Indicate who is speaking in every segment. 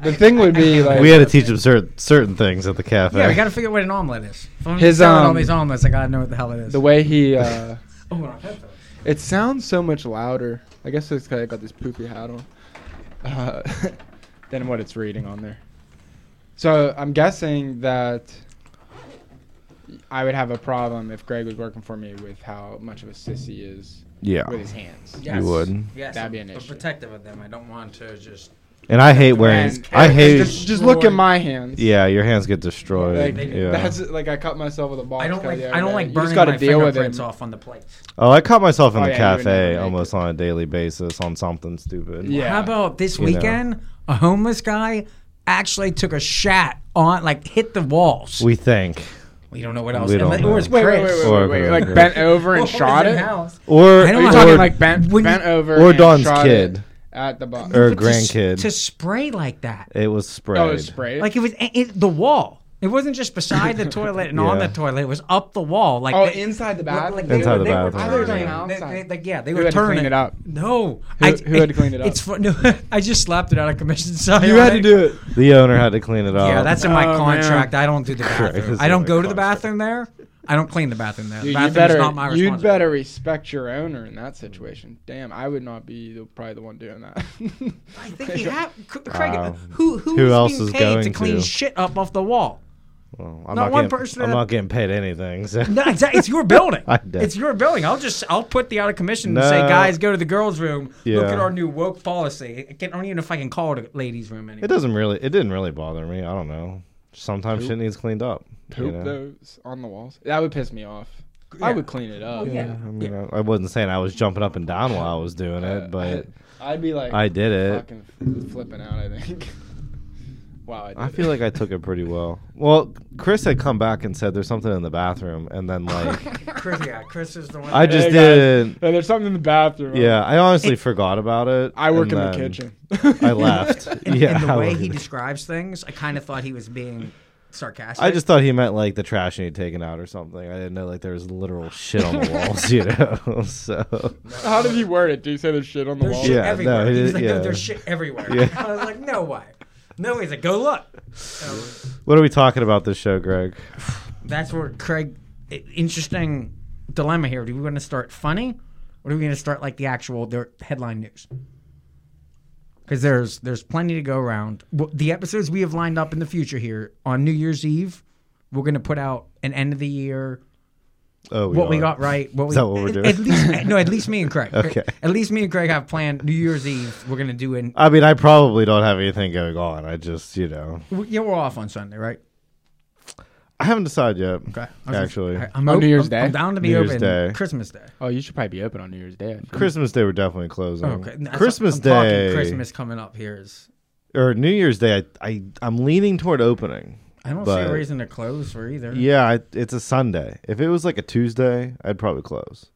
Speaker 1: the thing would be like
Speaker 2: We had to teach him certain certain things at the cafe.
Speaker 3: Yeah, we got to figure out what an omelet is. If I'm
Speaker 1: His,
Speaker 3: His selling all
Speaker 1: um,
Speaker 3: these omelets, I gotta know what the hell it is.
Speaker 1: the way he. Uh,
Speaker 3: oh, we're on headphones.
Speaker 1: It sounds so much louder. I guess it's 'cause I got this poofy hat on. Uh, than what it's reading on there. So I'm guessing that I would have a problem if Greg was working for me with how much of a sissy is
Speaker 4: Yeah.
Speaker 1: with his hands.
Speaker 3: Yes.
Speaker 4: would.
Speaker 3: Yes.
Speaker 1: That'd be an
Speaker 3: I'm
Speaker 1: issue.
Speaker 3: protective of them. I don't want to just.
Speaker 2: and I hate wearing.
Speaker 1: And-
Speaker 2: I
Speaker 1: and
Speaker 2: hate.
Speaker 1: Just, just look at my hands.
Speaker 2: yeah, your hands get destroyed.
Speaker 1: Like,
Speaker 3: They do.
Speaker 2: yeah.
Speaker 1: That's like I cut myself with a box.
Speaker 3: I don't
Speaker 1: cut
Speaker 3: like.
Speaker 1: the
Speaker 3: I
Speaker 1: other
Speaker 3: don't
Speaker 1: day.
Speaker 3: like
Speaker 1: You
Speaker 3: burning
Speaker 1: just gotta
Speaker 3: my
Speaker 1: deal with
Speaker 3: fingerprints
Speaker 1: it.
Speaker 3: off on the plate.
Speaker 2: oh, I caught myself in
Speaker 1: Oh,
Speaker 2: the
Speaker 1: yeah, you would never
Speaker 2: cafe
Speaker 1: make
Speaker 2: almost on a daily basis on something stupid.
Speaker 1: Yeah.
Speaker 3: How about this
Speaker 2: You know.
Speaker 3: weekend? A homeless guy actually took a shot on, like, hit the walls. We,
Speaker 2: We think,
Speaker 3: don't know what else.
Speaker 2: we don't
Speaker 3: Unless-
Speaker 2: know.
Speaker 3: Or it's
Speaker 1: Wait, wait,
Speaker 3: Chris.
Speaker 1: wait,
Speaker 2: Or
Speaker 1: wait, wait, wait.
Speaker 2: Chris.
Speaker 1: Like bent over
Speaker 3: Or
Speaker 1: and
Speaker 3: it's
Speaker 1: shot
Speaker 3: in
Speaker 1: it.
Speaker 3: house. I
Speaker 2: or
Speaker 1: Are
Speaker 3: don't
Speaker 1: you
Speaker 3: know.
Speaker 1: talking
Speaker 2: or,
Speaker 1: like bent,
Speaker 3: when you-
Speaker 1: bent over
Speaker 2: or
Speaker 1: and
Speaker 2: Don's
Speaker 1: shot
Speaker 2: kid.
Speaker 1: it at the box?
Speaker 2: Or
Speaker 3: But to s-
Speaker 2: grandkid.
Speaker 3: to, spray like that.
Speaker 2: it was sprayed.
Speaker 1: Oh, it was sprayed.
Speaker 3: Like it was it, it- the wall. It wasn't just beside the toilet and on
Speaker 2: Yeah.
Speaker 3: the toilet. It was up the wall. Like
Speaker 1: Oh,
Speaker 3: they-
Speaker 1: inside the
Speaker 3: like-
Speaker 1: bathroom?
Speaker 3: Like they
Speaker 2: Inside
Speaker 3: were-
Speaker 2: the
Speaker 3: they were
Speaker 2: bathroom, I thought you were
Speaker 3: turning.
Speaker 1: talking
Speaker 3: They-
Speaker 1: outside.
Speaker 3: they- like, yeah, they
Speaker 1: Who
Speaker 3: were
Speaker 1: had to
Speaker 3: turning
Speaker 1: clean it up?
Speaker 3: No,
Speaker 1: Who- who had to clean it up?
Speaker 3: It's fu- no, I just slapped it out of commission. Sorry,
Speaker 1: You had to
Speaker 3: already.
Speaker 1: do it.
Speaker 2: The owner had to clean it up.
Speaker 3: Yeah, that's in my
Speaker 1: Oh,
Speaker 3: contract. I don't do the
Speaker 2: Christ,
Speaker 3: bathroom.
Speaker 2: it's
Speaker 3: I
Speaker 2: in
Speaker 3: don't
Speaker 2: my
Speaker 3: go to the
Speaker 2: contract.
Speaker 3: bathroom there. I don't clean the bathroom there.
Speaker 1: Dude, you
Speaker 3: bathroom
Speaker 1: better,
Speaker 3: is not my
Speaker 1: you'd
Speaker 3: responsibility.
Speaker 1: better respect your owner in that situation. Damn, I would not be the, probably the one doing that.
Speaker 3: I think he had Craig.
Speaker 2: Wow.
Speaker 3: Who who,
Speaker 2: Um, Who
Speaker 3: is
Speaker 2: else
Speaker 3: being
Speaker 2: is
Speaker 3: paid to
Speaker 2: going
Speaker 3: clean
Speaker 2: to?
Speaker 3: shit up off the wall?
Speaker 2: Well,
Speaker 3: Not
Speaker 2: I'm not
Speaker 3: one
Speaker 2: getting,
Speaker 3: person
Speaker 2: I'm
Speaker 3: that-
Speaker 2: not getting paid anything. So.
Speaker 3: No, exactly. It's your building.
Speaker 2: I know.
Speaker 3: it's your building. I'll just I'll put the out of commission and say,
Speaker 2: No.
Speaker 3: guys, go to the girls' room. Look
Speaker 2: Yeah.
Speaker 3: at our new woke policy. I can't- I don't even know if I can call it a ladies' room anymore.
Speaker 2: It doesn't really. It didn't really bother me. I don't know. Sometimes shit needs cleaned up. you
Speaker 1: Poop
Speaker 2: know?
Speaker 1: those on the walls. That would piss me off. I
Speaker 3: Yeah.
Speaker 1: would clean it up.
Speaker 3: yeah.
Speaker 2: I mean, I, I wasn't saying I was jumping up and down while I was doing it, but
Speaker 1: I'd be like,
Speaker 2: I did it.
Speaker 1: Uh, fucking flipping out. I think. wow, I, did
Speaker 2: I
Speaker 1: it.
Speaker 2: feel like I took it pretty well. Well, Chris had come back and said there's something in the bathroom, and then like
Speaker 3: Chris, yeah, Chris is the one.
Speaker 2: I
Speaker 3: that-
Speaker 2: just
Speaker 1: Hey, guys.
Speaker 2: didn't.
Speaker 1: Hey, there's something in the bathroom.
Speaker 2: Yeah, I honestly forgot about it.
Speaker 1: I work
Speaker 2: and
Speaker 1: in the
Speaker 2: then
Speaker 1: kitchen.
Speaker 2: I left.
Speaker 3: and,
Speaker 2: yeah,
Speaker 3: and the
Speaker 2: I
Speaker 3: way
Speaker 2: work
Speaker 3: he
Speaker 2: in the-
Speaker 3: describes things, I kind of thought he was being sarcastic.
Speaker 2: I just thought he meant like the trash needed taken out or something. I didn't know like there was literal shit on the walls, you know. so
Speaker 1: How did he word it? Do you say there's shit on the
Speaker 3: there's
Speaker 1: wall?
Speaker 3: shit
Speaker 2: Yeah, no,
Speaker 3: everywhere.
Speaker 2: he
Speaker 3: he was
Speaker 2: did-
Speaker 3: like,
Speaker 2: yeah.
Speaker 3: "There- there's shit everywhere.
Speaker 2: Yeah.
Speaker 3: I was like, no way, no way. He's like, go look. So
Speaker 2: what are we talking about this show, Greg?
Speaker 3: that's where Craig. i- Interesting dilemma here. Do we want to start funny, or do we going to start like the actual their headline news? Because there's there's plenty to go around. Well, The episodes we have lined up in the future here on New Year's Eve, we're going to put out an end of the year
Speaker 2: Oh,
Speaker 3: what we
Speaker 2: are.
Speaker 3: got right. What we,
Speaker 2: Is that what we're
Speaker 3: at-
Speaker 2: doing?
Speaker 3: At least, no, at least me and Craig.
Speaker 2: Okay.
Speaker 3: At least me and Craig have planned New Year's Eve. We're going to do an.
Speaker 2: I mean, I probably don't have anything going on. I just, you know,
Speaker 3: we- Yeah, we're off on Sunday, right?
Speaker 2: I haven't decided yet.
Speaker 3: Okay. I was gonna-
Speaker 2: Actually,
Speaker 3: I- I'm
Speaker 1: On
Speaker 3: op-
Speaker 1: New Year's
Speaker 3: I'm-
Speaker 1: Day?
Speaker 3: I'm down to be
Speaker 2: New Year's
Speaker 3: open
Speaker 2: Day.
Speaker 3: Christmas Day.
Speaker 1: Oh, you should probably be open on New Year's Day. I think.
Speaker 2: Christmas Day we're definitely closing.
Speaker 3: Oh, Okay. That's-
Speaker 2: Christmas
Speaker 3: I'm talking
Speaker 2: Day
Speaker 3: Christmas coming up here is.
Speaker 2: or New Year's Day. I, I I'm leaning toward opening.
Speaker 3: I don't see
Speaker 2: But-
Speaker 3: a reason to close for either.
Speaker 2: Yeah, I, it's a Sunday. If it was like a Tuesday, I'd probably close.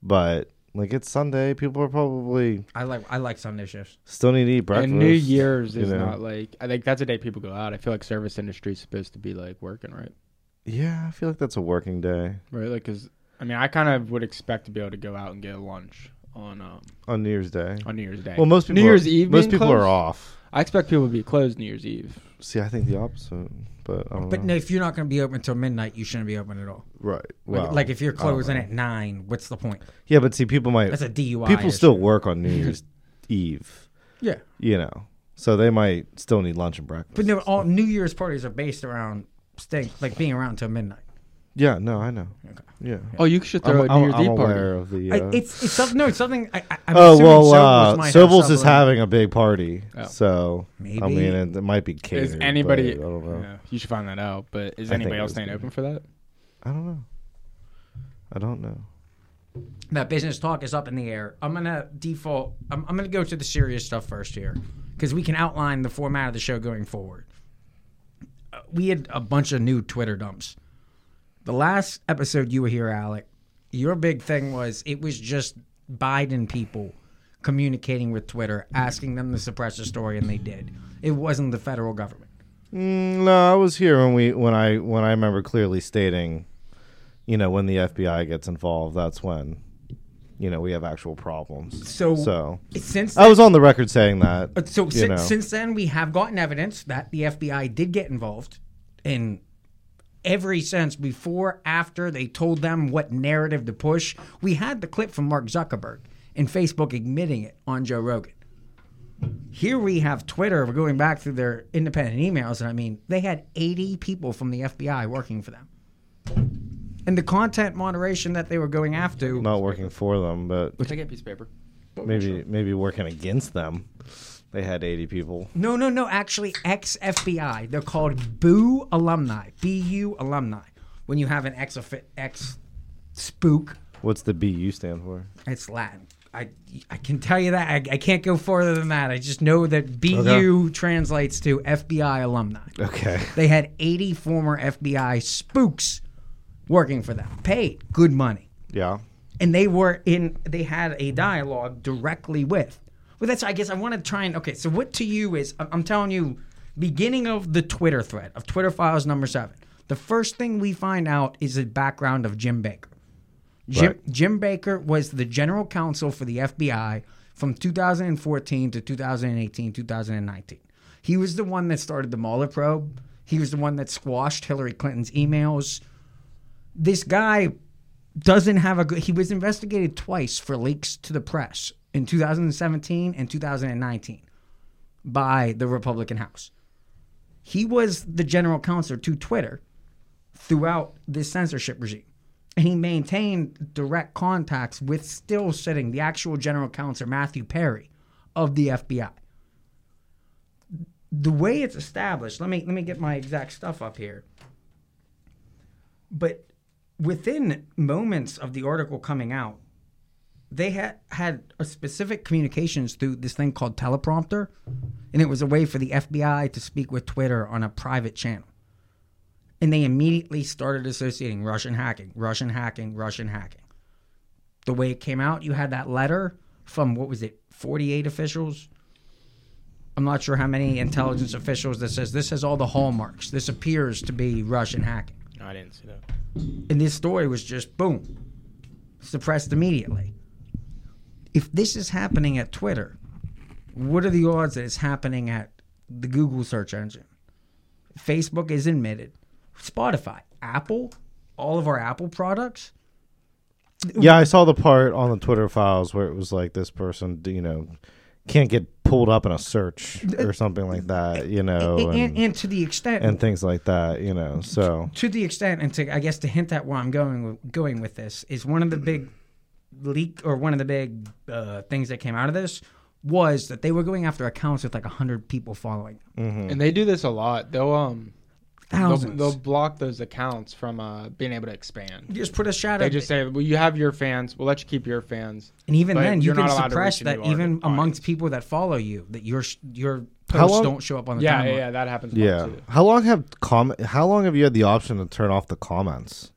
Speaker 2: But like it's Sunday, people are probably
Speaker 3: I like I like Sunday shifts.
Speaker 2: still need to eat breakfast.
Speaker 1: And New Year's
Speaker 2: you
Speaker 1: is
Speaker 2: know.
Speaker 1: not like I think that's a day people go out. I feel like service industry is supposed to be like working, right?
Speaker 2: Yeah, I feel like that's a working day
Speaker 1: Right, like because I mean I kind of would expect to be able to go out and get lunch on um
Speaker 2: on New Year's Day.
Speaker 1: on New Year's Day.
Speaker 2: Well, most
Speaker 1: New
Speaker 2: people
Speaker 1: Year's
Speaker 2: are,
Speaker 1: Eve
Speaker 2: Most
Speaker 1: being
Speaker 2: people are
Speaker 1: closed?
Speaker 2: off.
Speaker 1: I expect people to be closed New Year's Eve.
Speaker 2: See, I think the opposite. But I don't
Speaker 3: But
Speaker 2: know.
Speaker 3: if you're not going to be open until midnight, you shouldn't be open at all.
Speaker 2: right.
Speaker 3: Like,
Speaker 2: Wow.
Speaker 3: like if you're
Speaker 2: I don't
Speaker 3: closing
Speaker 2: know.
Speaker 3: at nine, what's the point?
Speaker 2: yeah, but see, people might
Speaker 3: That's a DUI.
Speaker 2: people
Speaker 3: issue.
Speaker 2: still work on New Year's Eve.
Speaker 3: Yeah.
Speaker 2: You know, so they might still need lunch and breakfast.
Speaker 3: But no, all New Year's parties are based around staying like being around till midnight.
Speaker 2: yeah, no, I know.
Speaker 3: Okay.
Speaker 2: Yeah,
Speaker 1: Oh, you should
Speaker 2: I'm,
Speaker 1: throw a New
Speaker 2: I'm,
Speaker 1: Year's
Speaker 2: I'm
Speaker 1: Eve party.
Speaker 2: aware of the.
Speaker 3: I,
Speaker 2: uh,
Speaker 3: it's it's something. No, it's something. I, I, I'm
Speaker 2: oh
Speaker 3: assuming
Speaker 2: well,
Speaker 3: Sobel's
Speaker 2: uh,
Speaker 3: might have
Speaker 2: Sobel's is
Speaker 3: something.
Speaker 2: having a big party,
Speaker 1: Oh.
Speaker 2: so I
Speaker 3: Maybe.
Speaker 2: mean, it, it might be catered.
Speaker 1: Is anybody?
Speaker 2: but I don't know.
Speaker 1: Yeah, you should find that out. But is
Speaker 2: I think
Speaker 1: anybody
Speaker 2: it
Speaker 1: else
Speaker 2: was
Speaker 1: staying
Speaker 2: New
Speaker 1: open for that?
Speaker 2: I don't know. I don't know.
Speaker 3: that business talk is up in the air. I'm gonna default. I'm, I'm gonna go to the serious stuff first here, because we can outline the format of the show going forward. Uh, we had a bunch of new Twitter dumps. The last episode you were here, Alec, your big thing was it was just Biden people communicating with Twitter, asking them to suppress the story, and they did. It wasn't the federal government.
Speaker 2: Mm, no, I was here when we when I when I remember clearly stating, you know, when the FBI gets involved, that's when you know, we have actual problems.
Speaker 3: So-
Speaker 2: so
Speaker 3: Since
Speaker 2: I was on the record saying that.
Speaker 3: Uh, So
Speaker 2: you
Speaker 3: si-
Speaker 2: know.
Speaker 3: since then, we have gotten evidence that the FBI did get involved in every sense before, after they told them what narrative to push. We had the clip from Mark Zuckerberg and Facebook admitting it on Joe Rogan. Here we have Twitter we're going back through their independent emails, and I mean, they had 80 people from the FBI working for them. And the content moderation that they were going after.
Speaker 2: not working for them, but
Speaker 1: Take a piece of paper.
Speaker 2: maybe maybe working against them. They had 80 people.
Speaker 3: No, no, no. Actually, ex FBI. They're called Boo alumni. B U alumni. When you have an ex ex spook,
Speaker 2: What's the BU stand for?
Speaker 3: it's Latin. I I can tell you that. I, I can't go further than that. I just know that BU translates to FBI alumni.
Speaker 2: Okay.
Speaker 3: They had 80 former FBI spooks working for them, paid good money
Speaker 2: Yeah.
Speaker 3: and they were in they had a dialogue directly with well that's i guess i want to try and okay so what to you is I'm- i'm telling you beginning of the twitter thread of twitter files number seven the first thing we find out is the background of jim baker jim,
Speaker 2: Right.
Speaker 3: jim baker was the general counsel for the fbi from 2014 to 2018 2019 he was the one that started the Mueller probe he was the one that squashed hillary clinton's emails this guy doesn't have a good he was investigated twice for leaks to the press in 2017 and 2019 by the republican house he was the general counsel to twitter throughout this censorship regime and he maintained direct contacts with still sitting the actual general counsel matthew perry of the fbi the way it's established let me let me get my exact stuff up here but within moments of the article coming out, they had had a specific communications through this thing called teleprompter, and it was a way for the FBI to speak with Twitter on a private channel. And they immediately started associating Russian hacking, Russian hacking, Russian hacking. The way it came out, you had that letter from what was it, 48 officials? I'm not sure how many intelligence officials that says this has all the hallmarks. This appears to be Russian hacking
Speaker 4: I didn't see that.
Speaker 3: and this story was just boom suppressed immediately if this is happening at twitter what are the odds that it's happening at the google search engine facebook is admitted spotify apple all of our apple products
Speaker 2: Yeah, I saw the part on the Twitter files where it was like this person, you know, can't get pulled up in a search or something like that, you know,
Speaker 3: and, and,
Speaker 2: Oh, and,
Speaker 3: to the extent
Speaker 2: and things like that, you know. So
Speaker 3: to the extent, and to I guess to hint at where I'm going with, going with this is one of the big leak or one of the big uh, things that came out of this was that they were going after accounts with like hundred people following them.
Speaker 2: Hmm.
Speaker 1: And they do this a lot. They'll um they'll,
Speaker 3: 1000s
Speaker 1: they'll block those accounts from uh, being able to expand.
Speaker 3: just put a shadow.
Speaker 1: They just say, "Well, you have your fans. We'll let you keep your fans."
Speaker 3: and even
Speaker 1: but
Speaker 3: then, you
Speaker 1: you're
Speaker 3: can
Speaker 1: not allowed to
Speaker 3: suppress
Speaker 1: reach a new
Speaker 3: that even
Speaker 1: audience.
Speaker 3: amongst people that follow you that your sh- your
Speaker 2: How
Speaker 3: posts
Speaker 2: long-
Speaker 3: don't show up on the
Speaker 1: Yeah, yeah,
Speaker 3: timeline.
Speaker 1: yeah, that happens. a lot,
Speaker 2: yeah,
Speaker 1: too.
Speaker 2: how long have com? How long have you had the option to turn off the comments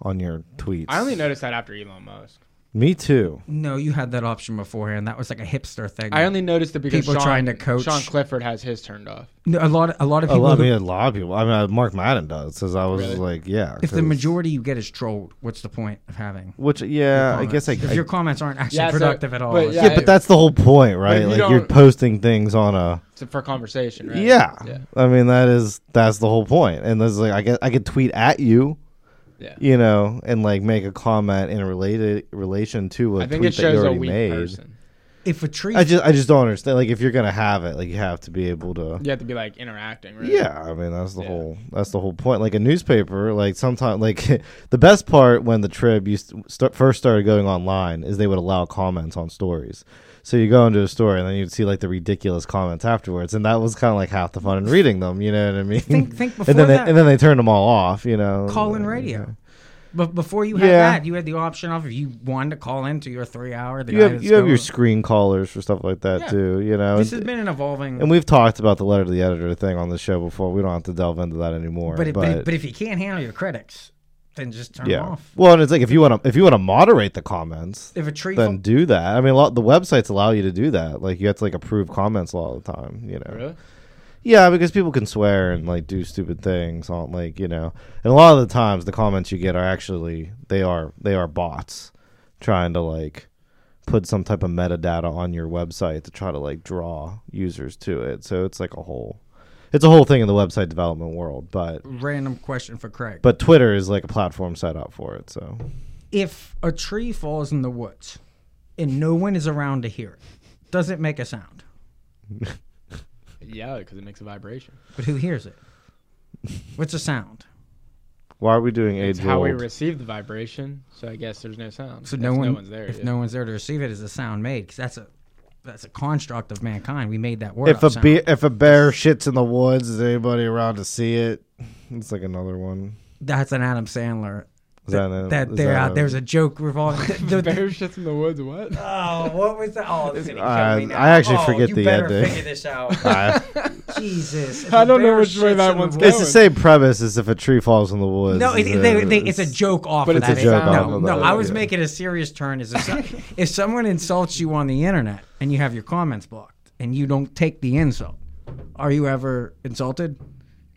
Speaker 2: on your tweets?
Speaker 1: I only noticed that after Elon Musk.
Speaker 2: Me too.
Speaker 3: No, you had that option beforehand. That was like a hipster thing.
Speaker 1: I only noticed it because
Speaker 3: People
Speaker 1: Sean,
Speaker 3: trying to coach.
Speaker 1: Sean Clifford has his turned off.
Speaker 3: No, a lot a lot of
Speaker 2: A
Speaker 3: people.
Speaker 2: lot, I
Speaker 3: who-
Speaker 2: mean, a lot of people. I mean, uh, Mark Madden does. Says I was
Speaker 1: Really?
Speaker 2: like, yeah.
Speaker 3: if the
Speaker 2: 'cause-
Speaker 3: majority you get is trolled, what's the point of having?
Speaker 2: which yeah, Uh, I
Speaker 3: comments?
Speaker 2: guess I.
Speaker 3: if
Speaker 2: I-
Speaker 3: your comments aren't actually
Speaker 1: Yeah, so-
Speaker 3: productive at all,
Speaker 1: but
Speaker 3: it's-
Speaker 1: yeah,
Speaker 2: yeah, but that's the whole point, right?
Speaker 1: you
Speaker 2: Like you're
Speaker 1: don't-
Speaker 2: posting things on a.
Speaker 1: It's for conversation, right?
Speaker 2: Yeah.
Speaker 1: yeah,
Speaker 2: I mean that is that's the whole point. And there's like I get I could tweet at you,
Speaker 1: yeah.
Speaker 2: you know, and like make a comment in related relation to a
Speaker 1: I think
Speaker 2: tweet
Speaker 1: it
Speaker 2: that you
Speaker 1: shows a
Speaker 2: already
Speaker 1: weak
Speaker 2: made.
Speaker 1: person.
Speaker 3: if a tree
Speaker 2: I just I just don't understand. Like if you're gonna have it, like you have to be able to.
Speaker 1: You have to be like interacting, right?
Speaker 2: Yeah, I mean that's the
Speaker 1: Yeah.
Speaker 2: whole that's the whole point. Like a newspaper, like sometimes like the best part when the Trib used to st- first started going online is they would allow comments on stories. So you go into a story and then you'd see like the ridiculous comments afterwards, and that was kind of like half the fun in reading them. You know what I mean?
Speaker 3: Think- think before
Speaker 2: and then
Speaker 3: that.
Speaker 2: They, and then they turned them all off. You know,
Speaker 3: call in radio. But before you had
Speaker 2: Yeah.
Speaker 3: that, you had the option of if you wanted to call into your three hour. The
Speaker 2: You
Speaker 3: guy
Speaker 2: have
Speaker 3: that's
Speaker 2: you have your
Speaker 3: going-
Speaker 2: screen callers for stuff like that
Speaker 3: Yeah.
Speaker 2: too. You know,
Speaker 3: This
Speaker 2: and-
Speaker 3: has been an evolving.
Speaker 2: and we've talked about the letter to the editor thing on the show before. We don't have to delve into that anymore.
Speaker 3: but, it, but, it- but if you can't handle your critics, then just turn them off.
Speaker 2: Well, and it's like if you want to if you want to moderate the comments,
Speaker 3: If a tree,
Speaker 2: then do that. I mean, a lot, the websites allow you to do that. Like you have to like approve comments a lot of the time. You know.
Speaker 1: Really?
Speaker 2: Yeah, because people can swear and like do stupid things on like you know, and a lot of the times the comments you get are actually they are they are bots trying to like put some type of metadata on your website to try to like draw users to it. So it's like a whole, it's a whole thing in the website development world. But
Speaker 3: Random question for Craig.
Speaker 2: but Twitter is like a platform set up for it. So
Speaker 3: if a tree falls in the woods and no one is around to hear it, does it make a sound?
Speaker 1: Yeah, because it makes a vibration.
Speaker 3: But who hears it? What's a sound?
Speaker 2: why are we doing age
Speaker 1: It's how we
Speaker 2: old?
Speaker 1: receive the vibration. So I guess there's no sound.
Speaker 3: So
Speaker 1: If
Speaker 3: no, one,
Speaker 1: no one's there.
Speaker 3: If
Speaker 1: yeah.
Speaker 3: no one's there to receive it, is a sound made? Because that's a that's a construct of mankind. We made that word.
Speaker 2: if
Speaker 3: up,
Speaker 2: a
Speaker 3: sound.
Speaker 2: be- if a bear shits in the woods, is anybody around to see it? It's like another one.
Speaker 3: that's an Adam Sandler.
Speaker 2: Is that, a-
Speaker 3: That
Speaker 2: is
Speaker 3: there,
Speaker 2: that
Speaker 3: out there's a joke revolving. the- the-
Speaker 1: Bear shits in the woods. What?
Speaker 3: oh, what was that? Oh, it's gonna kill
Speaker 2: Uh,
Speaker 3: me now.
Speaker 2: I actually
Speaker 3: Oh,
Speaker 2: forget
Speaker 3: you
Speaker 2: the
Speaker 3: better
Speaker 2: ending.
Speaker 3: Figure this out.
Speaker 2: I-
Speaker 3: Jesus. If
Speaker 1: I
Speaker 3: a
Speaker 1: don't know
Speaker 3: bear
Speaker 1: which way
Speaker 3: shits
Speaker 1: that
Speaker 3: in the
Speaker 1: one's
Speaker 3: woods-
Speaker 2: it's the same premise as if a tree falls in the woods.
Speaker 3: No, it,
Speaker 2: Is
Speaker 3: they, they, it's a joke off
Speaker 1: But
Speaker 3: of
Speaker 1: it's a
Speaker 3: that.
Speaker 1: joke
Speaker 3: no,
Speaker 1: off of
Speaker 3: no,
Speaker 2: that,
Speaker 3: I was
Speaker 2: yeah.
Speaker 3: making a serious turn. Is if, some, if someone insults you on the internet and you have your comments blocked and you don't take the insult, are you ever insulted?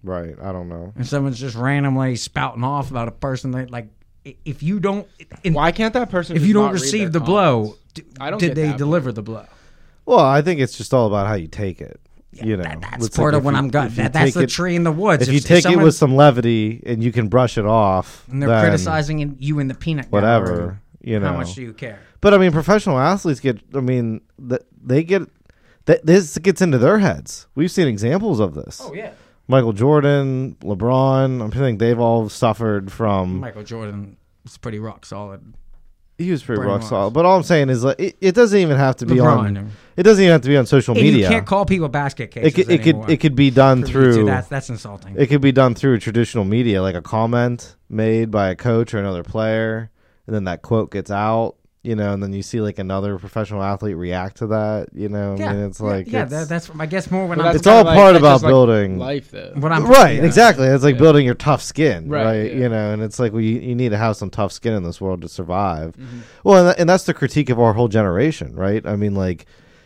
Speaker 2: right. I don't know.
Speaker 3: And someone's just randomly spouting off about a person that like, i- if you don't, in,
Speaker 1: Why can't that person?
Speaker 3: if
Speaker 1: just
Speaker 3: you don't
Speaker 1: not read
Speaker 3: receive the
Speaker 1: their
Speaker 3: blow,
Speaker 1: comments?
Speaker 3: d-
Speaker 1: I don't
Speaker 3: did
Speaker 1: get
Speaker 3: they
Speaker 1: that
Speaker 3: deliver the blow?
Speaker 2: Well, I think it's just all about how you take it. you know,
Speaker 3: That's
Speaker 2: It's
Speaker 3: part
Speaker 2: like
Speaker 3: of
Speaker 2: if
Speaker 3: what
Speaker 2: you-
Speaker 3: I'm got.
Speaker 2: if you
Speaker 3: That, that's
Speaker 2: take
Speaker 3: the
Speaker 2: it-
Speaker 3: tree in the woods.
Speaker 2: If you take it
Speaker 3: someone-
Speaker 2: with some levity and you can brush it off,
Speaker 3: and they're
Speaker 2: then
Speaker 3: criticizing in- you in the peanut, gallery,
Speaker 2: whatever. You know,
Speaker 3: How much do you care?
Speaker 2: But I mean, professional athletes get. I mean, th- they get. Th- this gets into their heads. We've seen examples of this.
Speaker 3: Oh, yeah.
Speaker 2: Michael Jordan, LeBron. I'm think they've all suffered from.
Speaker 3: Michael Jordan was pretty rock solid.
Speaker 2: he was pretty
Speaker 3: Brian
Speaker 2: rock
Speaker 3: Wise.
Speaker 2: solid. But all I'm saying is, like, it, it doesn't even have to be
Speaker 3: LeBron.
Speaker 2: on. It doesn't even have to be on social
Speaker 3: And
Speaker 2: media.
Speaker 3: you can't call people basket cases
Speaker 2: it could, it
Speaker 3: anymore.
Speaker 2: could it could be done
Speaker 3: For me,
Speaker 2: through.
Speaker 3: too, that's that's insulting.
Speaker 2: It could be done through traditional media, like a comment made by a coach or another player, and then that quote gets out, you know, and then you see like another professional athlete react to that, you know. I mean, it's like
Speaker 3: yeah,
Speaker 2: it's,
Speaker 3: that, that's I guess more when
Speaker 1: Well,
Speaker 3: I'm
Speaker 1: that's
Speaker 2: It's all
Speaker 1: kinda
Speaker 2: part
Speaker 1: that's
Speaker 2: about
Speaker 1: just, like,
Speaker 2: building.
Speaker 1: life, though.
Speaker 3: when I'm
Speaker 2: right,
Speaker 3: yeah.
Speaker 2: exactly. It's like building your tough skin, right?
Speaker 1: Right, yeah.
Speaker 2: You know, and it's like well, you, you need to have some tough skin in this world to survive.
Speaker 3: Mm-hmm.
Speaker 2: Well, and, tha- and that's the critique of our whole generation, right? I mean, like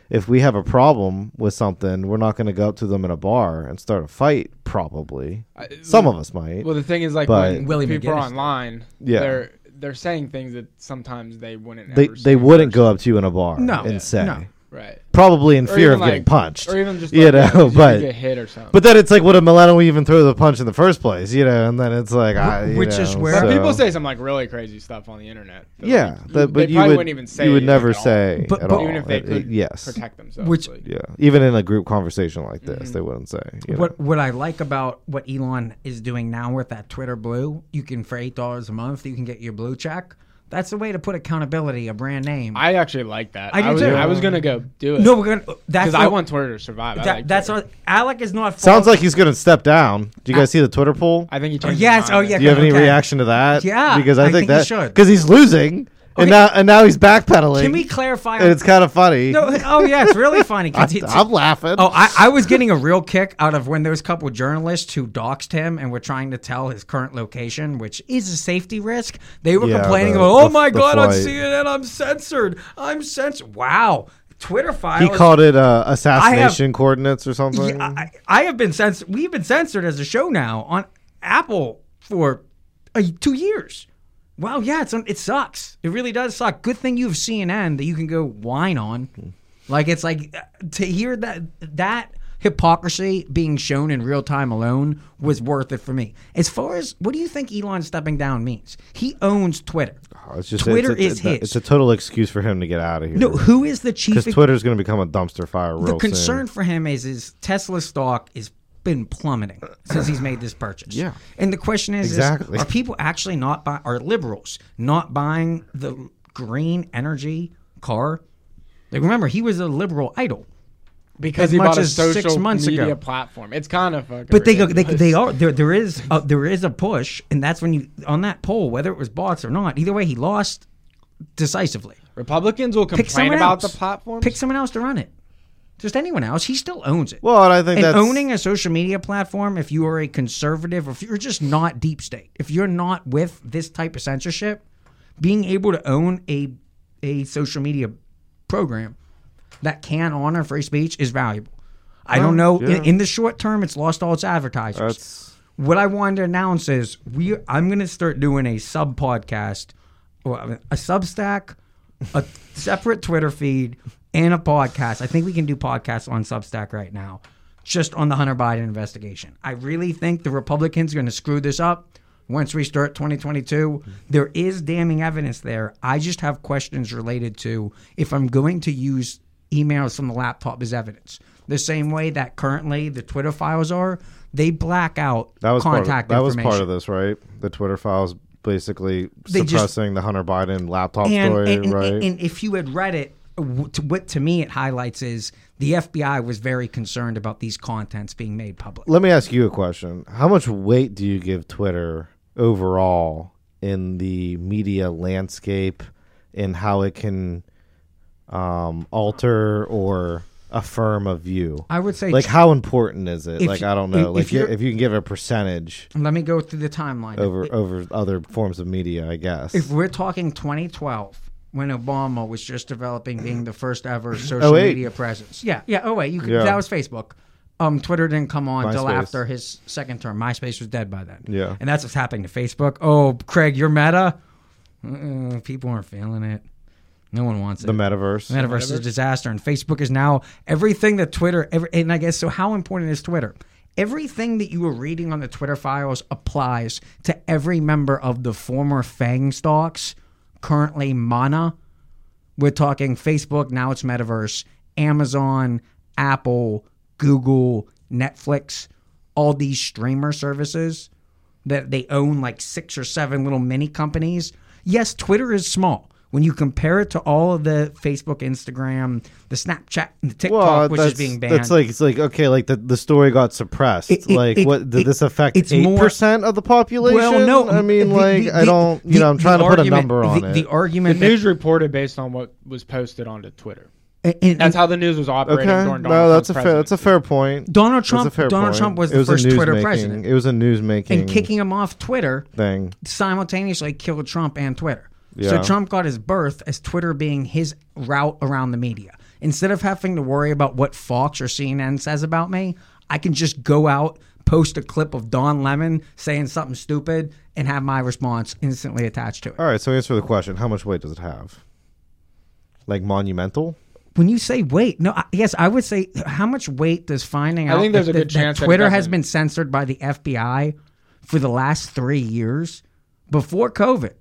Speaker 2: if we have a problem with something, we're not going to go up to them in a bar and start a fight. Probably,
Speaker 1: I-
Speaker 2: some of us might.
Speaker 1: Well, the thing is, like,
Speaker 2: But-
Speaker 1: when
Speaker 3: Willie
Speaker 1: people are
Speaker 3: McGinnis.
Speaker 1: online,
Speaker 2: Yeah.
Speaker 1: they're they're saying things that sometimes they wouldn't.
Speaker 2: they
Speaker 1: ever
Speaker 2: they
Speaker 1: say.
Speaker 2: wouldn't go up to you in a bar
Speaker 3: No.
Speaker 2: and
Speaker 3: Yeah.
Speaker 2: say
Speaker 3: No.
Speaker 1: right,
Speaker 2: probably in
Speaker 1: Or
Speaker 2: fear
Speaker 1: even,
Speaker 2: of getting
Speaker 1: like-
Speaker 2: punched
Speaker 1: or even just
Speaker 2: you
Speaker 1: like, yeah,
Speaker 2: know
Speaker 1: 'cause you could
Speaker 2: but
Speaker 1: get hit or something.
Speaker 2: but then it's like would a millennial even throw the punch in the first place you know and then it's like I, you
Speaker 3: which is
Speaker 2: know,
Speaker 3: where-
Speaker 1: But
Speaker 2: so-
Speaker 1: people say some like really crazy stuff on the internet. that, like,
Speaker 2: yeah
Speaker 1: you-
Speaker 2: that-
Speaker 1: they
Speaker 2: but you
Speaker 1: probably
Speaker 2: would
Speaker 1: wouldn't even say
Speaker 2: you would
Speaker 1: it
Speaker 2: never
Speaker 1: at all,
Speaker 2: say
Speaker 3: But-
Speaker 2: at
Speaker 3: but-
Speaker 2: all
Speaker 1: even if they
Speaker 2: It- it-
Speaker 1: could
Speaker 2: yes
Speaker 1: protect Mm-hmm. themselves.
Speaker 3: Which-
Speaker 1: like-
Speaker 2: yeah even in a group conversation like this they wouldn't say you know.
Speaker 3: What what I like about what Elon is doing now with that Twitter Blue, you can for eight dollars a month, you can get your blue check. That's the way to put accountability, a brand name.
Speaker 1: I actually like that.
Speaker 3: I do
Speaker 1: was,
Speaker 3: too.
Speaker 1: I was gonna go do it.
Speaker 3: no, we're gonna. That's
Speaker 1: because I
Speaker 3: what-
Speaker 1: want Twitter to survive. I
Speaker 3: that-
Speaker 1: like
Speaker 3: that's
Speaker 1: Twitter.
Speaker 3: what Alec is not.
Speaker 2: sounds like he's gonna step down do you guys see the twitter poll
Speaker 1: I think he changed. his
Speaker 3: yes,
Speaker 1: mind.
Speaker 3: oh, yeah.
Speaker 2: do you have any
Speaker 3: Okay.
Speaker 2: reaction to that
Speaker 3: Yeah,
Speaker 2: because i,
Speaker 3: I
Speaker 2: think,
Speaker 3: think he
Speaker 2: that
Speaker 3: should.
Speaker 2: because he's losing
Speaker 3: Okay.
Speaker 2: and now and now he's backpedaling
Speaker 3: Can we clarify?
Speaker 2: and it's kind of funny
Speaker 3: no, oh yeah, it's really funny. 'cause he-
Speaker 2: I'm laughing.
Speaker 3: Oh, I, I was getting a real kick out of when those couple journalists who doxed him and were trying to tell his current location, which is a safety risk. They were
Speaker 2: Yeah,
Speaker 3: complaining
Speaker 2: the-
Speaker 3: about, oh
Speaker 2: the-
Speaker 3: my
Speaker 2: the
Speaker 3: god, on
Speaker 2: flight.
Speaker 3: CNN, I'm censored. I'm censored. Wow, Twitter files.
Speaker 2: he called it uh, assassination coordinates or
Speaker 3: Yeah,
Speaker 2: something.
Speaker 3: I, I have been censored. We've been censored as a show now on Apple for uh, two years. Wow, yeah, it's it sucks. It really does suck. Good thing you have CNN that you can go whine on. Like it's like uh, to hear that that hypocrisy being shown in real time alone was worth it for me. As far as what do you think Elon stepping down means? He owns Twitter.
Speaker 2: Oh, it's just
Speaker 3: Twitter
Speaker 2: it's a,
Speaker 3: is
Speaker 2: it's a-
Speaker 3: his.
Speaker 2: It's a total excuse for him to get out of here.
Speaker 3: No, who is the chief?
Speaker 2: because Twitter's going to become a dumpster fire real
Speaker 3: the concern for him is is Tesla stock is been plummeting since he's made this purchase.
Speaker 2: Yeah.
Speaker 3: And the question is, is
Speaker 2: Exactly.
Speaker 3: are people actually not buy are liberals not buying the green energy car? Like remember, he was a liberal idol.
Speaker 1: because
Speaker 3: as
Speaker 1: he
Speaker 3: much
Speaker 1: bought a
Speaker 3: as six
Speaker 1: social
Speaker 3: months ago.
Speaker 1: media platform. It's kind of fucking.
Speaker 3: But they go, they,
Speaker 1: ridiculous.
Speaker 3: they are there. There is a, there is a push, and that's when you on that poll, whether it was bots or not. Either way, he lost decisively.
Speaker 1: Republicans will
Speaker 3: Pick
Speaker 1: complain
Speaker 3: someone
Speaker 1: about
Speaker 3: else.
Speaker 1: the platform.
Speaker 3: Pick someone else to run it. Just anyone else. He still owns it.
Speaker 2: Well, and I think
Speaker 3: and
Speaker 2: that's
Speaker 3: owning a social media platform if you are a conservative or if you're just not deep state if you're not with this type of censorship being able to own a a social media program that can honor free speech is valuable i don't know in, in the short term it's lost all its advertisers
Speaker 2: That's
Speaker 3: what I wanted to announce is we I'm gonna start doing a sub podcast, or a Substack, a separate Twitter feed, and a podcast. I think we can do podcasts on Substack right now, just on the Hunter Biden investigation. I really think the Republicans are going to screw this up once we start 2022.
Speaker 2: Mm-hmm.
Speaker 3: There is damning evidence there. I just have questions related to if I'm going to use emails from the laptop as evidence. The same way that currently the Twitter files are, they black out
Speaker 2: That was
Speaker 3: contact
Speaker 2: part of, that was
Speaker 3: information.
Speaker 2: part of this, right? The Twitter files basically
Speaker 3: They just-
Speaker 2: suppressing the Hunter Biden laptop
Speaker 3: and,
Speaker 2: story,
Speaker 3: and- and-
Speaker 2: right?
Speaker 3: and if you had read it, w- to- what to me it highlights is the FBI was very concerned about these contents being made public.
Speaker 2: Let me ask you a question. How much weight do you give Twitter overall in the media landscape and how it can um, alter or affirm a view?
Speaker 3: I would say,
Speaker 2: like how important is it?
Speaker 3: If
Speaker 2: Like
Speaker 3: you-
Speaker 2: I don't know.
Speaker 3: if
Speaker 2: Like if, you
Speaker 3: you're-
Speaker 2: if you can give a percentage
Speaker 3: let me go through the timeline.
Speaker 2: over over other forms of media, I guess.
Speaker 3: if we're talking 2012, when Obama was just developing being the first ever social
Speaker 2: 08.
Speaker 3: media presence. Yeah, yeah. Oh wait, you could,
Speaker 2: Yeah.
Speaker 3: that was Facebook. Um, Twitter didn't come on until
Speaker 2: MySpace.
Speaker 3: after his second term. MySpace was dead by then.
Speaker 2: Yeah.
Speaker 3: and that's what's happening to Facebook. Oh, Craig, you're Meta. Uh, people aren't feeling it. No one wants it.
Speaker 2: the metaverse.
Speaker 3: Metaverse is a disaster, and Facebook is now everything that Twitter. Every, and I guess so. How important is Twitter? Everything that you were reading on the Twitter files applies to every member of the former Fang stocks, currently Mana. We're talking Facebook now. It's Metaverse, Amazon, Apple, Google, Netflix, all these streamer services that they own like six or seven little mini companies. Yes, Twitter is small. When you compare it to all of the Facebook, Instagram, the Snapchat, and the TikTok, which is
Speaker 2: that's-
Speaker 3: being banned.
Speaker 2: That's like it's like okay, like the, the story got suppressed.
Speaker 3: It- it-
Speaker 2: like
Speaker 3: it-
Speaker 2: what did
Speaker 3: it-
Speaker 2: this affect?
Speaker 3: it's
Speaker 2: Eight
Speaker 3: more-
Speaker 2: percent of the population.
Speaker 3: well, no, um,
Speaker 2: I mean,
Speaker 3: the-
Speaker 2: like
Speaker 3: the-
Speaker 2: I don't. You
Speaker 3: the-
Speaker 2: know, I'm
Speaker 3: the
Speaker 2: trying to put a
Speaker 3: argument-
Speaker 2: number on
Speaker 3: the,
Speaker 2: it.
Speaker 3: The
Speaker 1: The
Speaker 3: argument,
Speaker 1: news reported based on what was posted onto Twitter. Mm.
Speaker 3: that, and- and-
Speaker 1: That's how the news was
Speaker 2: okay,
Speaker 1: operating during Donald
Speaker 2: no, that's a
Speaker 1: Trump's
Speaker 2: fair. That's a fair point.
Speaker 3: Donald
Speaker 2: That's a
Speaker 3: Trump.
Speaker 2: fair
Speaker 3: Donald
Speaker 2: point.
Speaker 3: Trump was
Speaker 2: It
Speaker 3: the
Speaker 2: a
Speaker 3: first Twitter
Speaker 2: newsmaking-
Speaker 3: president,
Speaker 2: It was a news making
Speaker 3: and kicking him off Twitter
Speaker 2: thing.
Speaker 3: simultaneously killed Trump and Twitter.
Speaker 2: Yeah.
Speaker 3: So Trump got his birth as Twitter being his route around the media. Instead of having to worry about what Fox or CNN says about me, I can just go out, post a clip of Don Lemon saying something stupid, and have my response instantly attached to it.
Speaker 2: All right, so answer the question: How much weight does it have? Like monumental?
Speaker 3: When you say wait, no, I, yes, I would say how much weight does finding
Speaker 1: I
Speaker 3: out
Speaker 1: think
Speaker 3: that,
Speaker 1: there's a
Speaker 3: that-
Speaker 1: good
Speaker 3: that
Speaker 1: chance that it
Speaker 3: Twitter has
Speaker 1: doesn't.
Speaker 3: been censored by the FBI for the last three years before COVID,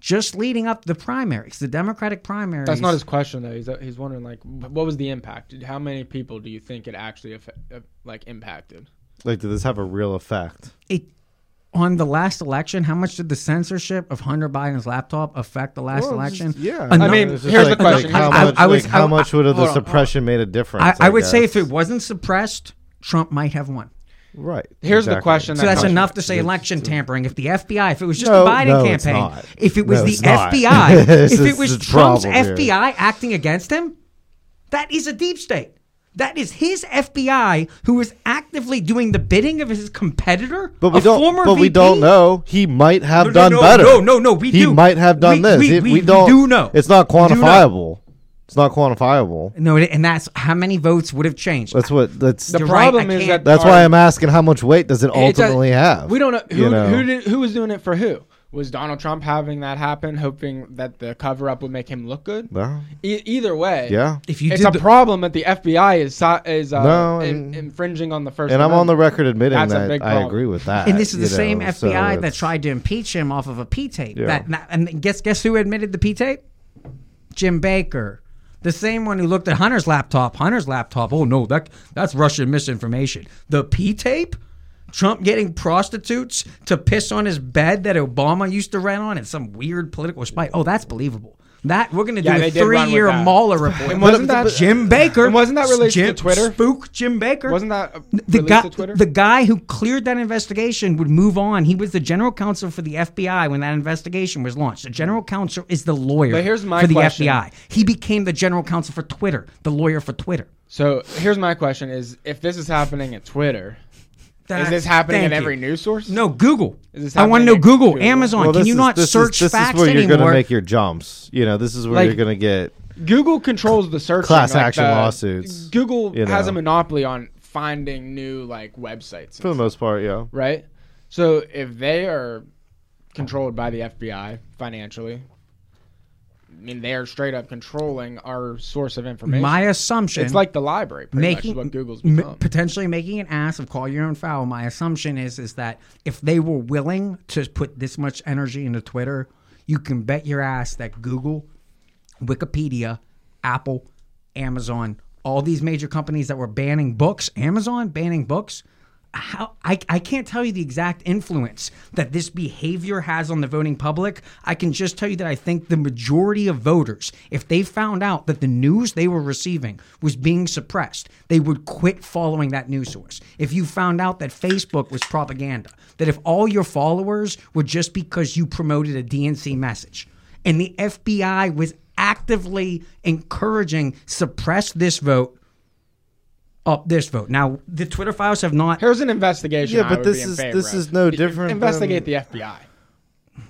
Speaker 3: just leading up to the primaries, the Democratic primaries.
Speaker 1: That's not his question though. He's uh, he's wondering like, wh- what was the impact? Did- How many people do you think it actually affect, uh, like impacted?
Speaker 2: Like, did this have a real effect?
Speaker 3: it on the last election, how much did the censorship of Hunter Biden's laptop affect the last
Speaker 2: Well, it's
Speaker 3: election?
Speaker 2: just- yeah.
Speaker 3: Enough-
Speaker 1: I mean,
Speaker 2: It's just
Speaker 1: here's
Speaker 2: like-
Speaker 1: the question.
Speaker 2: Like how
Speaker 3: I-
Speaker 2: much,
Speaker 3: I was-
Speaker 2: like, how
Speaker 3: I-
Speaker 2: much would have the
Speaker 1: hold on, hold on.
Speaker 2: suppression made a difference?
Speaker 3: I, I would say if
Speaker 2: guess?
Speaker 3: it wasn't suppressed, Trump might have won.
Speaker 2: right.
Speaker 1: Here's the
Speaker 2: exactly.
Speaker 1: question
Speaker 3: So that's
Speaker 1: comes-
Speaker 3: enough to say election tampering. If the FBI, if it was just
Speaker 2: No,
Speaker 3: the Biden
Speaker 2: no, it's
Speaker 3: campaign,
Speaker 2: not.
Speaker 3: if it was
Speaker 2: No,
Speaker 3: the
Speaker 2: it's not.
Speaker 3: FBI,
Speaker 2: This
Speaker 3: if it
Speaker 2: is
Speaker 3: was
Speaker 2: the
Speaker 3: Trump's
Speaker 2: problem here.
Speaker 3: FBI acting against him, that is a deep state. That is his FBI who is actively doing the bidding of his competitor,
Speaker 2: But we
Speaker 3: a
Speaker 2: don't.
Speaker 3: former
Speaker 2: But we
Speaker 3: VP?
Speaker 2: don't know. He might have
Speaker 3: No, no,
Speaker 2: done
Speaker 3: no,
Speaker 2: better.
Speaker 3: no, no, no, we
Speaker 2: he
Speaker 3: do.
Speaker 2: might have done
Speaker 3: We-
Speaker 2: this.
Speaker 3: we-
Speaker 2: It-
Speaker 3: we- we
Speaker 2: don't.
Speaker 3: do know.
Speaker 2: It's not
Speaker 3: We do know.
Speaker 2: quantifiable. It's not quantifiable.
Speaker 3: No, and that's how many votes would have changed.
Speaker 2: That's what. That's
Speaker 1: The
Speaker 3: You're right, I
Speaker 1: problem is that
Speaker 3: can't-
Speaker 2: that's
Speaker 1: our-
Speaker 2: why I'm asking how much weight does it
Speaker 1: It's a-
Speaker 2: ultimately have?
Speaker 1: We don't know who
Speaker 2: you know?
Speaker 1: who did, who was doing it for who. Was Donald Trump having that happen, hoping that the cover up would make him look good?
Speaker 2: Well,
Speaker 1: E- either way,
Speaker 2: yeah.
Speaker 3: if you
Speaker 1: it's
Speaker 3: did
Speaker 1: a
Speaker 3: the-
Speaker 1: problem that the FBI is so- is uh,
Speaker 2: No,
Speaker 1: in-
Speaker 2: and-
Speaker 1: infringing on the first.
Speaker 2: And I'm on the
Speaker 1: Amendment.
Speaker 2: record admitting
Speaker 1: That's a
Speaker 2: that
Speaker 1: big
Speaker 2: I
Speaker 1: problem.
Speaker 2: agree with that.
Speaker 3: And this is the
Speaker 2: you
Speaker 3: same
Speaker 2: know, so
Speaker 3: FBI that
Speaker 2: it's-
Speaker 3: tried to impeach him off of a P tape.
Speaker 2: Yeah.
Speaker 3: That, that- and guess guess who admitted the P tape? Jim Baker, the same one who looked at Hunter's laptop. Hunter's laptop. Oh no, that that's Russian misinformation. The P tape. Trump getting prostitutes to piss on his bed that Obama used to rent on in some weird political spite. Oh, that's believable. That we're going to do
Speaker 1: Yeah, they
Speaker 3: a
Speaker 1: did run with
Speaker 3: three-year
Speaker 1: that.
Speaker 3: Mueller report.
Speaker 1: And wasn't that-
Speaker 3: Jim Baker?
Speaker 1: and wasn't that related to
Speaker 3: Jim-
Speaker 1: Twitter?
Speaker 3: Spook Jim Baker.
Speaker 1: Wasn't that uh,
Speaker 3: the
Speaker 1: released
Speaker 3: guy,
Speaker 1: to Twitter?
Speaker 3: the guy who cleared that investigation would move on. He was the general counsel for the FBI when that investigation was launched. The general counsel is the lawyer
Speaker 1: But here's my
Speaker 3: for the
Speaker 1: question.
Speaker 3: FBI. He became the general counsel for Twitter, the lawyer for Twitter.
Speaker 1: so here's my question: Is if this is happening at Twitter,
Speaker 3: That-
Speaker 1: is this happening
Speaker 3: Ah, thank
Speaker 1: in every
Speaker 3: you.
Speaker 1: news source?
Speaker 3: No, Google.
Speaker 1: Is this
Speaker 3: I want
Speaker 1: happening
Speaker 3: to know
Speaker 1: at
Speaker 3: Google,
Speaker 1: Google?
Speaker 3: Amazon.
Speaker 2: Well,
Speaker 3: Can
Speaker 2: this
Speaker 3: you
Speaker 2: is-
Speaker 3: not
Speaker 2: this is-
Speaker 3: search
Speaker 2: this
Speaker 3: facts
Speaker 2: is where you're
Speaker 3: anymore?
Speaker 2: to make your jumps. You know, this is where
Speaker 1: Like-
Speaker 2: you're going to get.
Speaker 1: Google controls the search.
Speaker 2: Class
Speaker 1: engine, like
Speaker 2: action
Speaker 1: the-
Speaker 2: lawsuits,
Speaker 1: Google
Speaker 2: you
Speaker 1: has
Speaker 2: know.
Speaker 1: a monopoly on finding new like websites,
Speaker 2: For the most part, yeah.
Speaker 1: right? So if they are controlled by the FBI financially, I mean, they are straight up controlling our source of information.
Speaker 3: My assumption.
Speaker 1: it's like the library, pretty
Speaker 3: making
Speaker 1: much, is what Google's
Speaker 3: m-
Speaker 1: become.
Speaker 3: potentially making an ass of call your own foul. My assumption is is that if they were willing to put this much energy into Twitter, you can bet your ass that Google, Wikipedia, Apple, Amazon, all these major companies that were banning books, Amazon banning books. How I, I can't tell you the exact influence that this behavior has on the voting public. I can just tell you that I think the majority of voters, if they found out that the news they were receiving was being suppressed, they would quit following that news source. If you found out that Facebook was propaganda, that if all your followers were just because you promoted a DNC message, and the FBI was actively encouraging suppress this vote, up this vote. Now the Twitter files have not.
Speaker 1: Here's an investigation.
Speaker 2: Yeah,
Speaker 1: I
Speaker 2: but
Speaker 1: would
Speaker 2: this
Speaker 1: be in
Speaker 2: is-
Speaker 1: favor
Speaker 2: this
Speaker 1: of.
Speaker 2: is no different
Speaker 1: Investigate
Speaker 2: than-
Speaker 1: the FBI.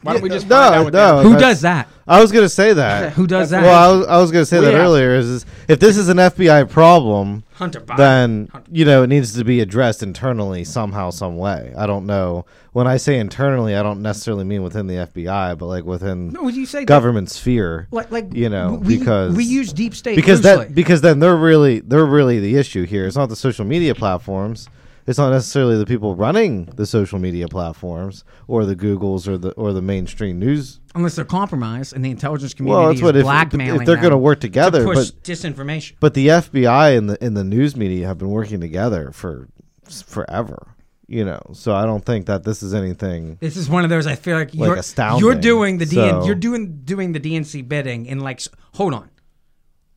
Speaker 1: Why don't we
Speaker 2: Yeah,
Speaker 1: just
Speaker 2: no,
Speaker 1: find out what
Speaker 2: no.
Speaker 1: they're-
Speaker 2: Oh,
Speaker 3: Who
Speaker 2: that's-
Speaker 3: does that?
Speaker 2: I was gonna say that.
Speaker 3: Who does that?
Speaker 2: Well, I was, I was gonna say
Speaker 1: Well,
Speaker 2: that
Speaker 1: yeah.
Speaker 2: earlier. Is, is if this is an FBI problem,
Speaker 3: Hunter Biden.
Speaker 2: then you know it needs to be addressed internally somehow, some way. I don't know. When I say internally, I don't necessarily mean within the FBI, but like within
Speaker 3: No, would you say that-
Speaker 2: government sphere?
Speaker 3: like, like
Speaker 2: you know,
Speaker 3: we,
Speaker 2: because
Speaker 3: we use deep state
Speaker 2: because
Speaker 3: loosely.
Speaker 2: that because then they're really they're really the issue here. It's not the social media platforms. It's not necessarily the people running the social media platforms or the Googles or the or the mainstream news
Speaker 3: unless they're compromised and the intelligence community
Speaker 2: Well, that's what
Speaker 3: is
Speaker 2: if,
Speaker 3: blackmailing.
Speaker 2: if they're going to
Speaker 3: them
Speaker 2: work together,
Speaker 3: to push
Speaker 2: but
Speaker 3: disinformation.
Speaker 2: but the FBI and the and the news media have been working together for s- forever, you know. So I don't think that this is anything.
Speaker 3: This is one of those I feel like you're
Speaker 2: astounding.
Speaker 3: you're doing the DN,
Speaker 2: So-
Speaker 3: you're doing doing the DNC bidding and like s- hold on.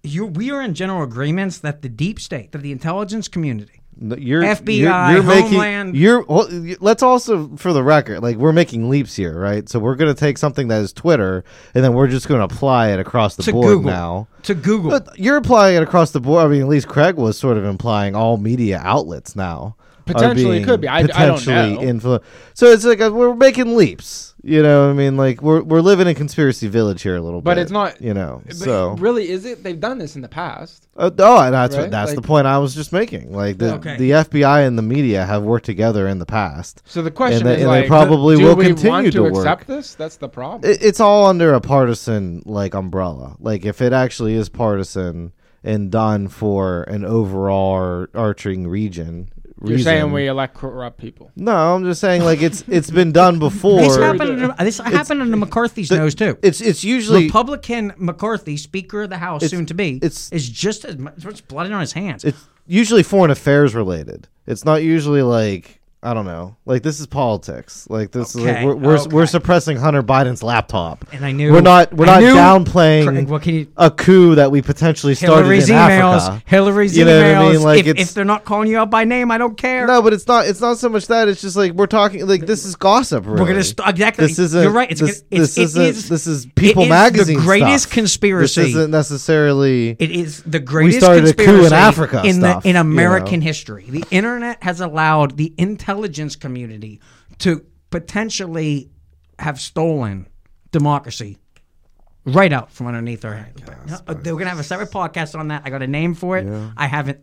Speaker 3: You we are in general agreements that the deep state, that the intelligence community,
Speaker 2: n- You're
Speaker 3: FBI,
Speaker 2: you're, you're making,
Speaker 3: Homeland.
Speaker 2: You're well, y- let's also for the record, like we're making leaps here, right? So we're going to take something that is Twitter, and then we're just going to apply it across the
Speaker 3: to
Speaker 2: board
Speaker 3: Google
Speaker 2: now.
Speaker 3: to Google.
Speaker 2: But you're applying it across the board. I mean, at least Craig was sort of implying all media outlets now. are
Speaker 1: Potentially, it
Speaker 2: being
Speaker 1: could be. I- I don't
Speaker 2: potentially
Speaker 1: know.
Speaker 2: influ- so it's like uh, we're making leaps. You know, what I mean, like we're we're living in conspiracy village here a little bit.
Speaker 1: But it's not-
Speaker 2: You know,
Speaker 1: But
Speaker 2: so
Speaker 1: really, is it? They've done this in the past.
Speaker 2: uh, oh, and that's what
Speaker 1: Right?
Speaker 2: that's the
Speaker 1: Like-
Speaker 2: point I was just making. Like the
Speaker 3: Okay.
Speaker 2: the FBI and the media have worked together in the past.
Speaker 1: So the question
Speaker 2: they-
Speaker 1: is,
Speaker 2: and they
Speaker 1: like,
Speaker 2: probably
Speaker 1: do
Speaker 2: will
Speaker 1: we want
Speaker 2: continue
Speaker 1: to,
Speaker 2: to work.
Speaker 1: accept this? That's the problem.
Speaker 2: It, it's all under a partisan like umbrella. Like if it actually is partisan and done for an overall ar- arching region.
Speaker 1: You're
Speaker 2: reason-
Speaker 1: saying we elect corrupt people.
Speaker 2: No, I'm just saying like it's it's been done before.
Speaker 3: this happened. Under, this happened under McCarthy's nose too.
Speaker 2: It's it's usually
Speaker 3: Republican McCarthy, Speaker of the House, soon to be,
Speaker 2: it's-
Speaker 3: is just as much it's blooded on his hands.
Speaker 2: it's usually foreign affairs related. It's not usually like I don't know. Like this is politics. Like this is like
Speaker 3: Okay,
Speaker 2: we're we're, we're
Speaker 3: okay.
Speaker 2: suppressing Hunter Biden's laptop.
Speaker 3: And I knew-
Speaker 2: we're not we're
Speaker 3: I
Speaker 2: not
Speaker 3: knew-
Speaker 2: downplaying
Speaker 3: Craig, what can you-
Speaker 2: a coup that we potentially started
Speaker 3: Hillary's
Speaker 2: in
Speaker 3: emails,
Speaker 2: Africa.
Speaker 3: Hillary's
Speaker 2: You know what I
Speaker 3: emails.
Speaker 2: mean? Like,
Speaker 3: if,
Speaker 2: it's-
Speaker 3: if they're not calling you out by name, I don't care.
Speaker 2: No, but it's not. It's not so much that. It's just like we're talking. Like this is gossip. Really.
Speaker 3: We're gonna st- exactly.
Speaker 2: This isn't.
Speaker 3: You're right. It's
Speaker 2: this,
Speaker 3: gonna- it's-
Speaker 2: this
Speaker 3: it
Speaker 2: isn't.
Speaker 3: is-
Speaker 2: this is
Speaker 3: it
Speaker 2: People
Speaker 3: is the
Speaker 2: Magazine.
Speaker 3: greatest
Speaker 2: stuff.
Speaker 3: conspiracy.
Speaker 2: This isn't necessarily.
Speaker 3: It is the greatest
Speaker 2: started a coup in
Speaker 3: conspiracy
Speaker 2: Africa
Speaker 3: in,
Speaker 2: stuff,
Speaker 3: the, in
Speaker 2: you
Speaker 3: American
Speaker 2: know.
Speaker 3: history. The internet has allowed the intelligence community to potentially have stolen democracy right out from underneath our hands. But no, They're going to have a separate podcast on that. I got a name for it. I haven't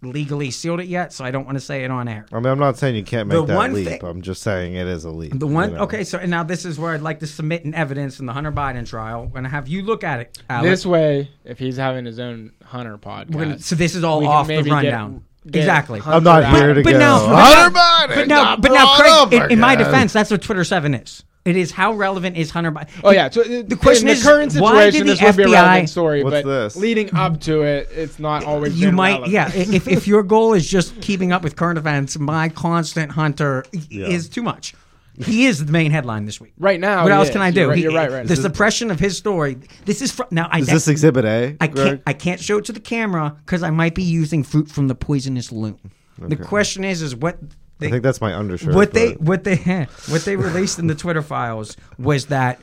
Speaker 3: legally sealed it yet, so I don't want to say it on air.
Speaker 2: I mean, I'm not saying you can't
Speaker 3: The
Speaker 2: make that
Speaker 3: one
Speaker 2: leap.
Speaker 3: thing-
Speaker 2: I'm just saying it is a leap.
Speaker 3: The one,
Speaker 2: you know.
Speaker 3: okay, so and now this is where I'd like to submit an evidence in the Hunter Biden trial. I'm going to have you look at it, Alex.
Speaker 1: This way, if he's having his own hunter podcast,
Speaker 3: We're gonna- so this is all
Speaker 1: we can
Speaker 3: off the
Speaker 1: maybe get-
Speaker 3: rundown.
Speaker 1: get
Speaker 3: exactly.
Speaker 1: Hunter
Speaker 2: I'm not
Speaker 1: out.
Speaker 2: here to
Speaker 3: But
Speaker 2: go.
Speaker 3: now- but now-
Speaker 2: Hunter Biden.
Speaker 3: But now,
Speaker 2: got
Speaker 3: but now,
Speaker 2: brought
Speaker 1: Oh
Speaker 2: up
Speaker 3: Craig, in, in my
Speaker 2: again.
Speaker 3: defense, that's what Twitter Seven is. It is how relevant is Hunter Biden?
Speaker 1: Oh yeah. So the
Speaker 3: question
Speaker 1: in
Speaker 3: is,
Speaker 1: the current
Speaker 3: why
Speaker 1: situation,
Speaker 3: did
Speaker 1: this
Speaker 3: the
Speaker 1: would be a
Speaker 3: FBI
Speaker 1: relevant story,
Speaker 2: What's
Speaker 1: but
Speaker 2: this?
Speaker 1: leading up to it, it's not always.
Speaker 3: You
Speaker 1: been
Speaker 3: might,
Speaker 1: relevant.
Speaker 3: yeah. i- If, if your goal is just keeping up with current events, my constant Hunter i- is too much. He is the main headline this week.
Speaker 1: Right now,
Speaker 3: what
Speaker 1: he
Speaker 3: else
Speaker 1: is.
Speaker 3: can I do?
Speaker 1: You're right-
Speaker 3: He-
Speaker 1: you're right, right.
Speaker 3: The
Speaker 1: This is-
Speaker 3: suppression of his story. This is fr- now. I,
Speaker 2: Is this Exhibit A?
Speaker 3: I
Speaker 2: Greg?
Speaker 3: can't I can't show it to the camera because I might be using fruit from the poisonous loom. The question is, is what they,
Speaker 2: I think that's my undershirt.
Speaker 3: what they
Speaker 2: but-
Speaker 3: what they what they released in the Twitter files was that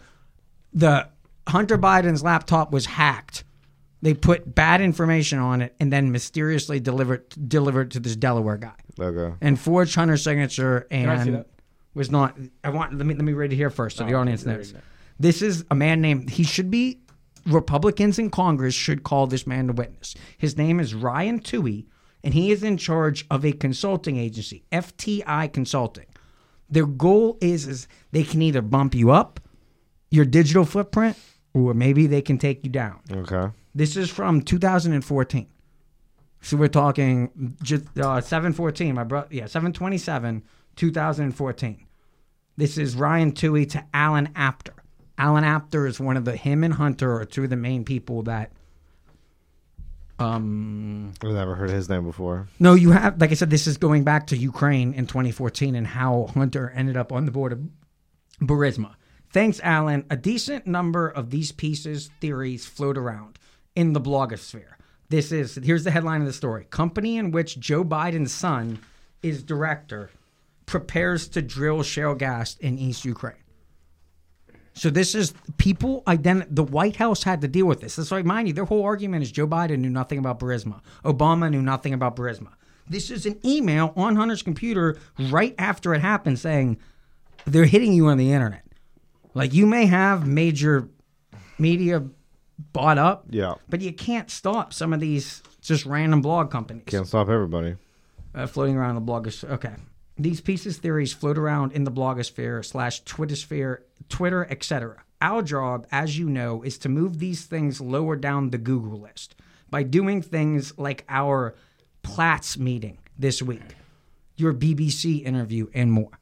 Speaker 3: the Hunter Biden's laptop was hacked. They put bad information on it and then mysteriously delivered delivered to this Delaware guy
Speaker 2: Okay.
Speaker 3: and forged Hunter's signature
Speaker 1: I see
Speaker 3: and
Speaker 1: that? Oh,
Speaker 3: was not. I want let me let me read it here first so the audience knows. This is a man named. He should be. Republicans in Congress should call this man to witness. His name is Ryan Toohey, and he is in charge of a consulting agency, FTI Consulting. Their goal is is they can either bump you up your digital footprint or maybe they can take you down.
Speaker 2: Okay.
Speaker 3: This is from 2014. So we're talking ju- uh, 714. My brother, yeah, 727, 2014. This is Ryan Toohey to Alan Apter. Alan Apter is one of the him and Hunter are two of the main people that. Um.
Speaker 2: I've never heard his name before.
Speaker 3: No, you have. Like I said, this is going back to Ukraine in 2014 and how Hunter ended up on the board of Burisma. Thanks, Alan. A decent number of these pieces, theories float around in the blogosphere. This is here's the headline of the story: Company in which Joe Biden's son is director prepares to drill shale gas in East Ukraine. So this is people ident- the White House had to deal with this. That's why mind you, their whole argument is Joe Biden knew nothing about Burisma. Obama knew nothing about Burisma. This is an email on Hunter's computer right after it happened saying they're hitting you on the internet. Like you may have major media bought up,
Speaker 2: Yeah.
Speaker 3: but you can't stop some of these just random blog companies
Speaker 2: Can't stop everybody.
Speaker 3: uh, floating around the blogosphere. Okay. These pieces theories float around in the blogosphere slash Twittersphere, Twitter, etc. Our job, as you know, is to move these things lower down the Google list by doing things like our Platts meeting this week, your BBC interview, and more.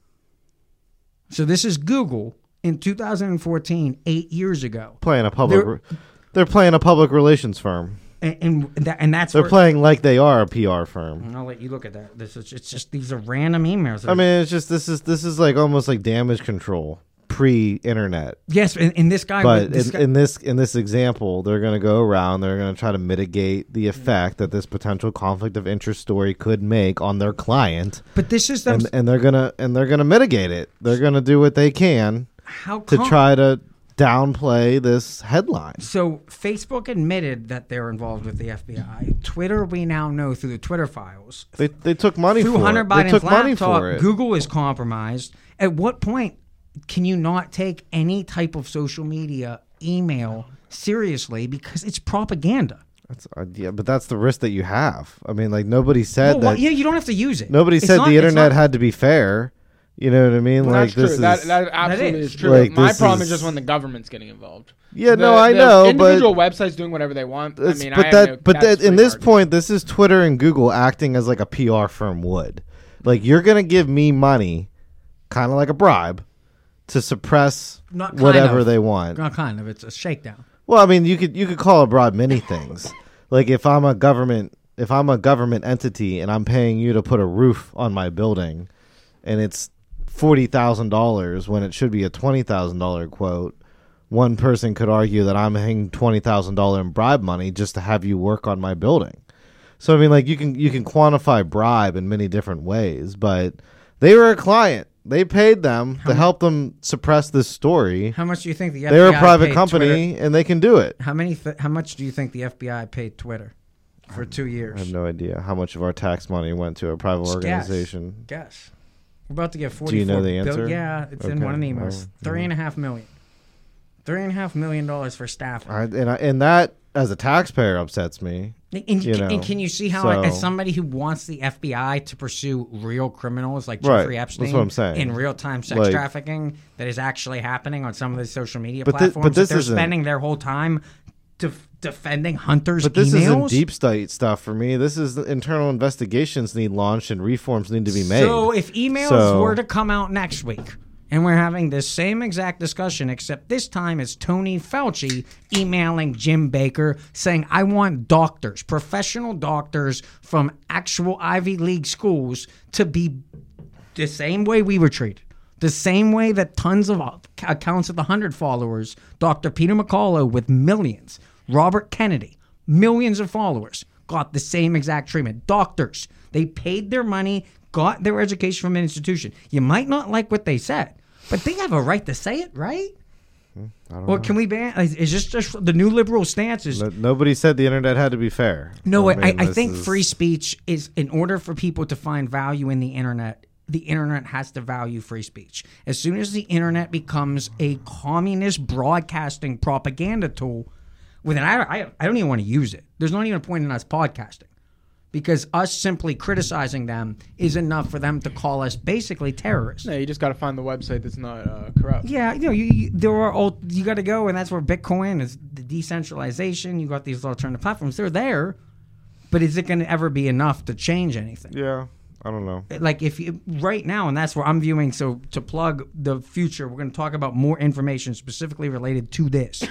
Speaker 3: So this is Google in 2014, eight years ago,
Speaker 2: Playing a public. They're, playing a public relations firm.
Speaker 3: and and, that, and that's
Speaker 2: They're
Speaker 3: where-
Speaker 2: playing like they are a PR firm.
Speaker 3: I'll let you look at that. This is it's just these are random emails.
Speaker 2: I mean, it's just this is this is like almost like damage control pre-internet.
Speaker 3: yes, and, and this guy,
Speaker 2: But
Speaker 3: this
Speaker 2: in,
Speaker 3: guy-
Speaker 2: in this in this example, they're going to go around. They're going to try to mitigate the
Speaker 3: Mm-hmm.
Speaker 2: effect that this potential conflict of interest story could make on their client,
Speaker 3: But this is them.
Speaker 2: and, and they're gonna and they're gonna mitigate it. They're going to do what they can
Speaker 3: how
Speaker 2: to
Speaker 3: come?
Speaker 2: try to downplay this headline.
Speaker 3: So Facebook admitted that they're involved with the FBI. Twitter, we now know through the Twitter files,
Speaker 2: They they took money
Speaker 3: through
Speaker 2: for
Speaker 3: Hunter
Speaker 2: it. they
Speaker 3: Biden's
Speaker 2: took money for
Speaker 3: laptop,
Speaker 2: it.
Speaker 3: Google is compromised. At what point can you not take any type of social media, email seriously because it's propaganda?
Speaker 2: That's, uh, yeah, but that's the risk that you have. I mean, like nobody said
Speaker 3: Well, why-
Speaker 2: that.
Speaker 3: yeah, you don't have to use it.
Speaker 2: Nobody
Speaker 3: It's
Speaker 2: said
Speaker 3: not-
Speaker 2: the
Speaker 3: it's
Speaker 2: internet
Speaker 3: not-
Speaker 2: had to be fair. You know what I mean?
Speaker 1: Well,
Speaker 2: like
Speaker 1: that's true.
Speaker 2: this is
Speaker 1: that, that absolutely
Speaker 3: is.
Speaker 1: is, true.
Speaker 2: Like,
Speaker 1: My
Speaker 2: this
Speaker 1: problem is,
Speaker 2: is-
Speaker 1: just when the government's getting involved.
Speaker 2: Yeah,
Speaker 1: The-
Speaker 2: no, I
Speaker 1: the
Speaker 2: know,
Speaker 1: Individual websites doing whatever they want. I
Speaker 2: It's-
Speaker 1: mean,
Speaker 2: but
Speaker 1: I have
Speaker 2: that
Speaker 1: no-
Speaker 2: but
Speaker 1: that's
Speaker 2: that in
Speaker 1: free
Speaker 2: this
Speaker 1: market.
Speaker 2: point, this is Twitter and Google acting as like a PR firm would. Like you're gonna give me money, kind of like a bribe, to suppress
Speaker 3: Not kind
Speaker 2: whatever
Speaker 3: of.
Speaker 2: they want.
Speaker 3: Not kind of. It's a shakedown.
Speaker 2: Well, I mean, you could you could call a bribe many things. like if I'm a government if I'm a government entity and I'm paying you to put a roof on my building, and it's forty thousand dollars when it should be a twenty thousand dollar quote. One person could argue that I'm paying twenty thousand dollar in bribe money just to have you work on my building. So I mean, like you can you can quantify bribe in many different ways, but they were a client. They paid them to help them suppress this story.
Speaker 3: How much do you think the FBI
Speaker 2: They're a private
Speaker 3: paid Twitter-
Speaker 2: company and they can do it.
Speaker 3: How many? Th- how much do you think the FBI paid Twitter for two years?
Speaker 2: I have no idea how much of our tax money went to a private
Speaker 3: Just guess.
Speaker 2: organization.
Speaker 3: Guess. We're about to get forty.
Speaker 2: Do you know the answer?
Speaker 3: yeah, it's in
Speaker 2: Okay,
Speaker 3: one of the emails.
Speaker 2: well,
Speaker 3: Three and a half million. Three and a half million dollars for staff.
Speaker 2: I, and, I, and that, as a taxpayer, upsets me.
Speaker 3: And, and,
Speaker 2: you know,
Speaker 3: and can you see how, I, as
Speaker 2: so-
Speaker 3: somebody who wants the FBI to pursue real criminals like
Speaker 2: Right,
Speaker 3: Jeffrey
Speaker 2: that's
Speaker 3: Epstein,
Speaker 2: what I'm saying.
Speaker 3: in real time sex
Speaker 2: Like-
Speaker 3: trafficking that is actually happening on some of the social media
Speaker 2: But thi- but
Speaker 3: platforms, that
Speaker 2: this
Speaker 3: they're
Speaker 2: isn't-
Speaker 3: spending their whole time def- defending hunters'
Speaker 2: But this
Speaker 3: emails.
Speaker 2: isn't deep state stuff for me. This is internal investigations need launched and reforms need to be made.
Speaker 3: So if emails
Speaker 2: So-
Speaker 3: were to come out next week and we're having this same exact discussion, except this time it's Tony Fauci emailing Jim Baker saying, I want doctors, professional doctors from actual Ivy League schools to be the same way we were treated. The same way that tons of accounts of the 100 followers, Dr. Peter McCullough with millions, Robert Kennedy, millions of followers, got the same exact treatment. Doctors, they paid their money, got their education from an institution. You might not like what they said, but they have a right to say it, right? Or can we ban? Is, is this just the new liberal stance? Is
Speaker 2: But nobody said the internet had to be fair.
Speaker 3: no, I, I,
Speaker 2: mean,
Speaker 3: I
Speaker 2: Oh, this
Speaker 3: think
Speaker 2: is-
Speaker 3: free speech is in order for people to find value in the internet, the internet has to value free speech. As soon as the internet becomes a communist broadcasting propaganda tool, with an I, I, I don't even want to use it. There's not even a point in us podcasting because us simply criticizing them is enough for them to call us basically terrorists.
Speaker 1: No, you just got to find the website that's not uh, corrupt.
Speaker 3: Yeah, you know, you, you there are old, you got to go, and that's where Bitcoin is the decentralization. You got these alternative platforms; they're there, but is it going to ever be enough to change anything?
Speaker 2: Yeah, I don't know.
Speaker 3: Like if you right now, and that's where I'm viewing. So to plug the future, we're going to talk about more information specifically related to this.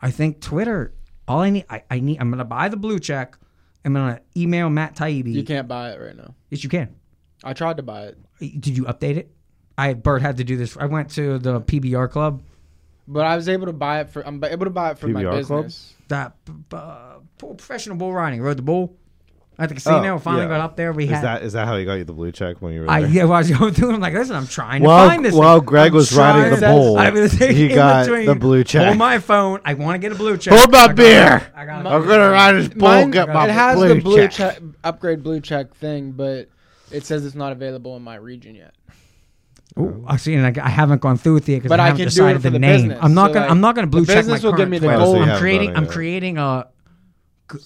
Speaker 3: I think Twitter. All I need, I, I need. I'm going to buy the blue check. I'm going to email Matt Taibbi.
Speaker 1: You can't buy it right now.
Speaker 3: Yes, you can.
Speaker 1: I tried to buy it,
Speaker 3: Did you update it? I Bert had to do this. I went to the PBR club.
Speaker 1: but I was able to buy it for. I'm able to buy it for my
Speaker 2: PBR
Speaker 1: business.
Speaker 2: club?
Speaker 3: that uh, professional bull riding rode the bull at the casino.
Speaker 2: Oh,
Speaker 3: finally
Speaker 2: yeah.
Speaker 3: got up there. We
Speaker 2: Is
Speaker 3: had.
Speaker 2: that is that how you got you the blue check when you were
Speaker 3: I
Speaker 2: there?
Speaker 3: yeah, while I was going through, I'm like, listen, I'm trying
Speaker 2: While-
Speaker 3: to find this.
Speaker 2: while
Speaker 3: thing.
Speaker 2: Greg
Speaker 3: I'm
Speaker 2: was riding
Speaker 1: the
Speaker 3: trying-
Speaker 1: bull,
Speaker 3: I'm gonna think
Speaker 2: he
Speaker 3: in
Speaker 2: got
Speaker 3: between,
Speaker 2: the blue check.
Speaker 3: Hold my phone. I want to get a blue check.
Speaker 2: Hold my
Speaker 3: I got-
Speaker 2: beer.
Speaker 3: I got.
Speaker 2: I'm gonna ride his bull.
Speaker 1: Mine-
Speaker 2: get my
Speaker 1: it has
Speaker 2: blue,
Speaker 1: the blue check.
Speaker 2: check.
Speaker 1: upgrade blue check thing, but it says it's not available in my region yet.
Speaker 3: Ooh, I see, and I, g- I haven't gone through with it because
Speaker 1: But
Speaker 3: I
Speaker 1: I
Speaker 3: haven't
Speaker 1: can do it
Speaker 3: decided
Speaker 1: for
Speaker 3: the
Speaker 1: the
Speaker 3: name.
Speaker 1: business.
Speaker 3: I'm not
Speaker 1: So,
Speaker 3: gonna.
Speaker 1: like,
Speaker 3: I'm not gonna blue
Speaker 1: the
Speaker 3: check my
Speaker 1: business will
Speaker 3: current.
Speaker 1: give me the
Speaker 3: plan.
Speaker 2: gold- Oh, so you
Speaker 3: I'm
Speaker 2: haven't
Speaker 3: creating.
Speaker 2: done
Speaker 3: I'm
Speaker 2: it yet.
Speaker 3: creating a.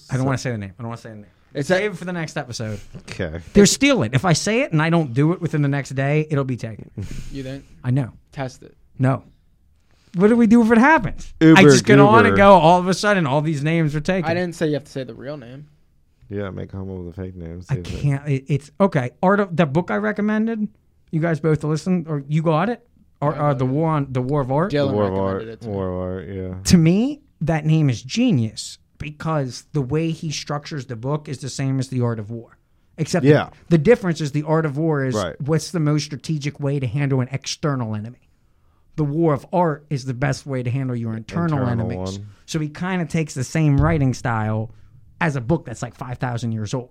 Speaker 3: I don't want to say the name. I don't want to say the name.
Speaker 1: It's
Speaker 3: Save it for the next episode.
Speaker 2: Okay.
Speaker 3: They're stealing. If I say it and I don't do it within the next day, it'll be taken.
Speaker 1: you think?
Speaker 3: I know.
Speaker 1: Test it.
Speaker 3: No. What do we do if it happens? I
Speaker 2: Uber
Speaker 3: just get on and
Speaker 2: Goober.
Speaker 3: go. All of a sudden, all these names are taken.
Speaker 1: I didn't say you have to say the real name.
Speaker 2: Yeah, make Humble with a fake name.
Speaker 3: I can't. It, it's okay. Art of that book I recommended. You guys both listen, or you got it, or uh, the war on the war of art.
Speaker 1: Dylan
Speaker 2: War of
Speaker 1: recommended
Speaker 2: Art.
Speaker 1: it to me.
Speaker 2: War of Art. Yeah.
Speaker 3: To me, that name is genius because the way he structures the book is the same as the art of war. Except the-
Speaker 2: Yeah.
Speaker 3: the difference is the art of war is
Speaker 2: Right.
Speaker 3: what's the most strategic way to handle an external enemy. The war of art is the best way to handle your internal,
Speaker 2: Internal
Speaker 3: enemies.
Speaker 2: one.
Speaker 3: So he kind of takes the same writing style as a book that's like 5,000 years old.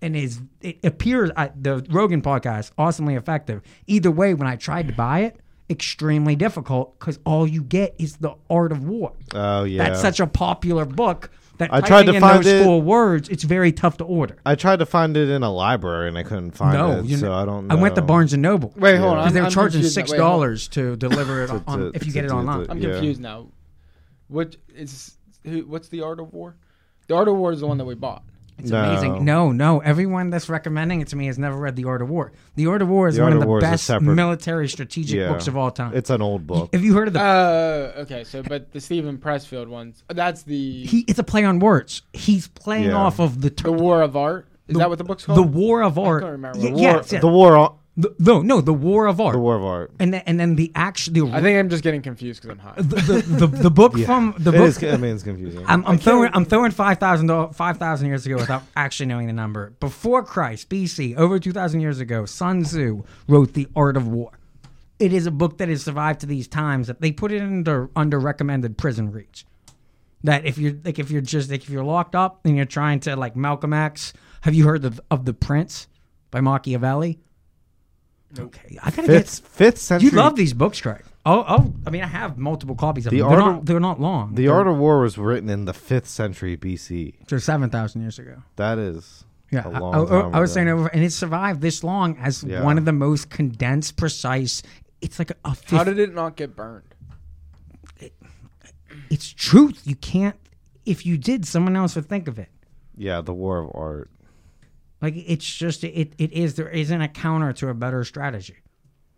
Speaker 3: And is it appears I, the Rogan podcast awesomely effective. Either way, when I tried to buy it, extremely difficult because all you get is the art of war.
Speaker 2: Oh yeah.
Speaker 3: That's such a popular book that
Speaker 2: I tried
Speaker 3: typing
Speaker 2: to
Speaker 3: in
Speaker 2: find
Speaker 3: those
Speaker 2: it-
Speaker 3: four words. It's very tough to order.
Speaker 2: I tried to find it in a library and I couldn't find
Speaker 3: No,
Speaker 2: it,
Speaker 3: you
Speaker 2: so
Speaker 3: kn-
Speaker 2: I don't.
Speaker 3: I went to
Speaker 2: know.
Speaker 3: Barnes and Noble.
Speaker 1: Wait, hold
Speaker 2: Yeah.
Speaker 1: on.
Speaker 3: because they
Speaker 1: I'm-
Speaker 3: were
Speaker 1: I'm
Speaker 3: charging
Speaker 1: confused now.
Speaker 3: six
Speaker 1: Wait, hold on.
Speaker 3: dollars to deliver it on
Speaker 2: to-
Speaker 3: if you
Speaker 2: to
Speaker 3: get it
Speaker 2: do
Speaker 3: online.
Speaker 2: the-
Speaker 1: I'm
Speaker 2: Yeah.
Speaker 1: confused now. What is who, what's the art of war? The art of war is the one that we bought.
Speaker 3: It's amazing. No, no, everyone that's recommending it to me has never read The Art of War. The Art of War is
Speaker 2: The
Speaker 3: one
Speaker 2: Art
Speaker 3: of
Speaker 2: of
Speaker 3: the
Speaker 2: War is a
Speaker 3: best
Speaker 2: separate-
Speaker 3: military strategic books of all time.
Speaker 2: It's an old book.
Speaker 3: Have you heard of the?
Speaker 1: Uh, okay. So, but the Stephen Pressfield ones. That's the
Speaker 3: he, it's a play on words. He's playing
Speaker 2: Yeah.
Speaker 3: off of the ter-
Speaker 1: the War of Art. Is that what the book's called?
Speaker 3: the War of Art.
Speaker 1: can't remember.
Speaker 3: Yeah,
Speaker 1: The
Speaker 3: yeah,
Speaker 2: War-
Speaker 3: it's- yeah.
Speaker 2: The war. on-
Speaker 3: The- no, no, the War of Art.
Speaker 2: The war of art.
Speaker 3: and then, and then the actual the,
Speaker 1: I think I'm just getting confused because I'm high.
Speaker 3: the, the, the, the book from the
Speaker 2: It
Speaker 3: book.
Speaker 2: is. I mean, it's confusing.
Speaker 3: I'm, I'm throwing I'm throwing five thousand five thousand years ago without actually knowing the number. Before Christ, BC, over two thousand years ago, Sun Tzu wrote The Art of War. It is a book that has survived to these times. That they put it under under recommended prison reach. That if you're like if you're just like if you're locked up and you're trying to like Malcolm X, have you heard of, of The Prince by Machiavelli? Okay, I gotta
Speaker 2: Fifth,
Speaker 3: get.
Speaker 2: fifth century.
Speaker 3: You love these books, Craig. Oh, oh, I mean, I have multiple copies of
Speaker 2: The
Speaker 3: them. They're
Speaker 2: Art of-
Speaker 3: not, they're not long.
Speaker 2: The
Speaker 3: they're,
Speaker 2: Art of War was written in the fifth century BC.
Speaker 3: they're seven thousand years ago.
Speaker 2: That is
Speaker 3: Yeah,
Speaker 2: a
Speaker 3: I-
Speaker 2: long
Speaker 3: I, I-
Speaker 2: time
Speaker 3: I was
Speaker 2: ago.
Speaker 3: saying over, and it survived this long as
Speaker 2: Yeah.
Speaker 3: one of the most condensed, precise. It's like a, a fifth,
Speaker 1: How did it not get burned?
Speaker 3: it's truth. You can't. If you did, someone else would think of it.
Speaker 2: Yeah, the war of art.
Speaker 3: Like it's just it. It is there isn't a counter to a better strategy.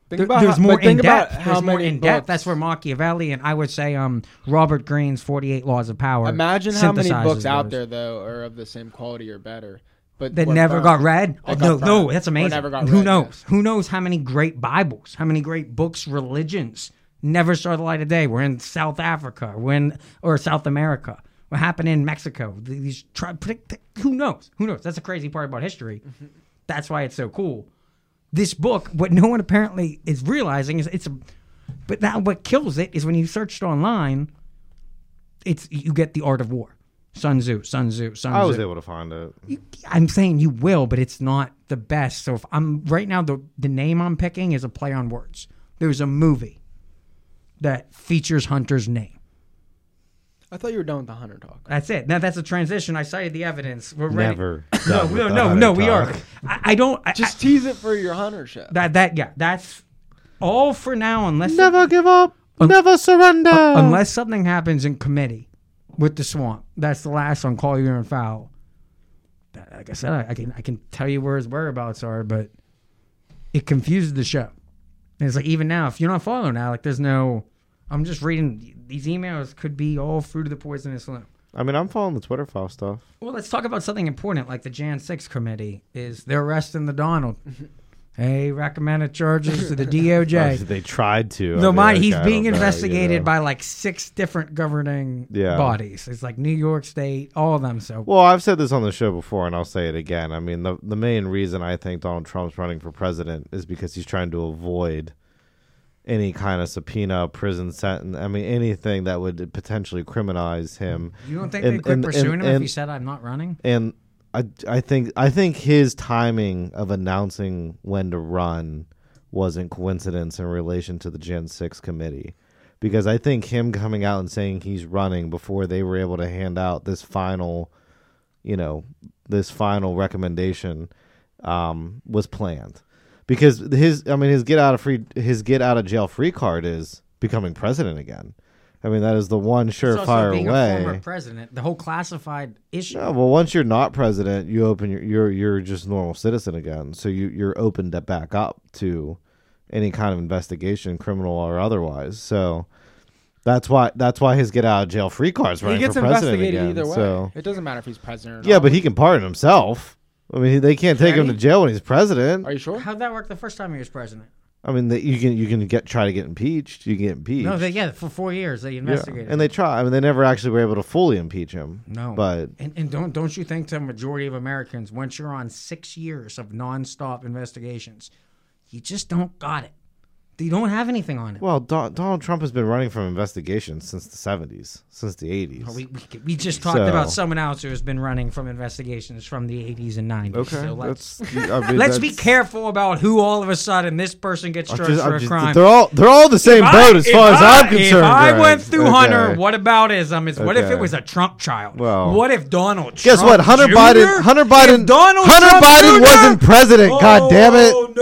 Speaker 1: Think
Speaker 3: There-
Speaker 1: about
Speaker 3: there's
Speaker 1: how,
Speaker 3: more
Speaker 1: but think
Speaker 3: in
Speaker 1: about
Speaker 3: depth.
Speaker 1: how
Speaker 3: there's more
Speaker 1: many
Speaker 3: in depth.
Speaker 1: books-
Speaker 3: That's where Machiavelli and I would say um Robert Greene's Forty Eight Laws of Power.
Speaker 1: Imagine how many
Speaker 3: synthesizes
Speaker 1: books out
Speaker 3: those.
Speaker 1: there though are of the same quality or better, but
Speaker 3: that
Speaker 1: were
Speaker 3: never
Speaker 1: burned.
Speaker 3: got read.
Speaker 1: uh, That
Speaker 3: Oh,
Speaker 1: got
Speaker 3: no, no,
Speaker 1: burned.
Speaker 3: that's
Speaker 1: Or
Speaker 3: amazing.
Speaker 1: never got
Speaker 3: Who
Speaker 1: read,
Speaker 3: knows?
Speaker 1: yes.
Speaker 3: Who knows how many great Bibles, how many great books, religions never saw the light of day? We're in South Africa, we're in or South America. What happened in Mexico? These tri- predict- who knows? Who knows? That's the crazy part about history.
Speaker 1: Mm-hmm.
Speaker 3: That's why it's so cool. This book, what no one apparently is realizing is it's a, but that what kills it is when you search it online, it's you get the art of war, Sun Tzu, Sun Tzu,
Speaker 1: Oh,
Speaker 3: Sun Tzu.
Speaker 2: I was able to find it.
Speaker 3: I'm saying you will, but it's not the best. So if I'm right now, the the name I'm picking is a play on words. There's a movie that features Hunter's name.
Speaker 1: I thought you were done with the hunter talk.
Speaker 3: That's it. Now that's a transition. I cited the evidence. We're ready.
Speaker 2: Never.
Speaker 3: No, no, no, no. We are. I, I don't. I,
Speaker 1: Just tease it for your hunter show.
Speaker 3: I- that that yeah. That's all for now. Unless
Speaker 2: Never give up. Never surrender.
Speaker 3: unless something happens in committee with the swamp. That's the last one. Call you and foul. that- like I said, I, I can I can tell you where his whereabouts are, but it confuses the show. And it's like even now, if you're not following now, like there's no. I'm just reading these emails. Could be all fruit of the poisonous loom.
Speaker 2: I mean, I'm following the Twitter file stuff.
Speaker 3: Well, let's talk about something important, like the Jan 6 committee is they're arresting the Donald. hey, recommended charges to the
Speaker 2: Obviously,
Speaker 3: DOJ.
Speaker 2: Oh, They tried to. I
Speaker 3: Though
Speaker 2: mean,
Speaker 3: mind,
Speaker 2: like,
Speaker 3: he's
Speaker 2: I don't
Speaker 3: being
Speaker 2: know, you
Speaker 3: investigated
Speaker 2: know.
Speaker 3: by like six different governing
Speaker 2: Yeah.
Speaker 3: bodies. It's like New York State, all of them. So
Speaker 2: Well, I've said this on the show before, and I'll say it again. I mean, the the main reason I think Donald Trump's running for president is because he's trying to avoid any kind of subpoena, prison sentence. I mean, anything that would potentially criminalize him.
Speaker 3: you don't think
Speaker 2: And-
Speaker 3: they could
Speaker 2: and-
Speaker 3: pursue him
Speaker 2: and-
Speaker 3: if
Speaker 2: and-
Speaker 3: he said, I'm not running?
Speaker 2: and I, I think I think his timing of announcing when to run wasn't coincidence in relation to the Gen Six committee, because I think him coming out and saying he's running before they were able to hand out this final, you know, this final recommendation um, was planned, because his I mean his get out of free his get out of jail free card is becoming president again. I mean that is the one
Speaker 3: It's also
Speaker 2: surefire
Speaker 3: being
Speaker 2: way.
Speaker 3: a former president, the whole classified issue.
Speaker 2: Yeah, well, once you're not president, you open your you're you're just a normal citizen again. So you you're opened to back up to any kind of investigation, criminal or otherwise. So that's why that's why his get out of jail free card's
Speaker 1: He
Speaker 2: running
Speaker 1: gets
Speaker 2: for president
Speaker 1: investigated
Speaker 2: again.
Speaker 1: either way.
Speaker 2: So
Speaker 1: It doesn't matter if he's president. Or
Speaker 2: yeah,
Speaker 1: not.
Speaker 2: but he can pardon himself. I mean, they can't take
Speaker 3: Can
Speaker 2: him to
Speaker 3: he?
Speaker 2: jail when he's president.
Speaker 1: are you sure?
Speaker 3: How'd that work the first time he was president?
Speaker 2: I mean, that you can you can get try to get impeached. You can get impeached.
Speaker 3: No, they, yeah, for four years they
Speaker 2: Yeah.
Speaker 3: investigated.
Speaker 2: and they try. I mean, they never actually were able to fully impeach him.
Speaker 3: No.
Speaker 2: but
Speaker 3: And, and don't don't you think the majority of Americans, once you're on six years of nonstop investigations, you just don't got it. You don't have anything on it.
Speaker 2: Well, Don- Donald Trump has been running from investigations since the 70s, since the 80s.
Speaker 3: we, we, we just talked
Speaker 2: So-
Speaker 3: about someone else who has been running from investigations from the 80s and 90s.
Speaker 2: okay,
Speaker 3: so let's
Speaker 2: that's, I mean,
Speaker 3: let's be
Speaker 2: that's-
Speaker 3: careful about who all of a sudden this person gets
Speaker 2: I'm
Speaker 3: charged
Speaker 2: just- I'm
Speaker 3: for a
Speaker 2: just-
Speaker 3: crime.
Speaker 2: They're all they're all the same
Speaker 3: If I-
Speaker 2: boat as
Speaker 3: if
Speaker 2: far as
Speaker 3: I-
Speaker 2: I'm concerned.
Speaker 3: If I went
Speaker 2: guys.
Speaker 3: through
Speaker 2: Okay.
Speaker 3: Hunter, what about ism? It's what if
Speaker 2: Okay.
Speaker 3: it was a Trump child?
Speaker 2: Well,
Speaker 3: what if Donald?
Speaker 2: Guess
Speaker 3: Trump
Speaker 2: what? Hunter
Speaker 3: Jr.?
Speaker 2: Biden. Hunter
Speaker 3: If
Speaker 2: Biden.
Speaker 3: Donald
Speaker 2: Hunter
Speaker 3: Trump
Speaker 2: Biden
Speaker 3: Jr.?
Speaker 2: wasn't president. God damn it.
Speaker 3: Oh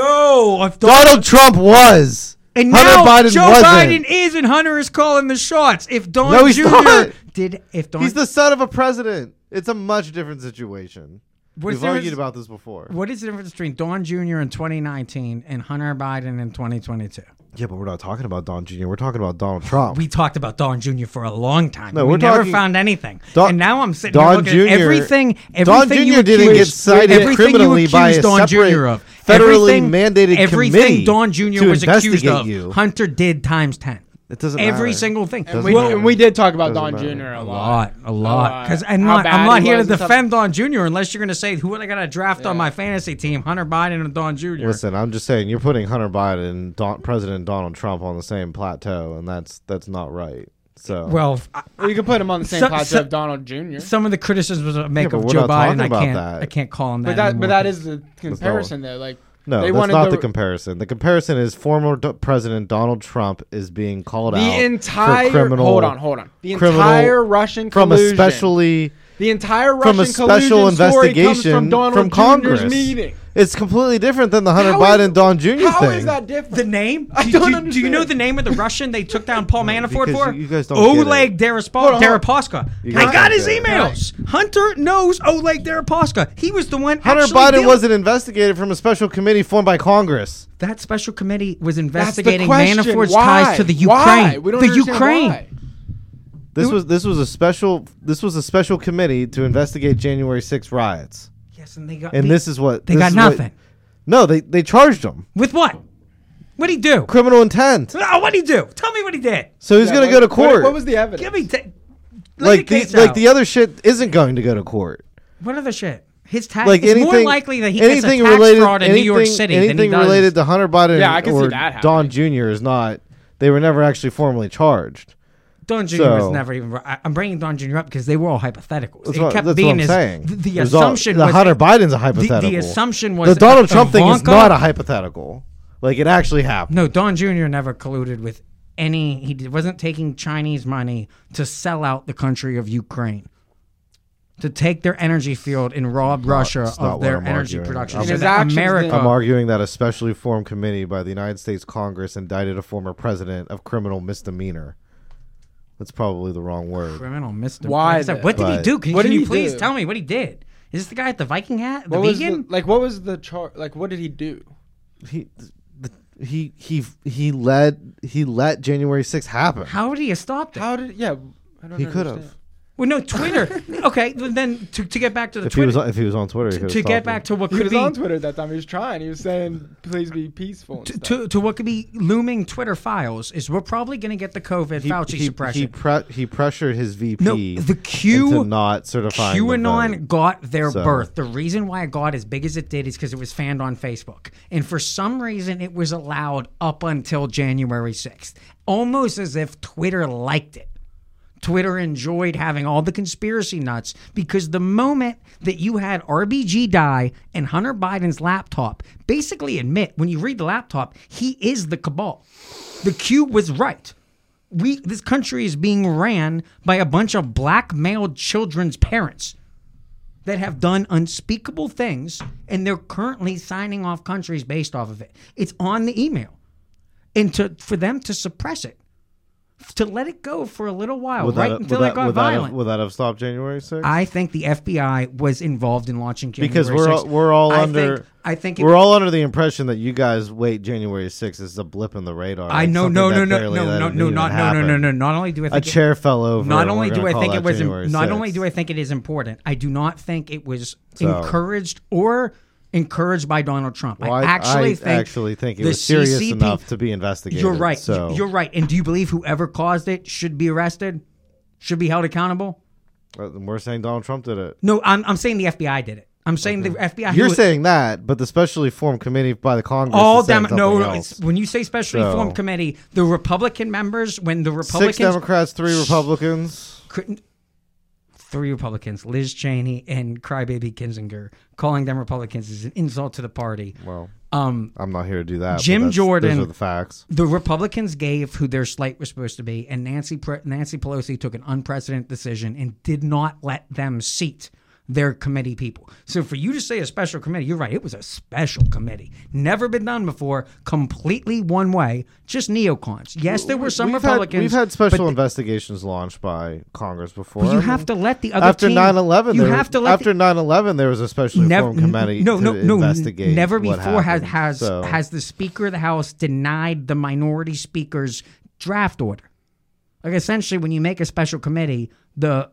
Speaker 3: no! If Donald,
Speaker 2: Donald Trump was.
Speaker 3: and
Speaker 2: Hunter
Speaker 3: now
Speaker 2: Biden
Speaker 3: Joe
Speaker 2: wasn't.
Speaker 3: Biden is, and Hunter is calling the shots. If Don
Speaker 2: No, he's
Speaker 3: Jr.
Speaker 2: not.
Speaker 3: did, if Don,
Speaker 2: He's the son of a president. It's a much different situation.
Speaker 3: Was
Speaker 2: We've
Speaker 3: there
Speaker 2: argued
Speaker 3: is-
Speaker 2: about this before.
Speaker 3: what is the difference between Don Jr. in 2019 and Hunter Biden in 2022?
Speaker 2: Yeah, but we're not talking about Don Jr. We're talking about Donald Trump.
Speaker 3: We talked about Don Jr. for a long time.
Speaker 2: No,
Speaker 3: we
Speaker 2: we're
Speaker 3: never
Speaker 2: talking-
Speaker 3: found anything.
Speaker 2: Don-
Speaker 3: and now I'm sitting
Speaker 2: Don
Speaker 3: here looking at
Speaker 2: Jr.
Speaker 3: everything. everything
Speaker 2: Don
Speaker 3: you
Speaker 2: Jr. didn't get
Speaker 3: accused-
Speaker 2: cited
Speaker 3: everything you
Speaker 2: criminally by a
Speaker 3: accused Don
Speaker 2: separate
Speaker 3: Jr. of.
Speaker 2: federally
Speaker 3: everything,
Speaker 2: mandated
Speaker 3: everything
Speaker 2: committee
Speaker 3: Don Jr.
Speaker 2: to
Speaker 3: was accused
Speaker 2: investigate
Speaker 3: of.
Speaker 2: you.
Speaker 3: Hunter did times ten.
Speaker 2: it doesn't
Speaker 3: Every
Speaker 2: matter.
Speaker 3: single thing.
Speaker 1: And
Speaker 2: Doesn't
Speaker 1: we,
Speaker 2: matter.
Speaker 1: and we did talk about
Speaker 2: Doesn't
Speaker 1: Don
Speaker 2: matter.
Speaker 1: Jr. a
Speaker 3: A
Speaker 1: lot.
Speaker 3: lot, a lot.
Speaker 1: lot.
Speaker 3: Because I'm
Speaker 1: How
Speaker 3: not,
Speaker 1: bad
Speaker 3: I'm not
Speaker 1: he
Speaker 3: here to
Speaker 1: was and stuff.
Speaker 3: defend Don Jr. Unless you're going to say who am I going to draft on my fantasy team, Hunter Biden and Don Jr.
Speaker 2: Listen, I'm just saying you're putting Hunter Biden and Don- President Donald Trump on the same plateau, and that's that's not right. So
Speaker 3: well, I-
Speaker 1: Well, you can put him on the same
Speaker 3: So-
Speaker 1: plateau
Speaker 3: so-
Speaker 1: of Donald Jr.
Speaker 3: some of the criticisms I make
Speaker 2: but
Speaker 3: of
Speaker 2: we're
Speaker 3: Joe
Speaker 2: not talking
Speaker 3: Biden, I
Speaker 2: about
Speaker 3: can't,
Speaker 2: that.
Speaker 3: I can't call him that.
Speaker 1: but that,
Speaker 3: anymore.
Speaker 1: but that is the comparison there. Like
Speaker 2: no,
Speaker 1: they
Speaker 2: that's
Speaker 1: wanted
Speaker 2: not
Speaker 1: the,
Speaker 2: the comparison. The comparison is former D- President Donald Trump is being called out
Speaker 1: the entire.
Speaker 2: for criminal
Speaker 1: hold on, hold on. The
Speaker 2: criminal-
Speaker 1: entire Russian
Speaker 2: from a
Speaker 1: collusion.
Speaker 2: specially
Speaker 1: The entire Russian
Speaker 2: from a special
Speaker 1: collusion story comes
Speaker 2: investigation
Speaker 1: from, Donald Jr.'s
Speaker 2: Congress.
Speaker 1: meeting.
Speaker 2: It's completely different than the Hunter
Speaker 1: How
Speaker 2: Biden
Speaker 1: is-
Speaker 2: Don Jr. thing.
Speaker 1: How is that different?
Speaker 3: The name?
Speaker 1: I
Speaker 3: do,
Speaker 1: don't
Speaker 3: do- do you know
Speaker 1: understand.
Speaker 3: the name of the Russian they took down Paul Manafort
Speaker 2: because
Speaker 3: for?
Speaker 2: you- you guys don't get it.
Speaker 3: Oleg Deripaska.
Speaker 1: Hold on, hold
Speaker 3: Deripaska.
Speaker 2: You
Speaker 3: I
Speaker 2: guys
Speaker 3: got
Speaker 2: don't
Speaker 3: his
Speaker 2: get it.
Speaker 3: emails. Hunter knows Oleg Deripaska. He was the one.
Speaker 2: Hunter
Speaker 3: actually
Speaker 2: Biden
Speaker 3: dealing-
Speaker 2: wasn't investigated from a special committee formed by Congress.
Speaker 3: That special committee
Speaker 1: That's
Speaker 3: was
Speaker 1: the
Speaker 3: investigating
Speaker 1: question.
Speaker 3: Manafort's
Speaker 1: Why?
Speaker 3: ties to the Ukraine.
Speaker 1: Why? We don't
Speaker 3: the
Speaker 1: understand
Speaker 3: Ukraine.
Speaker 1: why.
Speaker 2: This was this was a special this was a special committee to investigate January 6 riots.
Speaker 3: Yes, and they got.
Speaker 2: And this is what
Speaker 3: They
Speaker 2: this
Speaker 3: got
Speaker 2: is what-
Speaker 3: nothing.
Speaker 2: no, they they charged him
Speaker 3: With what? What would he do?
Speaker 2: criminal intent.
Speaker 3: Oh, what would he do? Tell me what he did.
Speaker 2: So he's
Speaker 1: Yeah,
Speaker 2: gonna
Speaker 1: what-
Speaker 2: go to
Speaker 1: what-
Speaker 2: court.
Speaker 1: What, was the evidence?
Speaker 3: Give me. T-
Speaker 2: like the, like the other shit isn't going to go to court.
Speaker 3: What other shit? His tax.
Speaker 2: Like
Speaker 3: Uh, it's
Speaker 2: anything,
Speaker 3: more likely that he gets a
Speaker 2: anything
Speaker 3: tax
Speaker 2: related,
Speaker 3: fraud in
Speaker 2: anything,
Speaker 3: New York City
Speaker 2: anything
Speaker 3: than he does.
Speaker 2: related to Hunter Biden
Speaker 1: Yeah, I can see
Speaker 2: or
Speaker 1: that happening.
Speaker 2: Don Jr. is not. They were never actually formally charged.
Speaker 3: Don Jr.
Speaker 2: So-
Speaker 3: was never even. I- I'm bringing Don Jr. up because they were all hypotheticals.
Speaker 2: That's
Speaker 3: it
Speaker 2: what,
Speaker 3: kept
Speaker 2: that's what
Speaker 3: being
Speaker 2: I'm
Speaker 3: his,
Speaker 2: saying.
Speaker 3: The, the
Speaker 2: It was all-
Speaker 3: assumption
Speaker 2: the
Speaker 3: was
Speaker 2: Hunter Biden's a
Speaker 3: the,
Speaker 2: hypothetical.
Speaker 3: the assumption was
Speaker 2: the Donald
Speaker 3: that
Speaker 2: Trump thing is
Speaker 3: Ivanka-
Speaker 2: not a hypothetical. Like it actually happened.
Speaker 3: No, Don Jr. never colluded with any. He did- wasn't taking Chinese money to sell out the country of Ukraine. To take their energy field and rob Russia
Speaker 2: it's not
Speaker 3: of
Speaker 2: what
Speaker 3: their
Speaker 2: I'm
Speaker 3: energy
Speaker 2: arguing.
Speaker 3: production.
Speaker 2: I'm-
Speaker 3: So
Speaker 1: His
Speaker 3: that
Speaker 1: actions
Speaker 3: America,
Speaker 1: didn't-
Speaker 2: I'm arguing that a specially formed committee by the United States Congress indicted a former president of criminal misdemeanor. That's probably the wrong word.
Speaker 3: criminal misdemeanor.
Speaker 1: Why
Speaker 3: It's like,
Speaker 1: the-
Speaker 3: What did he
Speaker 2: But-
Speaker 3: do? Can,
Speaker 1: What
Speaker 3: can
Speaker 1: did
Speaker 3: you
Speaker 1: he
Speaker 3: please
Speaker 1: do?
Speaker 3: tell me what he did? Is this the guy at the Viking hat? The
Speaker 1: What was
Speaker 3: vegan?
Speaker 1: the, like what was the char? Like what did he do?
Speaker 2: He th- he he he let he let January 6th happen.
Speaker 3: How would he have stopped it?
Speaker 1: How did? Yeah, I don't
Speaker 2: He could have.
Speaker 1: understand.
Speaker 3: Well, no, Twitter. okay, then- then to, to get back to the
Speaker 2: If he
Speaker 3: Twitter.
Speaker 2: was on, if he was on Twitter, he could've
Speaker 3: to
Speaker 2: stopped
Speaker 3: get back
Speaker 2: it.
Speaker 3: to what
Speaker 1: He
Speaker 3: could
Speaker 1: was
Speaker 3: be
Speaker 1: on Twitter at that time. He was trying. He was saying, "Please be peaceful." and
Speaker 3: to,
Speaker 1: stuff.
Speaker 3: to, to what could be looming Twitter files is we're probably going to get the COVID Fauci
Speaker 2: he,
Speaker 3: suppression.
Speaker 2: He, pre- he pressured his VP.
Speaker 3: No, the Q-
Speaker 2: into not certifying. the vote.
Speaker 3: QAnon got their
Speaker 2: So-
Speaker 3: birth. The reason why it got as big as it did is because it was fanned on Facebook. And for some reason, it was allowed up until January 6th, almost as if Twitter liked it. Twitter enjoyed having all the conspiracy nuts because the moment that you had RBG die and Hunter Biden's laptop, basically admit when you read the laptop, he is the cabal. The Q was right. We this country is being ran by a bunch of blackmailed children's parents that have done unspeakable things and they're currently signing off countries based off of it. It's on the email. And to for them to suppress it, to let it go for a little while,
Speaker 2: Would that
Speaker 3: right
Speaker 2: have-
Speaker 3: until
Speaker 2: would
Speaker 3: it
Speaker 2: that-
Speaker 3: got
Speaker 2: would that have-
Speaker 3: violent.
Speaker 2: would that have stopped January 6th?
Speaker 3: I think the FBI was involved in launching January
Speaker 2: because we're
Speaker 3: 6th.
Speaker 2: all, we're all
Speaker 3: I
Speaker 2: under
Speaker 3: Think, I think it,
Speaker 2: we're all under the impression that you guys wait January 6th is a blip in the radar.
Speaker 3: I
Speaker 2: like
Speaker 3: know,
Speaker 2: something
Speaker 3: no,
Speaker 2: that
Speaker 3: no, no, no,
Speaker 2: barely that
Speaker 3: no, no,
Speaker 2: it even
Speaker 3: not, no, no,
Speaker 2: happened.
Speaker 3: no, no. Not only do I
Speaker 2: A
Speaker 3: think it-
Speaker 2: chair fell over.
Speaker 3: Not
Speaker 2: and
Speaker 3: only
Speaker 2: we're
Speaker 3: do
Speaker 2: gonna
Speaker 3: I
Speaker 2: call
Speaker 3: think
Speaker 2: that
Speaker 3: it was, im-
Speaker 2: January
Speaker 3: not only
Speaker 2: 6th.
Speaker 3: do I think it is important. I do not think it was
Speaker 2: So-
Speaker 3: encouraged or encouraged by Donald Trump.
Speaker 2: Well,
Speaker 3: I actually think
Speaker 2: actually think it
Speaker 3: the
Speaker 2: was serious
Speaker 3: CCP
Speaker 2: enough to be investigated.
Speaker 3: You're right.
Speaker 2: So
Speaker 3: You're right. And do you believe whoever caused it should be arrested? Should be held accountable?
Speaker 2: Uh, we're saying Donald Trump did it.
Speaker 3: No, I'm, I'm saying the FBI did it. I'm saying the FBI.
Speaker 2: You're
Speaker 3: who-
Speaker 2: saying that, but the specially formed committee by the Congress.
Speaker 3: all
Speaker 2: is saying
Speaker 3: Dem-
Speaker 2: something
Speaker 3: no.
Speaker 2: else.
Speaker 3: it's- When you say special
Speaker 2: So-
Speaker 3: reform committee, the Republican members, when the
Speaker 2: six
Speaker 3: Republicans
Speaker 2: Democrats, three Republicans.
Speaker 3: couldn't three Republicans, Liz Cheney and crybaby Kinzinger, calling them Republicans is an insult to the party.
Speaker 2: Well,
Speaker 3: Um,
Speaker 2: I'm not here to do that. but
Speaker 3: Jim
Speaker 2: that's-
Speaker 3: Jordan-
Speaker 2: Those are the facts.
Speaker 3: the Republicans gave who their slate was supposed to be, and Nancy Pre- Nancy Pelosi took an unprecedented decision and did not let them seat their committee people. So for you to say a special committee, you're right. It was a special committee, never been done before, completely one way, just neocons. Yes, there were some
Speaker 2: we've
Speaker 3: Republicans.
Speaker 2: Had, we've had
Speaker 3: but
Speaker 2: special investigations launched by Congress before.
Speaker 3: You
Speaker 2: I
Speaker 3: have
Speaker 2: mean,
Speaker 3: to let the other
Speaker 2: after
Speaker 3: team-
Speaker 2: 9/11.
Speaker 3: You
Speaker 2: there-
Speaker 3: have to let the-
Speaker 2: after 9/11 there was a special
Speaker 3: never
Speaker 2: formed committee
Speaker 3: no
Speaker 2: to
Speaker 3: no no
Speaker 2: investigate.
Speaker 3: never
Speaker 2: what
Speaker 3: before has
Speaker 2: happened.
Speaker 3: has
Speaker 2: So,
Speaker 3: has the speaker of the house denied the minority speaker's draft order like essentially when you make a special committee the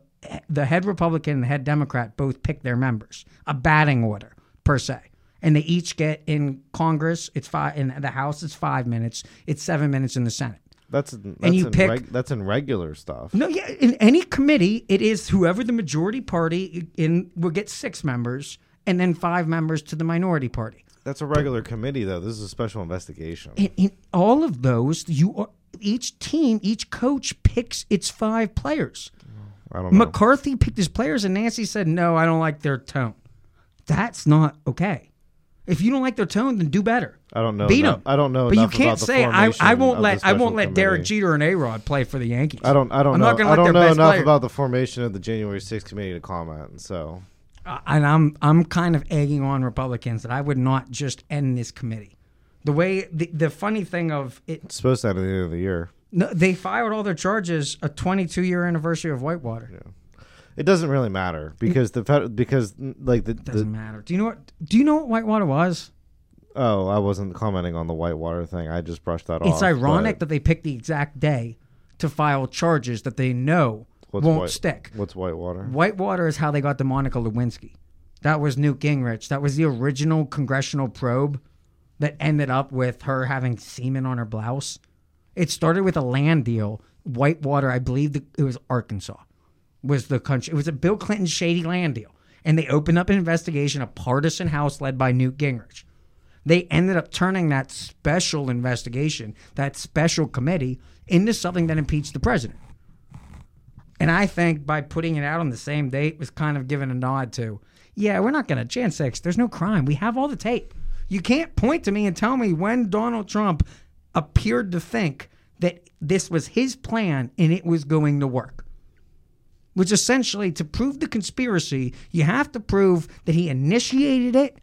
Speaker 3: the head republican and the head democrat both pick their members a batting order per se and they each get in congress it's five in the house it's five minutes it's seven minutes in the senate
Speaker 2: that's, that's
Speaker 3: you
Speaker 2: in
Speaker 3: pick-
Speaker 2: reg- that's in regular stuff.
Speaker 3: no, yeah, in any committee, it is whoever the majority party in will get six members, and then five members to the minority party.
Speaker 2: That's a regular committee though. This is a special investigation.
Speaker 3: In, in all of those, you are each team, each coach picks its five players.
Speaker 2: I don't know.
Speaker 3: McCarthy picked his players, and Nancy said, "No, I don't like their tone." That's not okay. If you don't like their tone, then do better.
Speaker 2: I don't know.
Speaker 3: Beat
Speaker 2: enough-
Speaker 3: them.
Speaker 2: I don't know.
Speaker 3: But you
Speaker 2: enough
Speaker 3: can't
Speaker 2: about the
Speaker 3: say I, I
Speaker 2: formation
Speaker 3: won't
Speaker 2: of
Speaker 3: let
Speaker 2: the
Speaker 3: I won't
Speaker 2: special
Speaker 3: let Derek
Speaker 2: committee.
Speaker 3: Jeter and A Rod play for the Yankees.
Speaker 2: I don't. I don't
Speaker 3: I'm
Speaker 2: know.
Speaker 3: not gonna
Speaker 2: I
Speaker 3: let
Speaker 2: don't
Speaker 3: their
Speaker 2: know
Speaker 3: best
Speaker 2: enough
Speaker 3: player-
Speaker 2: about the formation of the January 6th committee to comment. So
Speaker 3: Uh, and I'm I'm kind of egging on Republicans that I would not just end this committee. The way the, the funny thing of it,
Speaker 2: it's supposed to end at the end of the year.
Speaker 3: no, they filed all their charges a 22 year anniversary of Whitewater.
Speaker 2: It doesn't really matter because the fed- because mm, like the, the
Speaker 3: Mm. Doesn't matter. Do you know what? Do you know what Whitewater was?
Speaker 2: oh I wasn't commenting on the whitewater thing. I just brushed that off.
Speaker 3: It's ironic
Speaker 2: but
Speaker 3: that they picked the exact day to file charges that they know
Speaker 2: what's
Speaker 3: won't
Speaker 2: white-
Speaker 3: stick.
Speaker 2: What's whitewater?
Speaker 3: Whitewater is how they got the Monica Lewinsky. That was Newt Gingrich. That was the original congressional probe that ended up with her having semen on her blouse. It started with a land deal. Whitewater, I believe the, it was Arkansas, was the country. It was a Bill Clinton shady land deal. And they opened up an investigation, a partisan house led by Newt Gingrich. They ended up turning that special investigation, that special committee, into something that impeached the president. And I think by putting it out on the same date was kind of giving a nod to, yeah, we're not going to Jan 6. There's no crime. We have all the tape. You can't point to me and tell me when Donald Trump appeared to think that this was his plan and it was going to work. Which essentially, to prove the conspiracy, you have to prove that he initiated it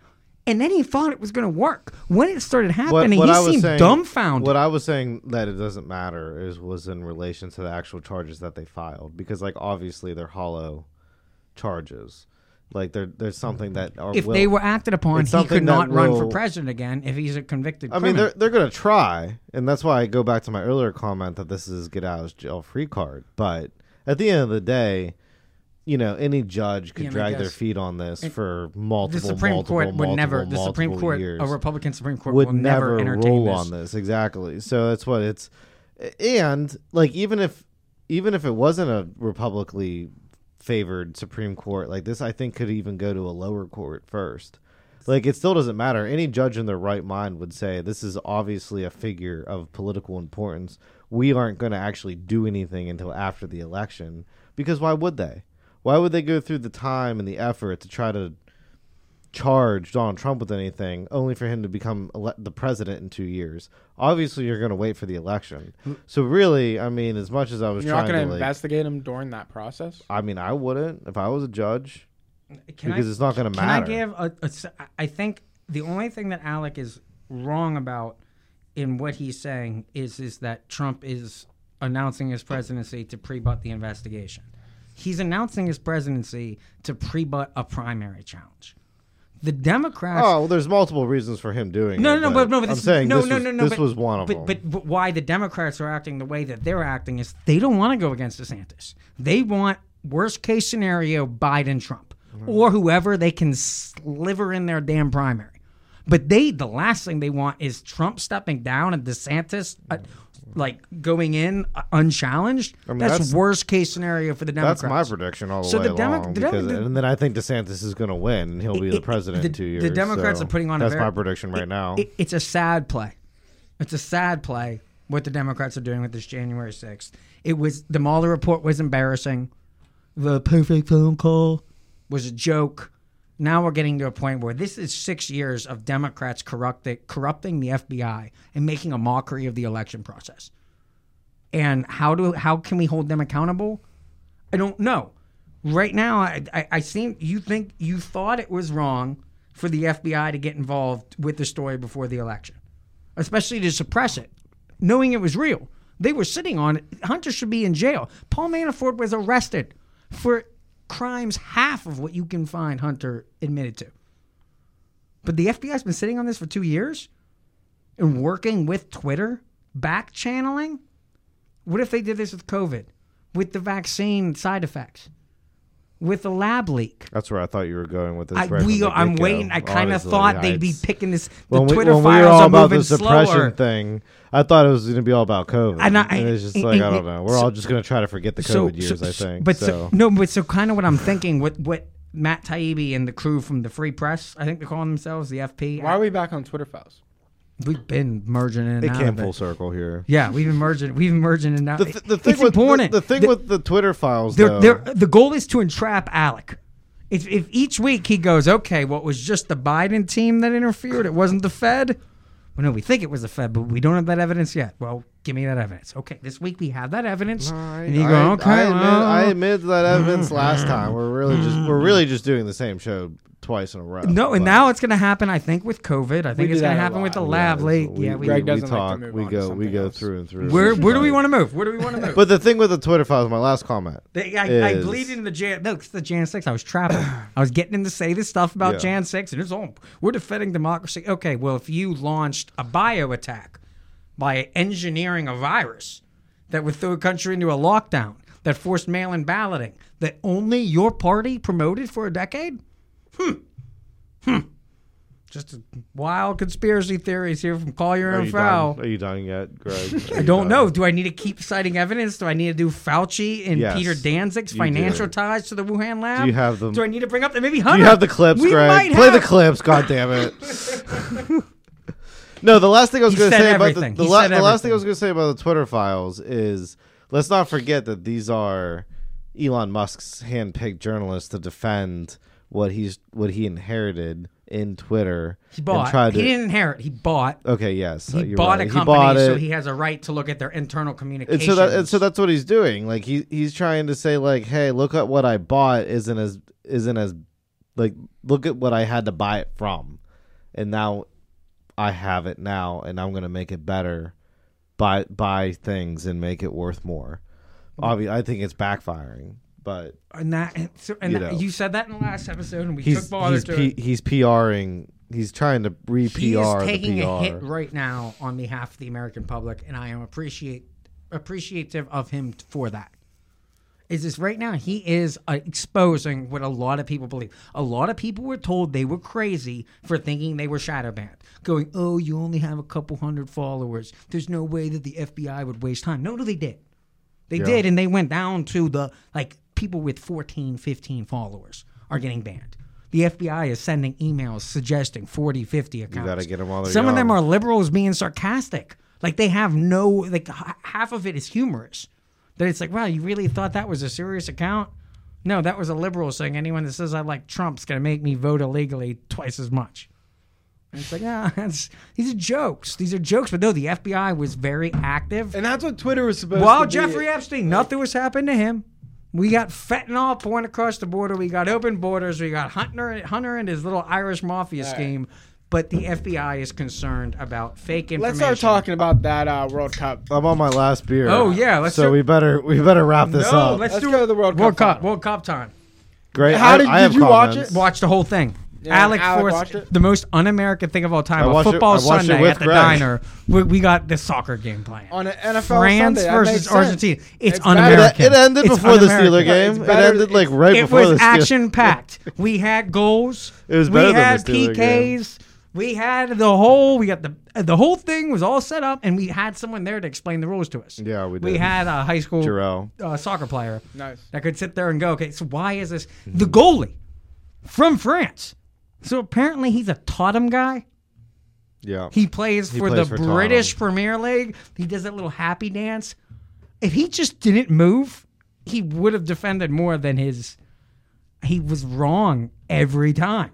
Speaker 3: and then he thought it was going to work. When it started happening, he seemed dumbfounded.
Speaker 2: What I was saying that it doesn't matter is was in relation to the actual charges that they filed because like obviously they're hollow charges. Like there, there's something that are
Speaker 3: If
Speaker 2: will-
Speaker 3: they were acted upon,
Speaker 2: It's
Speaker 3: he could
Speaker 2: something that
Speaker 3: not run for
Speaker 2: will-
Speaker 3: president again if he's a convicted
Speaker 2: I
Speaker 3: criminal.
Speaker 2: mean, they're they're gonna try, and that's why I go back to my earlier comment that this is get out of jail free card. But at the end of the day, you know, any judge could
Speaker 3: Yeah, and I
Speaker 2: drag their
Speaker 3: guess-
Speaker 2: feet on this
Speaker 3: and
Speaker 2: for multiple,
Speaker 3: the Supreme
Speaker 2: multiple,
Speaker 3: Court
Speaker 2: multiple,
Speaker 3: would never. The Supreme
Speaker 2: multiple
Speaker 3: Court,
Speaker 2: years.
Speaker 3: a Republican Supreme Court,
Speaker 2: would
Speaker 3: will never,
Speaker 2: never,
Speaker 3: entertain
Speaker 2: rule
Speaker 3: this.
Speaker 2: on this exactly. So that's what it's, and like even if even if it wasn't a republically favored Supreme Court, like this, I think could even go to a lower court first. Like it still doesn't matter. Any judge in their right mind would say this is obviously a figure of political importance. We aren't going to actually do anything until after the election because why would they? Why would they go through the time and the effort to try to charge Donald Trump with anything, only for him to become ele- the president in two years. Obviously, you're going to wait for the election.
Speaker 3: Hmm.
Speaker 2: So really, I mean, as much as I was
Speaker 1: You're not
Speaker 2: trying
Speaker 1: going to
Speaker 2: to, like,
Speaker 1: investigate him during that process.
Speaker 2: I mean, I wouldn't if I was a judge
Speaker 3: Can
Speaker 2: because
Speaker 3: I,
Speaker 2: it's not going to
Speaker 3: Can
Speaker 2: matter.
Speaker 3: I give a, a s- I think the only thing that Alec is wrong about in what he's saying is is that Trump is announcing his presidency to pre-butt the investigation. He's announcing his presidency to pre-butt a primary challenge. The Democrats.
Speaker 2: oh, well, there's multiple reasons for him doing
Speaker 3: No,
Speaker 2: it.
Speaker 3: no, no, but, no, but
Speaker 2: I'm
Speaker 3: this,
Speaker 2: saying
Speaker 3: no,
Speaker 2: this
Speaker 3: no,
Speaker 2: was,
Speaker 3: no, no,
Speaker 2: this
Speaker 3: but,
Speaker 2: was one of
Speaker 3: but,
Speaker 2: them.
Speaker 3: But, but why the Democrats are acting the way that they're acting is they don't want to go against DeSantis. They want worst case scenario Biden, Trump, or whoever they can sliver in their damn primary. But they, the last thing they want is Trump stepping down and DeSantis, uh, like going in uh, unchallenged.
Speaker 2: Mm. mean,
Speaker 3: that's,
Speaker 2: that's-
Speaker 3: worst case scenario for the Democrats.
Speaker 2: that's my prediction all the
Speaker 3: So
Speaker 2: way
Speaker 3: the Demo-
Speaker 2: along.
Speaker 3: the Demo-
Speaker 2: because,
Speaker 3: the-
Speaker 2: and then I think DeSantis is going to win, and he'll be the
Speaker 3: it-
Speaker 2: president
Speaker 3: the-
Speaker 2: in two
Speaker 3: the
Speaker 2: years.
Speaker 3: Democrats
Speaker 2: so
Speaker 3: are putting on a
Speaker 2: That's
Speaker 3: very-
Speaker 2: my prediction right now.
Speaker 3: It, it's a sad play. It's a sad play what the Democrats are doing with this January 6th. It was the Mueller report was embarrassing. The perfect phone call was a joke. Now we're getting to a point where this is six years of Democrats corrupting, corrupting the FBI and making a mockery of the election process. And how do how can we hold them accountable? I don't know. Right now, I, I, I seem you think you thought it was wrong for the FBI to get involved with the story before the election, especially to suppress it, knowing it was real. They were sitting on it. Hunter should be in jail. Paul Manafort was arrested for crimes half of what you can find Hunter admitted to. But the FBI's been sitting on this for two years and working with Twitter, back channeling. What if they did this with COVID, with the vaccine side effects, with the lab leak?
Speaker 2: that's where I thought you were going with this.
Speaker 3: I,
Speaker 2: right
Speaker 3: we,
Speaker 2: from the
Speaker 3: I'm
Speaker 2: get-go,
Speaker 3: waiting. I kind of
Speaker 2: honestly.
Speaker 3: thought
Speaker 2: Yeah,
Speaker 3: they'd be
Speaker 2: it's-
Speaker 3: picking this. The
Speaker 2: when we,
Speaker 3: Twitter
Speaker 2: when we
Speaker 3: files
Speaker 2: were all
Speaker 3: are
Speaker 2: about
Speaker 3: moving
Speaker 2: the suppression
Speaker 3: slower.
Speaker 2: thing, I thought it was going to be all about COVID.
Speaker 3: And
Speaker 2: And,
Speaker 3: I-
Speaker 2: it's just
Speaker 3: and-
Speaker 2: like, I
Speaker 3: and-
Speaker 2: don't know. We're
Speaker 3: so-
Speaker 2: all just going to try to forget the COVID years, I think.
Speaker 3: But
Speaker 2: so.
Speaker 3: no, but so kind of what I'm thinking. What what Matt Taibbi and the crew from the Free Press, I think they're calling themselves the FP.
Speaker 1: Why are we back on Twitter files?
Speaker 3: We've been merging in and
Speaker 2: it
Speaker 3: out.
Speaker 2: came
Speaker 3: of it.
Speaker 2: full circle here.
Speaker 3: Yeah, we've been merging. We've been merging in and out.
Speaker 2: The, th- the thing
Speaker 3: it's
Speaker 2: with
Speaker 3: important.
Speaker 2: The, the thing with the Twitter files,
Speaker 3: They're,
Speaker 2: though,
Speaker 3: they're, the goal is to entrap Alec. If, if each week he goes, okay, what was just the Biden team that interfered? It wasn't the Fed? Well, no, we think it was the Fed, but we don't have that evidence yet. Well, give me that evidence. Okay, this week we have that evidence.
Speaker 2: I,
Speaker 3: and you go,
Speaker 2: I-
Speaker 3: okay,
Speaker 2: I admit,
Speaker 3: well, Mm-hmm.
Speaker 2: I admit that evidence last time. We're really just we're really just doing the same show twice in a row.
Speaker 3: no, and
Speaker 2: but-
Speaker 3: now it's going to happen, I think, with COVID. I think
Speaker 1: do
Speaker 3: it's going
Speaker 1: that a
Speaker 3: to happen with
Speaker 1: lot.
Speaker 3: the lab leak.
Speaker 2: we,
Speaker 3: yeah, we,
Speaker 1: Greg
Speaker 2: we
Speaker 1: doesn't like to
Speaker 2: talk.
Speaker 1: move
Speaker 2: we
Speaker 1: on to
Speaker 2: go. We
Speaker 1: something
Speaker 2: go
Speaker 1: else.
Speaker 2: through and through.
Speaker 3: where, where do we want to move? Where do we want to move?
Speaker 2: But the thing with the Twitter files, my last comment.
Speaker 3: They, I, I
Speaker 2: is-
Speaker 3: bleed into the Jan. No, it's the Jan six. I was trapping. I was getting him to say this stuff about
Speaker 2: Yeah.
Speaker 3: Jan six, and it's all we're defending democracy. Okay, well, if you launched a bio attack by engineering a virus that would throw a country into a lockdown, that forced mail-in balloting, that only your party promoted for a decade, Hmm. just wild conspiracy theories here from Collier
Speaker 2: Are
Speaker 3: and
Speaker 2: you, done,
Speaker 3: Fowl.
Speaker 2: are you done yet, Greg?
Speaker 3: I don't know. Do I need to keep citing evidence? Do I need to do Fauci and
Speaker 2: Yes,
Speaker 3: Peter Danzig's
Speaker 2: you
Speaker 3: financial
Speaker 2: do.
Speaker 3: ties to the Wuhan lab?
Speaker 2: Do you have them-
Speaker 3: Do I need to bring up? Maybe Hunter.
Speaker 2: Do you have the clips,
Speaker 3: We
Speaker 2: Greg?
Speaker 3: might
Speaker 2: Play the
Speaker 3: have-
Speaker 2: clips, god damn it. no, the last thing I was
Speaker 3: He
Speaker 2: going to
Speaker 3: said
Speaker 2: say about the,
Speaker 3: everything.
Speaker 2: the,
Speaker 3: He
Speaker 2: la-
Speaker 3: said
Speaker 2: the last thing I
Speaker 3: everything.
Speaker 2: was going to say about the Twitter files is let's not forget that these are Elon Musk's handpicked journalists to defend what he's what he inherited in Twitter.
Speaker 3: He
Speaker 2: And tried
Speaker 3: bought.
Speaker 2: to,
Speaker 3: He didn't inherit. He bought.
Speaker 2: okay, yes,
Speaker 3: He
Speaker 2: you're
Speaker 3: bought
Speaker 2: right.
Speaker 3: a company,
Speaker 2: bought
Speaker 3: so
Speaker 2: it.
Speaker 3: he has a right to look at their internal communication.
Speaker 2: And so that and so that's what he's doing. Like he he's trying to say like, hey, look at what I bought isn't as isn't as like look at what I had to buy it from, and now I have it now, and I'm gonna make it
Speaker 3: Hmm.
Speaker 2: better. Buy buy things and make it worth more. Obvi- I think it's backfiring, but
Speaker 3: And that, and, so, and
Speaker 2: You
Speaker 3: you,
Speaker 2: know.
Speaker 3: you said that in the last episode, and we
Speaker 2: he's
Speaker 3: took bother
Speaker 2: he's
Speaker 3: to
Speaker 2: P,
Speaker 3: it.
Speaker 2: he's PRing. He's trying to re PR
Speaker 3: He is taking a
Speaker 2: the
Speaker 3: hit
Speaker 2: PR.
Speaker 3: right now on behalf of the American public, and I am appreciate appreciative of him for that. Is this right now? He is uh, exposing what a lot of people believe. A lot of people were told they were crazy for thinking they were shadow banned. Going, oh, you only have a couple hundred followers. There's no way that the FBI would waste time. No, no, they did. They did, and they went down to the like people with 14, 15 followers are getting banned. The FBI is sending emails suggesting 40, 50 accounts.
Speaker 2: gotta get 'em while they're
Speaker 3: Some of them
Speaker 2: young.
Speaker 3: are liberals being sarcastic. Like they have no like h- half of it is humorous. That it's like, wow, you really thought that was a serious account? No, that was a liberal saying anyone that says I like Trump's gonna make me vote illegally twice as much. And it's like, ah, that's, these are jokes. These are jokes. But no, the FBI was very active.
Speaker 1: And that's what Twitter was supposed
Speaker 3: Well,
Speaker 1: to
Speaker 3: Jeffrey
Speaker 1: be.
Speaker 3: Epstein, nothing was happening to him. We got fentanyl pouring across the border. We got open borders. We got Hunter, Hunter and his little Irish mafia scheme. But the FBI is concerned about fake information.
Speaker 1: Let's start talking about that uh, World Cup.
Speaker 2: I'm on my last beer.
Speaker 3: Oh, yeah, let's
Speaker 2: so
Speaker 3: do-
Speaker 2: we better we better wrap this
Speaker 3: No,
Speaker 2: up.
Speaker 3: let's,
Speaker 1: uh, Let's
Speaker 3: do
Speaker 1: go
Speaker 3: it.
Speaker 1: to the World Cup
Speaker 3: Cup.
Speaker 1: final.
Speaker 3: World Cup time.
Speaker 2: Great.
Speaker 1: How
Speaker 2: I-
Speaker 1: did-
Speaker 2: I
Speaker 1: did
Speaker 2: have
Speaker 1: you watch
Speaker 2: comments.
Speaker 1: it?
Speaker 3: Watch the whole thing.
Speaker 1: Yeah,
Speaker 3: Alec
Speaker 1: Alec
Speaker 3: Forrest,
Speaker 1: watched it?
Speaker 3: the most un-American thing of all time.
Speaker 2: I
Speaker 3: A
Speaker 2: watched it-
Speaker 3: football
Speaker 2: I watched it
Speaker 3: Sunday
Speaker 2: with
Speaker 3: at the
Speaker 2: Greg.
Speaker 3: diner. We, we got the soccer game playing.
Speaker 1: On an NFL
Speaker 3: France
Speaker 1: Sunday, that makes
Speaker 3: versus
Speaker 1: sense.
Speaker 3: Argentina. It's,
Speaker 1: It's better-
Speaker 2: It,
Speaker 3: un-American.
Speaker 2: it ended
Speaker 3: It's
Speaker 2: before the
Speaker 3: un-American.
Speaker 2: Steeler game. It
Speaker 1: better-
Speaker 2: ended like right
Speaker 3: it
Speaker 2: before
Speaker 3: was
Speaker 2: the Steeler.
Speaker 3: action packed. we had goals.
Speaker 2: It was
Speaker 3: we
Speaker 2: better than the
Speaker 3: had
Speaker 2: Steeler game.
Speaker 3: PKs. We had the whole. We got the the whole thing was all set up, and we had someone there to explain the rules to us.
Speaker 2: Yeah, we
Speaker 3: We
Speaker 2: did.
Speaker 3: had a high school
Speaker 2: Jarrell.
Speaker 3: uh, soccer player
Speaker 1: Nice.
Speaker 3: that could sit there and go, okay, so why is this the goalie from France? So apparently he's a Tottenham guy.
Speaker 2: Yeah.
Speaker 3: He plays for
Speaker 2: plays
Speaker 3: the
Speaker 2: for
Speaker 3: British Premier League. He does that little happy dance. If he just didn't move, he would have defended more than his. He was wrong every time.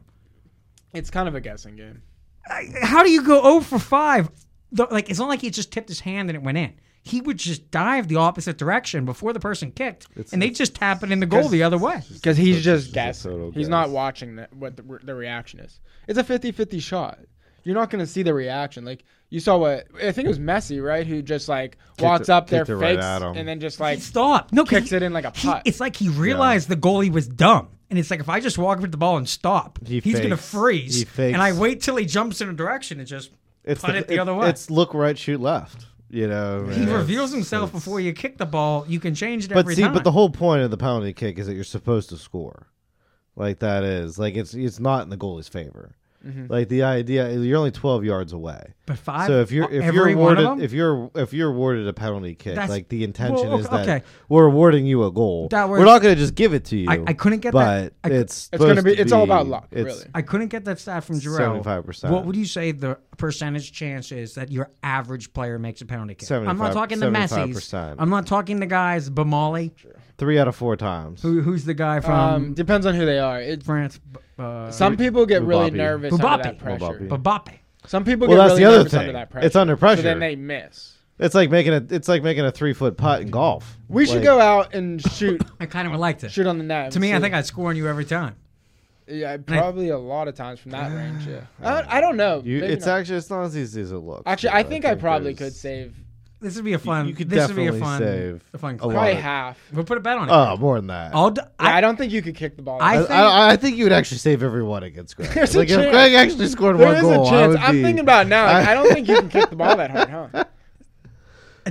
Speaker 1: It's kind of a guessing game.
Speaker 3: I- How do you go 0 for 5? The- Like it's not like he just tipped his hand and it went in. He would just dive the opposite direction before the person kicked, and they just tap it in the goal the other way.
Speaker 1: Because he's just
Speaker 2: a
Speaker 1: guessing.
Speaker 2: total
Speaker 1: He's
Speaker 2: guess.
Speaker 1: not watching that, what the, re- the reaction is. It's a 50 50 shot. You're not going to see the reaction. Like, you saw what, I think it was Messi, right? Who just like walks
Speaker 2: it-
Speaker 1: up there,
Speaker 2: kicked it
Speaker 1: fakes,
Speaker 2: right at him.
Speaker 1: and then just like,
Speaker 3: Stop! No, 'cause
Speaker 1: Kicks it in like a
Speaker 3: he-
Speaker 1: putt.
Speaker 3: it's like he realized the goalie was dumb, and it's like if I just walk up to the ball and stop,
Speaker 2: He
Speaker 3: he's gonna
Speaker 2: fakes.
Speaker 3: freeze.
Speaker 2: He fakes.
Speaker 3: And I wait till he jumps in a direction and just
Speaker 2: it's
Speaker 3: putt it the other way.
Speaker 2: It's look right, shoot left. You know.
Speaker 3: he
Speaker 2: man,
Speaker 3: reveals
Speaker 2: it's-
Speaker 3: himself
Speaker 2: it's-
Speaker 3: before you kick the ball. You can change it
Speaker 2: But
Speaker 3: every
Speaker 2: see,
Speaker 3: time.
Speaker 2: but the whole point of the penalty kick is that you're supposed to score. Like that is like it's it's not in the goalie's favor.
Speaker 3: Mm-hmm.
Speaker 2: Like the idea, is you're only 12 yards away.
Speaker 3: But five.
Speaker 2: So if you're if
Speaker 3: every
Speaker 2: you're
Speaker 3: one of
Speaker 2: awarded
Speaker 3: them?
Speaker 2: if you're if you're awarded a penalty kick,
Speaker 3: That's-
Speaker 2: like the intention
Speaker 3: well,
Speaker 2: is
Speaker 3: okay-
Speaker 2: that
Speaker 3: okay.
Speaker 2: we're awarding you a goal.
Speaker 3: That
Speaker 2: we're
Speaker 3: was-
Speaker 2: not going to just give it to you.
Speaker 3: I- I couldn't get
Speaker 2: but
Speaker 3: that. I cou-
Speaker 2: It's
Speaker 1: It's gonna
Speaker 2: supposed
Speaker 1: be-
Speaker 2: to
Speaker 1: it's all about luck,
Speaker 2: it's-
Speaker 1: really.
Speaker 3: I couldn't get that stat from Jarrell.
Speaker 2: 75%.
Speaker 3: What would you say the percentage chance is that your average player makes a penalty kick? I'm
Speaker 2: 75
Speaker 3: not talking the Messi's.
Speaker 2: 75%.
Speaker 3: I'm not talking the guys Bamali,
Speaker 2: Three out of four times.
Speaker 3: who, who's the guy from
Speaker 1: um, depends on who they are. It,
Speaker 3: France. B- Uh,
Speaker 1: some people get really
Speaker 2: Mbappe.
Speaker 1: nervous under
Speaker 3: Mbappe.
Speaker 1: that pressure.
Speaker 2: Mbappe.
Speaker 3: Babape.
Speaker 1: Some people
Speaker 2: Well,
Speaker 1: get
Speaker 2: that's
Speaker 1: really
Speaker 2: the other
Speaker 1: nervous
Speaker 2: thing.
Speaker 1: under that pressure.
Speaker 2: It's under
Speaker 1: So
Speaker 2: pressure.
Speaker 1: then they miss.
Speaker 2: It's like making a it's like making a three foot putt in golf.
Speaker 1: We should
Speaker 2: Like,
Speaker 1: go out and shoot
Speaker 3: I kind of liked it.
Speaker 1: shoot on the net.
Speaker 3: To me, I think I'd score on you every time.
Speaker 1: yeah, probably a lot of times from that range. Yeah, I don't, I don't know.
Speaker 2: You,
Speaker 1: Maybe
Speaker 2: it's
Speaker 1: not.
Speaker 2: actually it's not as easy as it looks.
Speaker 1: actually
Speaker 2: though.
Speaker 1: I think I probably could
Speaker 2: there's-
Speaker 1: save
Speaker 3: This would be a fun.
Speaker 2: you could
Speaker 3: this would be a
Speaker 2: definitely
Speaker 3: fun.
Speaker 2: save
Speaker 3: a fun.
Speaker 2: a lot.
Speaker 3: clip.
Speaker 1: probably
Speaker 2: of it.
Speaker 1: half.
Speaker 3: We'll put a bet on it.
Speaker 2: Oh, more than that.
Speaker 3: I'll. D- I,
Speaker 1: I, I don't think you could kick the ball.
Speaker 3: I
Speaker 2: I,
Speaker 1: out.
Speaker 3: think-
Speaker 2: I, I think you would actually save everyone against Greg.
Speaker 1: There's a
Speaker 2: like if
Speaker 1: chance.
Speaker 2: Greg actually scored
Speaker 1: There
Speaker 2: one
Speaker 1: is
Speaker 2: goal,
Speaker 1: a
Speaker 2: I
Speaker 1: chance.
Speaker 2: would
Speaker 1: I'm
Speaker 2: be,
Speaker 1: thinking about it now. Like, I, don't think you can kick the ball that hard, huh?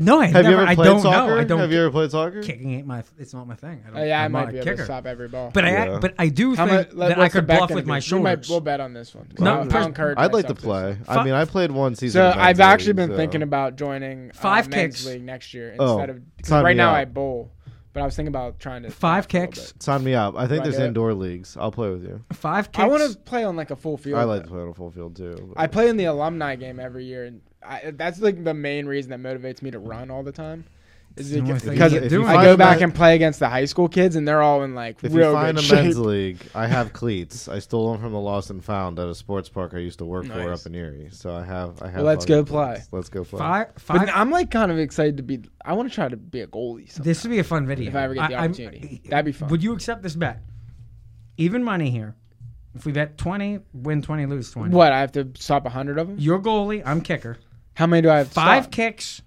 Speaker 3: no, I
Speaker 2: Have
Speaker 3: never,
Speaker 2: you ever
Speaker 3: I
Speaker 2: played
Speaker 3: don't
Speaker 2: soccer?
Speaker 3: know. I don't.
Speaker 2: Have you ever played soccer?
Speaker 3: kicking ain't my. It's not my thing. I don't,
Speaker 1: Uh, yeah, I
Speaker 3: I'm
Speaker 1: might
Speaker 3: not a
Speaker 1: be able
Speaker 3: kicker.
Speaker 1: to stop every ball.
Speaker 3: But I.
Speaker 2: Yeah.
Speaker 3: But I do
Speaker 1: How
Speaker 3: think
Speaker 1: mu- let-
Speaker 3: that I
Speaker 1: what's the
Speaker 3: could
Speaker 1: bet
Speaker 3: bluff
Speaker 1: gonna
Speaker 3: with
Speaker 1: be?
Speaker 3: my
Speaker 1: We might-
Speaker 3: shoulders.
Speaker 1: we'll bet on this one.
Speaker 3: No,
Speaker 1: I'll- I'll
Speaker 3: pers-
Speaker 1: encourage
Speaker 2: I'd like to
Speaker 1: myself
Speaker 2: play.
Speaker 3: Fuck.
Speaker 2: I mean, I played one season.
Speaker 1: So
Speaker 2: in men's
Speaker 1: I've actually
Speaker 2: league,
Speaker 1: been
Speaker 2: so-
Speaker 1: thinking about joining uh,
Speaker 3: Five
Speaker 1: men's
Speaker 3: kicks.
Speaker 1: league next year
Speaker 2: Oh,
Speaker 1: instead of because
Speaker 2: sign
Speaker 1: right
Speaker 2: me
Speaker 1: now
Speaker 2: up.
Speaker 1: I bowl, but I was thinking about trying to
Speaker 3: Five
Speaker 1: a little
Speaker 3: kicks.
Speaker 1: bit.
Speaker 2: Sign me up. I
Speaker 1: Do I
Speaker 2: think there's
Speaker 1: do it?
Speaker 2: indoor leagues. I'll play with you.
Speaker 3: Five kicks.
Speaker 1: I want to play on like a full field.
Speaker 2: I like to play on a full field too. but-
Speaker 1: I play in the alumni game every year, and I, that's like the main reason that motivates me to run all the time. Is
Speaker 3: the only
Speaker 1: because
Speaker 3: thing
Speaker 1: because
Speaker 3: you
Speaker 2: get
Speaker 1: I
Speaker 2: doing.
Speaker 1: go
Speaker 2: If you
Speaker 1: back
Speaker 2: find
Speaker 1: and play against the high school kids, and they're all in like
Speaker 2: If
Speaker 1: real
Speaker 2: you find a
Speaker 1: good
Speaker 2: men's
Speaker 1: shape.
Speaker 2: league, I have cleats. I stole them from the Lost and Found at a sports park I used to work for
Speaker 1: Nice.
Speaker 2: up in Erie. So I have. I have.
Speaker 1: let's go
Speaker 2: fucking
Speaker 1: play.
Speaker 2: cleats. Let's go play.
Speaker 3: Five. Five.
Speaker 1: But I'm like kind of excited to be. I want to try to be a goalie. Sometime.
Speaker 3: This would be a fun video.
Speaker 1: If I ever get the
Speaker 3: I'm-
Speaker 1: opportunity. That'd be fun.
Speaker 3: Would you accept this bet? Even money here. If we bet 20, win 20, lose 20.
Speaker 1: What I have to stop a hundred of them?
Speaker 3: Your goalie, I'm kicker.
Speaker 1: How many do I have? To
Speaker 3: Five
Speaker 1: Stop?
Speaker 3: kicks.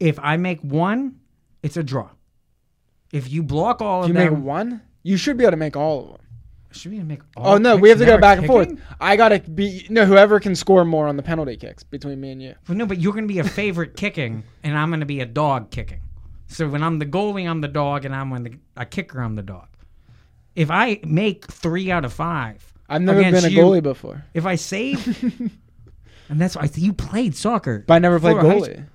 Speaker 3: If I make one, it's a draw. If you block all
Speaker 1: If
Speaker 3: of
Speaker 1: you make
Speaker 3: them,
Speaker 1: one, you should be able to make all of them.
Speaker 3: should we make all?
Speaker 1: Oh no, we have to
Speaker 3: kicks
Speaker 1: go
Speaker 3: that are
Speaker 1: back and forth.
Speaker 3: kicking?
Speaker 1: I gotta be no whoever can score more on the penalty kicks between me and you.
Speaker 3: Well, no, but you're going to be a favorite kicking, and I'm going to be a dog kicking. So when I'm the goalie, I'm the dog, and I'm when the a kicker, I'm the dog. If I make three out of five,
Speaker 1: I've never
Speaker 3: against
Speaker 1: been a
Speaker 3: you,
Speaker 1: goalie before,
Speaker 3: If I save, and that's why you played soccer,
Speaker 1: but I never played
Speaker 3: Before high
Speaker 1: goalie.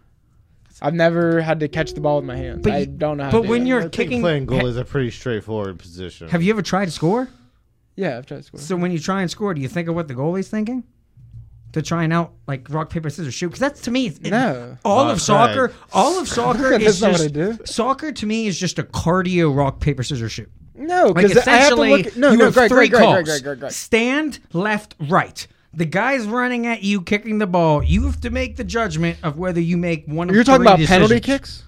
Speaker 1: I've never had to catch the ball with my hands.
Speaker 3: But
Speaker 1: I
Speaker 3: you-
Speaker 1: don't know how.
Speaker 3: but
Speaker 1: to do
Speaker 3: when
Speaker 1: that.
Speaker 3: you're
Speaker 2: I think
Speaker 3: kicking,
Speaker 2: playing goal
Speaker 3: ha-
Speaker 2: is a pretty straightforward position.
Speaker 3: have you ever tried to score?
Speaker 1: yeah, I've tried to score.
Speaker 3: So when you try and score, do you think of what the goalie's thinking? To try and out like rock paper scissors shoot because that's to me it's- it-
Speaker 1: No.
Speaker 3: all
Speaker 2: Wow,
Speaker 3: of soccer
Speaker 2: Craig.
Speaker 3: all of soccer
Speaker 1: That's
Speaker 3: is
Speaker 1: not what I
Speaker 3: just
Speaker 1: do.
Speaker 3: soccer to me is just a cardio rock paper scissors shoot
Speaker 1: no,
Speaker 3: like
Speaker 1: because I have to
Speaker 3: essentially
Speaker 1: look. No,
Speaker 3: you
Speaker 1: no,
Speaker 3: have
Speaker 1: great,
Speaker 3: three
Speaker 1: great, great,
Speaker 3: calls
Speaker 1: great, great, great, great.
Speaker 3: stand left right the guy's running at you kicking the ball you have to make the judgment of whether you make one of
Speaker 1: You're talking
Speaker 3: three
Speaker 1: about penalty
Speaker 3: decisions.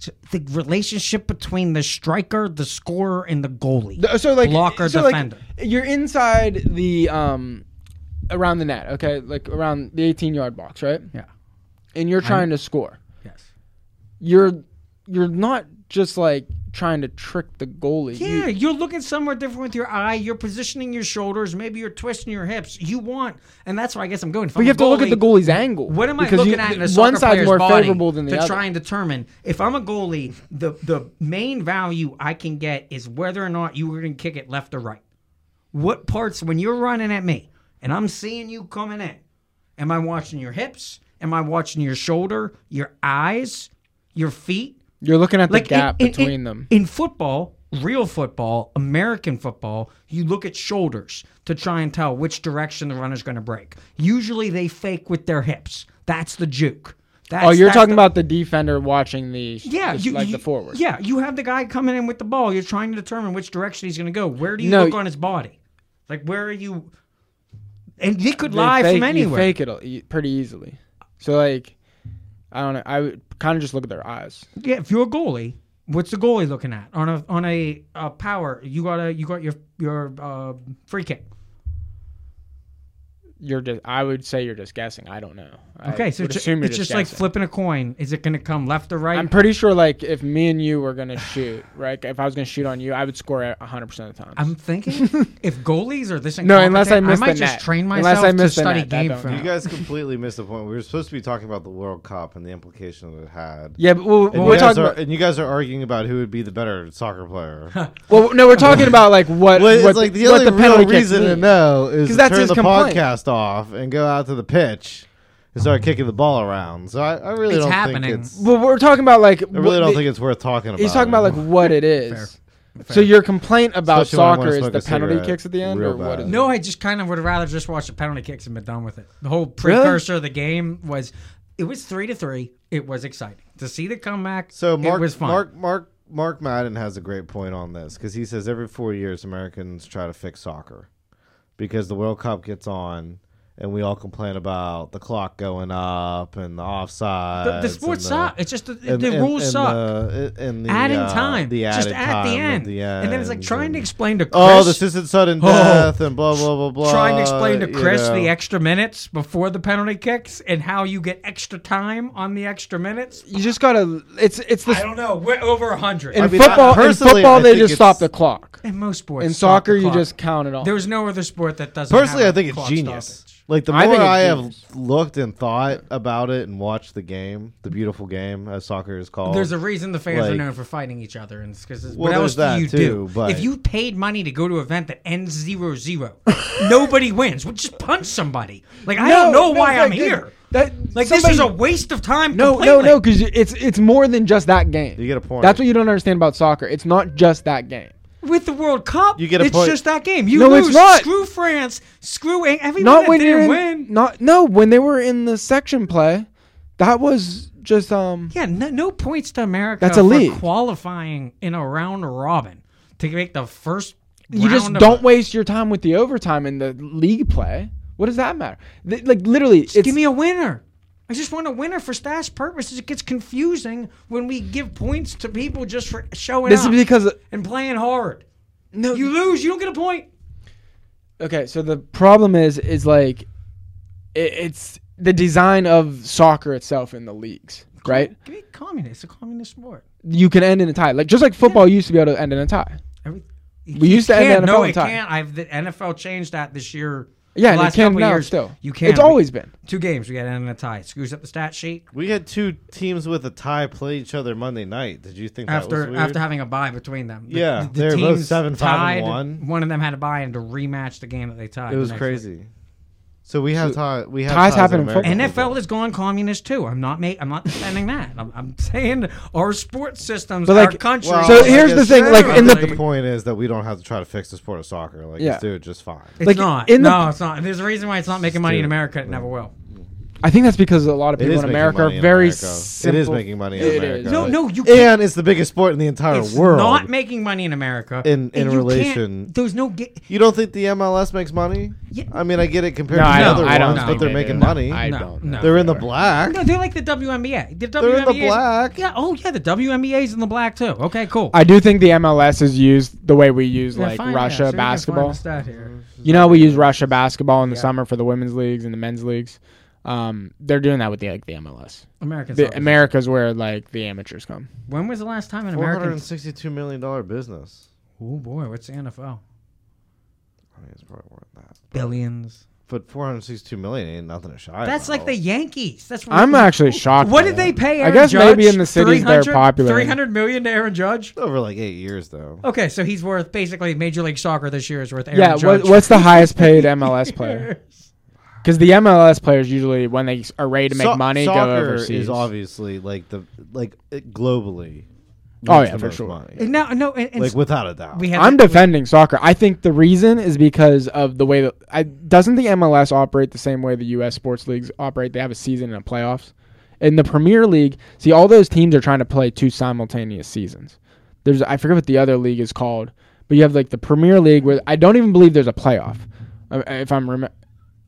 Speaker 1: kicks.
Speaker 3: the relationship between the striker, the scorer, and the goalie.
Speaker 1: Th- uh, So like
Speaker 3: blocker,
Speaker 1: so, like,
Speaker 3: defender.
Speaker 1: you're inside the um around the net, okay, like around the 18 yard box, right?
Speaker 3: Yeah.
Speaker 1: And you're trying to score.
Speaker 3: yes.
Speaker 1: You're you're not just like trying to trick the goalie. You-
Speaker 3: Yeah, you're looking somewhere different with your eye. You're positioning your shoulders. Maybe you're twisting your hips. You want, and that's where I guess I'm going. If
Speaker 1: but
Speaker 3: I'm
Speaker 1: you have
Speaker 3: a
Speaker 1: to look at
Speaker 3: goalie,
Speaker 1: the goalie's angle.
Speaker 3: What am I
Speaker 1: because
Speaker 3: looking
Speaker 1: you-
Speaker 3: at in a
Speaker 1: th-
Speaker 3: soccer
Speaker 1: One side's
Speaker 3: player's
Speaker 1: more
Speaker 3: body
Speaker 1: favorable than the
Speaker 3: to
Speaker 1: other.
Speaker 3: try and determine if I'm a goalie, the the main value I can get is whether or not you were going to kick it left or right. What parts when you're running at me and I'm seeing you coming in, am I watching your hips? Am I watching your shoulder, your eyes, your feet?
Speaker 1: you're looking at the
Speaker 3: in-
Speaker 1: gap
Speaker 3: in- in-
Speaker 1: between them.
Speaker 3: In football, real football, American football, you look at shoulders to try and tell which direction the runner's going to break. Usually they fake with their hips. That's the juke. That's,
Speaker 1: Oh, you're
Speaker 3: that's
Speaker 1: talking
Speaker 3: the-
Speaker 1: about the defender watching the
Speaker 3: yeah,
Speaker 1: the-
Speaker 3: you,
Speaker 1: like
Speaker 3: you-
Speaker 1: the forward.
Speaker 3: Yeah, you have the guy coming in with the ball. You're trying to determine which direction he's going to go. Where do you
Speaker 1: No,
Speaker 3: look
Speaker 1: y-
Speaker 3: on his body? Like where are you? And they could
Speaker 1: They
Speaker 3: lie
Speaker 1: fake,
Speaker 3: from anywhere.
Speaker 1: You fake it e- pretty easily. So like, I don't know. I would kind of just look at their eyes.
Speaker 3: Yeah, if you're a goalie, what's the goalie looking at on a on a, uh power? You got a you got your your uh, free kick.
Speaker 1: You're just. I would say you're just guessing. I don't know. I
Speaker 3: Okay, so
Speaker 1: would
Speaker 3: it's, ju-
Speaker 1: assume you're
Speaker 3: it's just, like
Speaker 1: guessing.
Speaker 3: flipping a coin. Is it going to come left or right?
Speaker 1: I'm pretty sure, like, if me and you were gonna shoot, right? If I was gonna shoot on you, I would score at 100 percent of the time.
Speaker 3: I'm thinking if goalies are this
Speaker 1: No, unless I
Speaker 3: incompetent,
Speaker 1: miss
Speaker 3: I might
Speaker 1: the
Speaker 3: just
Speaker 1: net.
Speaker 3: train
Speaker 1: Unless
Speaker 3: myself
Speaker 1: I miss
Speaker 3: to
Speaker 1: the
Speaker 3: study
Speaker 1: net, that
Speaker 3: game
Speaker 1: don't
Speaker 3: film.
Speaker 1: count.
Speaker 2: You guys completely missed the point. We were supposed to be talking about the World Cup and the implications it had.
Speaker 1: yeah, but well,
Speaker 2: And,
Speaker 1: we're
Speaker 2: you guys
Speaker 1: talking.
Speaker 2: are,
Speaker 1: about,
Speaker 2: and you guys are arguing about who would be the better soccer player.
Speaker 1: well, no, we're talking about like what.
Speaker 2: well, it's
Speaker 1: what,
Speaker 2: like the
Speaker 1: what
Speaker 2: only
Speaker 1: the penalty
Speaker 2: real
Speaker 1: kicks
Speaker 2: reason to
Speaker 1: mean.
Speaker 2: know
Speaker 1: 'Cause
Speaker 2: is to
Speaker 1: that's
Speaker 2: turn
Speaker 1: his
Speaker 2: the
Speaker 1: complaint.
Speaker 2: podcast off and go out to the pitch and start kicking the ball around. So I, I really
Speaker 3: It's
Speaker 2: don't
Speaker 3: happening.
Speaker 2: think it's.
Speaker 1: Well, we're talking about like.
Speaker 2: I really don't think it's worth talking about.
Speaker 1: he's talking about like what it is. So your complaint about
Speaker 2: Especially when I wanna
Speaker 1: soccer is
Speaker 2: smoke
Speaker 1: the
Speaker 2: a
Speaker 1: penalty
Speaker 2: cigarette
Speaker 1: kicks at the end,
Speaker 2: real
Speaker 1: or what
Speaker 2: bad.
Speaker 1: is
Speaker 3: No, I just kind of would rather just watch the penalty kicks and been done with it. The whole
Speaker 1: Really?
Speaker 3: precursor of the game was it was three to three. It was exciting to see the comeback.
Speaker 2: So
Speaker 3: it
Speaker 2: Mark,
Speaker 3: was fun.
Speaker 2: Mark, Mark, Mark Madden has a great point on this because he says every four years Americans try to fix soccer because the World Cup gets on and we all complain about the clock going up and the offside.
Speaker 3: the, the sports suck. It's just the,
Speaker 2: and-
Speaker 3: the
Speaker 2: and-
Speaker 3: rules
Speaker 2: and
Speaker 3: suck.
Speaker 2: The, and the,
Speaker 3: adding
Speaker 2: uh,
Speaker 3: time,
Speaker 2: the
Speaker 3: just
Speaker 2: added
Speaker 3: at the
Speaker 2: time at
Speaker 3: end.
Speaker 2: the
Speaker 3: and then it's like
Speaker 2: end
Speaker 3: trying to
Speaker 2: and-
Speaker 3: explain to Chris.
Speaker 2: Oh, this isn't sudden death and blah blah blah blah.
Speaker 3: trying to explain to
Speaker 2: you
Speaker 3: Chris
Speaker 2: know.
Speaker 3: the extra minutes before the penalty kicks and how you get extra time on the extra minutes.
Speaker 1: You just gotta. It's it's
Speaker 3: I
Speaker 1: the
Speaker 3: don't know. We're over hundred.
Speaker 1: in
Speaker 2: I mean, I-
Speaker 1: football. In
Speaker 2: personally,
Speaker 1: football,
Speaker 2: I
Speaker 1: they
Speaker 2: think
Speaker 1: just
Speaker 2: it's-
Speaker 1: stop the clock.
Speaker 3: in most sports.
Speaker 1: In
Speaker 3: stop the
Speaker 1: soccer, you
Speaker 3: clock.
Speaker 1: just count it all.
Speaker 3: There's no other sport that doesn't.
Speaker 2: Personally,
Speaker 3: have
Speaker 2: I
Speaker 3: a
Speaker 2: think it's
Speaker 3: clock
Speaker 2: genius.
Speaker 3: stoppage.
Speaker 2: Like the
Speaker 1: I
Speaker 2: more
Speaker 1: think it's
Speaker 2: I have
Speaker 1: genius.
Speaker 2: looked and thought about it and watched the game, the beautiful game as soccer is called.
Speaker 3: There's a reason the fans are
Speaker 2: Like-
Speaker 3: known for fighting each other, and it's because
Speaker 2: Well,
Speaker 3: what else
Speaker 2: there's
Speaker 3: do
Speaker 2: that
Speaker 3: you do?
Speaker 2: too, but-
Speaker 3: If you paid money to go to an event that ends zero zero, nobody wins. Well, just punch somebody. Like I don't know why I'm here.
Speaker 1: That,
Speaker 3: Like this
Speaker 1: somebody-
Speaker 3: is a waste of time.
Speaker 1: no, no,
Speaker 3: completely.
Speaker 1: no, because it's it's more than just that game.
Speaker 2: You get a point.
Speaker 1: That's what you don't understand about soccer. It's not just that game.
Speaker 3: With the World Cup,
Speaker 2: You get a
Speaker 3: it's
Speaker 2: point.
Speaker 3: just that game. You
Speaker 1: No,
Speaker 3: lose.
Speaker 1: it's not.
Speaker 3: Screw France. Screw Eng- everyone
Speaker 1: Not
Speaker 3: that
Speaker 1: when you're
Speaker 3: didn't
Speaker 1: in,
Speaker 3: win.
Speaker 1: Not no, when they were in the section play, that was just um.
Speaker 3: Yeah, no, no points to America.
Speaker 1: That's a
Speaker 3: for
Speaker 1: league.
Speaker 3: qualifying in a round robin to make the first.
Speaker 1: You just
Speaker 3: round of-
Speaker 1: don't waste your time with the overtime in the league play. What does that matter? Th- like literally, it's,
Speaker 3: give me a winner. I just want a winner for stash purposes. It gets confusing when we give points to people just for showing
Speaker 1: this
Speaker 3: up
Speaker 1: is because
Speaker 3: and playing hard.
Speaker 1: no.
Speaker 3: You lose, you don't get a point.
Speaker 1: okay, so the problem is is like, it, it's the design of soccer itself in the leagues. right?
Speaker 3: Give me communist. It's a communist sport.
Speaker 1: You can end in a tie, like just like football used to be able to end in a tie.
Speaker 3: Every,
Speaker 1: We used to
Speaker 3: it
Speaker 1: end
Speaker 3: can't.
Speaker 1: the
Speaker 3: no,
Speaker 1: NFL in
Speaker 3: it
Speaker 1: time.
Speaker 3: can't. I've the NFL changed that this year.
Speaker 1: Yeah,
Speaker 3: the
Speaker 1: and it
Speaker 3: last
Speaker 1: can
Speaker 3: couple
Speaker 1: now
Speaker 3: years
Speaker 1: still.
Speaker 3: you can.
Speaker 1: It's always been.
Speaker 3: two games. We got to end in a tie. It screws up the stat sheet
Speaker 2: We had two teams with a tie play each other Monday night. Did you think that was
Speaker 3: after
Speaker 2: weird?
Speaker 3: after having a bye between them. The-
Speaker 2: Yeah,
Speaker 3: the,
Speaker 2: they were both
Speaker 3: teams
Speaker 2: 7-5 and
Speaker 3: tied.
Speaker 2: one.
Speaker 3: One of them had a bye and to rematch the game that they tied.
Speaker 2: it
Speaker 3: the
Speaker 2: was
Speaker 3: next
Speaker 2: crazy. So we have
Speaker 1: So
Speaker 2: tie. We have
Speaker 1: ties
Speaker 2: ties
Speaker 1: happen in
Speaker 2: in American
Speaker 1: football.
Speaker 3: NFL has gone communist too. I'm not make, I'm not defending that. I'm, I'm saying our sports systems,
Speaker 1: But,
Speaker 3: our
Speaker 1: like,
Speaker 3: country.
Speaker 1: Well, So
Speaker 2: I
Speaker 1: here's
Speaker 2: guess
Speaker 1: the thing, like, in
Speaker 2: I
Speaker 1: the-
Speaker 2: think point is that we don't have to try to fix the sport of soccer. Like
Speaker 1: Yeah.
Speaker 2: just do it just fine.
Speaker 3: it's
Speaker 1: like,
Speaker 3: not.
Speaker 1: in the-
Speaker 3: no, it's not. There's a reason why it's not making money in
Speaker 2: Dude.
Speaker 3: America. It never will.
Speaker 1: I think that's because a lot of
Speaker 2: It
Speaker 1: people
Speaker 2: is
Speaker 1: in America are
Speaker 2: making money in
Speaker 1: very
Speaker 2: America. It is
Speaker 1: simple-
Speaker 2: making money in
Speaker 1: It
Speaker 2: America.
Speaker 1: is.
Speaker 3: No,
Speaker 2: Like-
Speaker 3: no, you can't.
Speaker 2: And it's the biggest sport in the entire
Speaker 3: it's
Speaker 2: world.
Speaker 3: not making money in America.
Speaker 2: In-
Speaker 3: And
Speaker 2: in
Speaker 3: you can't-
Speaker 2: relation-
Speaker 3: there's no. Ga-
Speaker 2: you don't think the MLS makes money?
Speaker 3: Yeah.
Speaker 2: I mean, I get it compared
Speaker 1: No,
Speaker 2: to
Speaker 1: I
Speaker 2: the
Speaker 3: don't-
Speaker 2: other
Speaker 3: I don't
Speaker 2: ones,
Speaker 3: think
Speaker 2: but they're
Speaker 3: they
Speaker 2: making
Speaker 1: do.
Speaker 2: money.
Speaker 1: I
Speaker 3: No,
Speaker 1: don't.
Speaker 3: no.
Speaker 1: know.
Speaker 2: they're in the black.
Speaker 3: no, they're like the WNBA. The
Speaker 2: They're in the
Speaker 3: WNBA 's-
Speaker 2: black.
Speaker 3: Yeah. Oh yeah, the WNBA is in the black too. Okay, cool.
Speaker 1: I do think the MLS is used the way we use
Speaker 3: Yeah,
Speaker 1: like
Speaker 3: fine, yeah,
Speaker 1: Russia
Speaker 3: sure, we can find the
Speaker 1: basketball.
Speaker 3: stat here.
Speaker 1: You know, how we use Russia basketball in the
Speaker 3: Yeah.
Speaker 1: summer for the women's leagues and the men's leagues. Um, they're doing that with the like the MLS.
Speaker 3: American.
Speaker 1: The
Speaker 3: soccer.
Speaker 1: America's where like the amateurs come.
Speaker 3: when was the last time an
Speaker 2: Four hundred
Speaker 3: American?
Speaker 2: and sixty-two million dollar business.
Speaker 3: Oh boy, what's the NFL?
Speaker 2: I mean, it's probably worth that.
Speaker 3: Billions.
Speaker 2: But four hundred sixty-two million ain't nothing to shy.
Speaker 3: That's like the Yankees. That's
Speaker 1: I'm actually shocked.
Speaker 3: What
Speaker 1: by
Speaker 3: did they
Speaker 1: that.
Speaker 3: pay?
Speaker 1: I
Speaker 3: Aaron
Speaker 1: guess
Speaker 3: Judge?
Speaker 1: maybe in the cities they're
Speaker 3: 300
Speaker 1: popular.
Speaker 3: Three hundred million to Aaron Judge.
Speaker 2: over like eight years though.
Speaker 3: Okay, so he's worth basically Major League Soccer this year is worth Aaron
Speaker 1: Yeah,
Speaker 3: Judge.
Speaker 1: what, what's the highest paid MLS player? Because the MLS players usually, when they s- are ready to make
Speaker 2: So-
Speaker 1: money, go
Speaker 2: soccer
Speaker 1: overseas.
Speaker 2: is obviously like the like it globally.
Speaker 1: Oh,
Speaker 2: makes
Speaker 1: yeah,
Speaker 2: the
Speaker 1: for
Speaker 2: most
Speaker 1: sure.
Speaker 2: money.
Speaker 3: No, no, and, and
Speaker 2: Like without a doubt.
Speaker 3: we have
Speaker 1: I'm defending soccer. I think the reason is because of the way that I doesn't the MLS operate the same way the U.S. sports leagues operate. They have a season and a playoffs. In the Premier League, see all those teams are trying to play two simultaneous seasons. There's I forget what the other league is called, but you have like the Premier League where I don't even believe there's a playoff. uh, If I'm rem-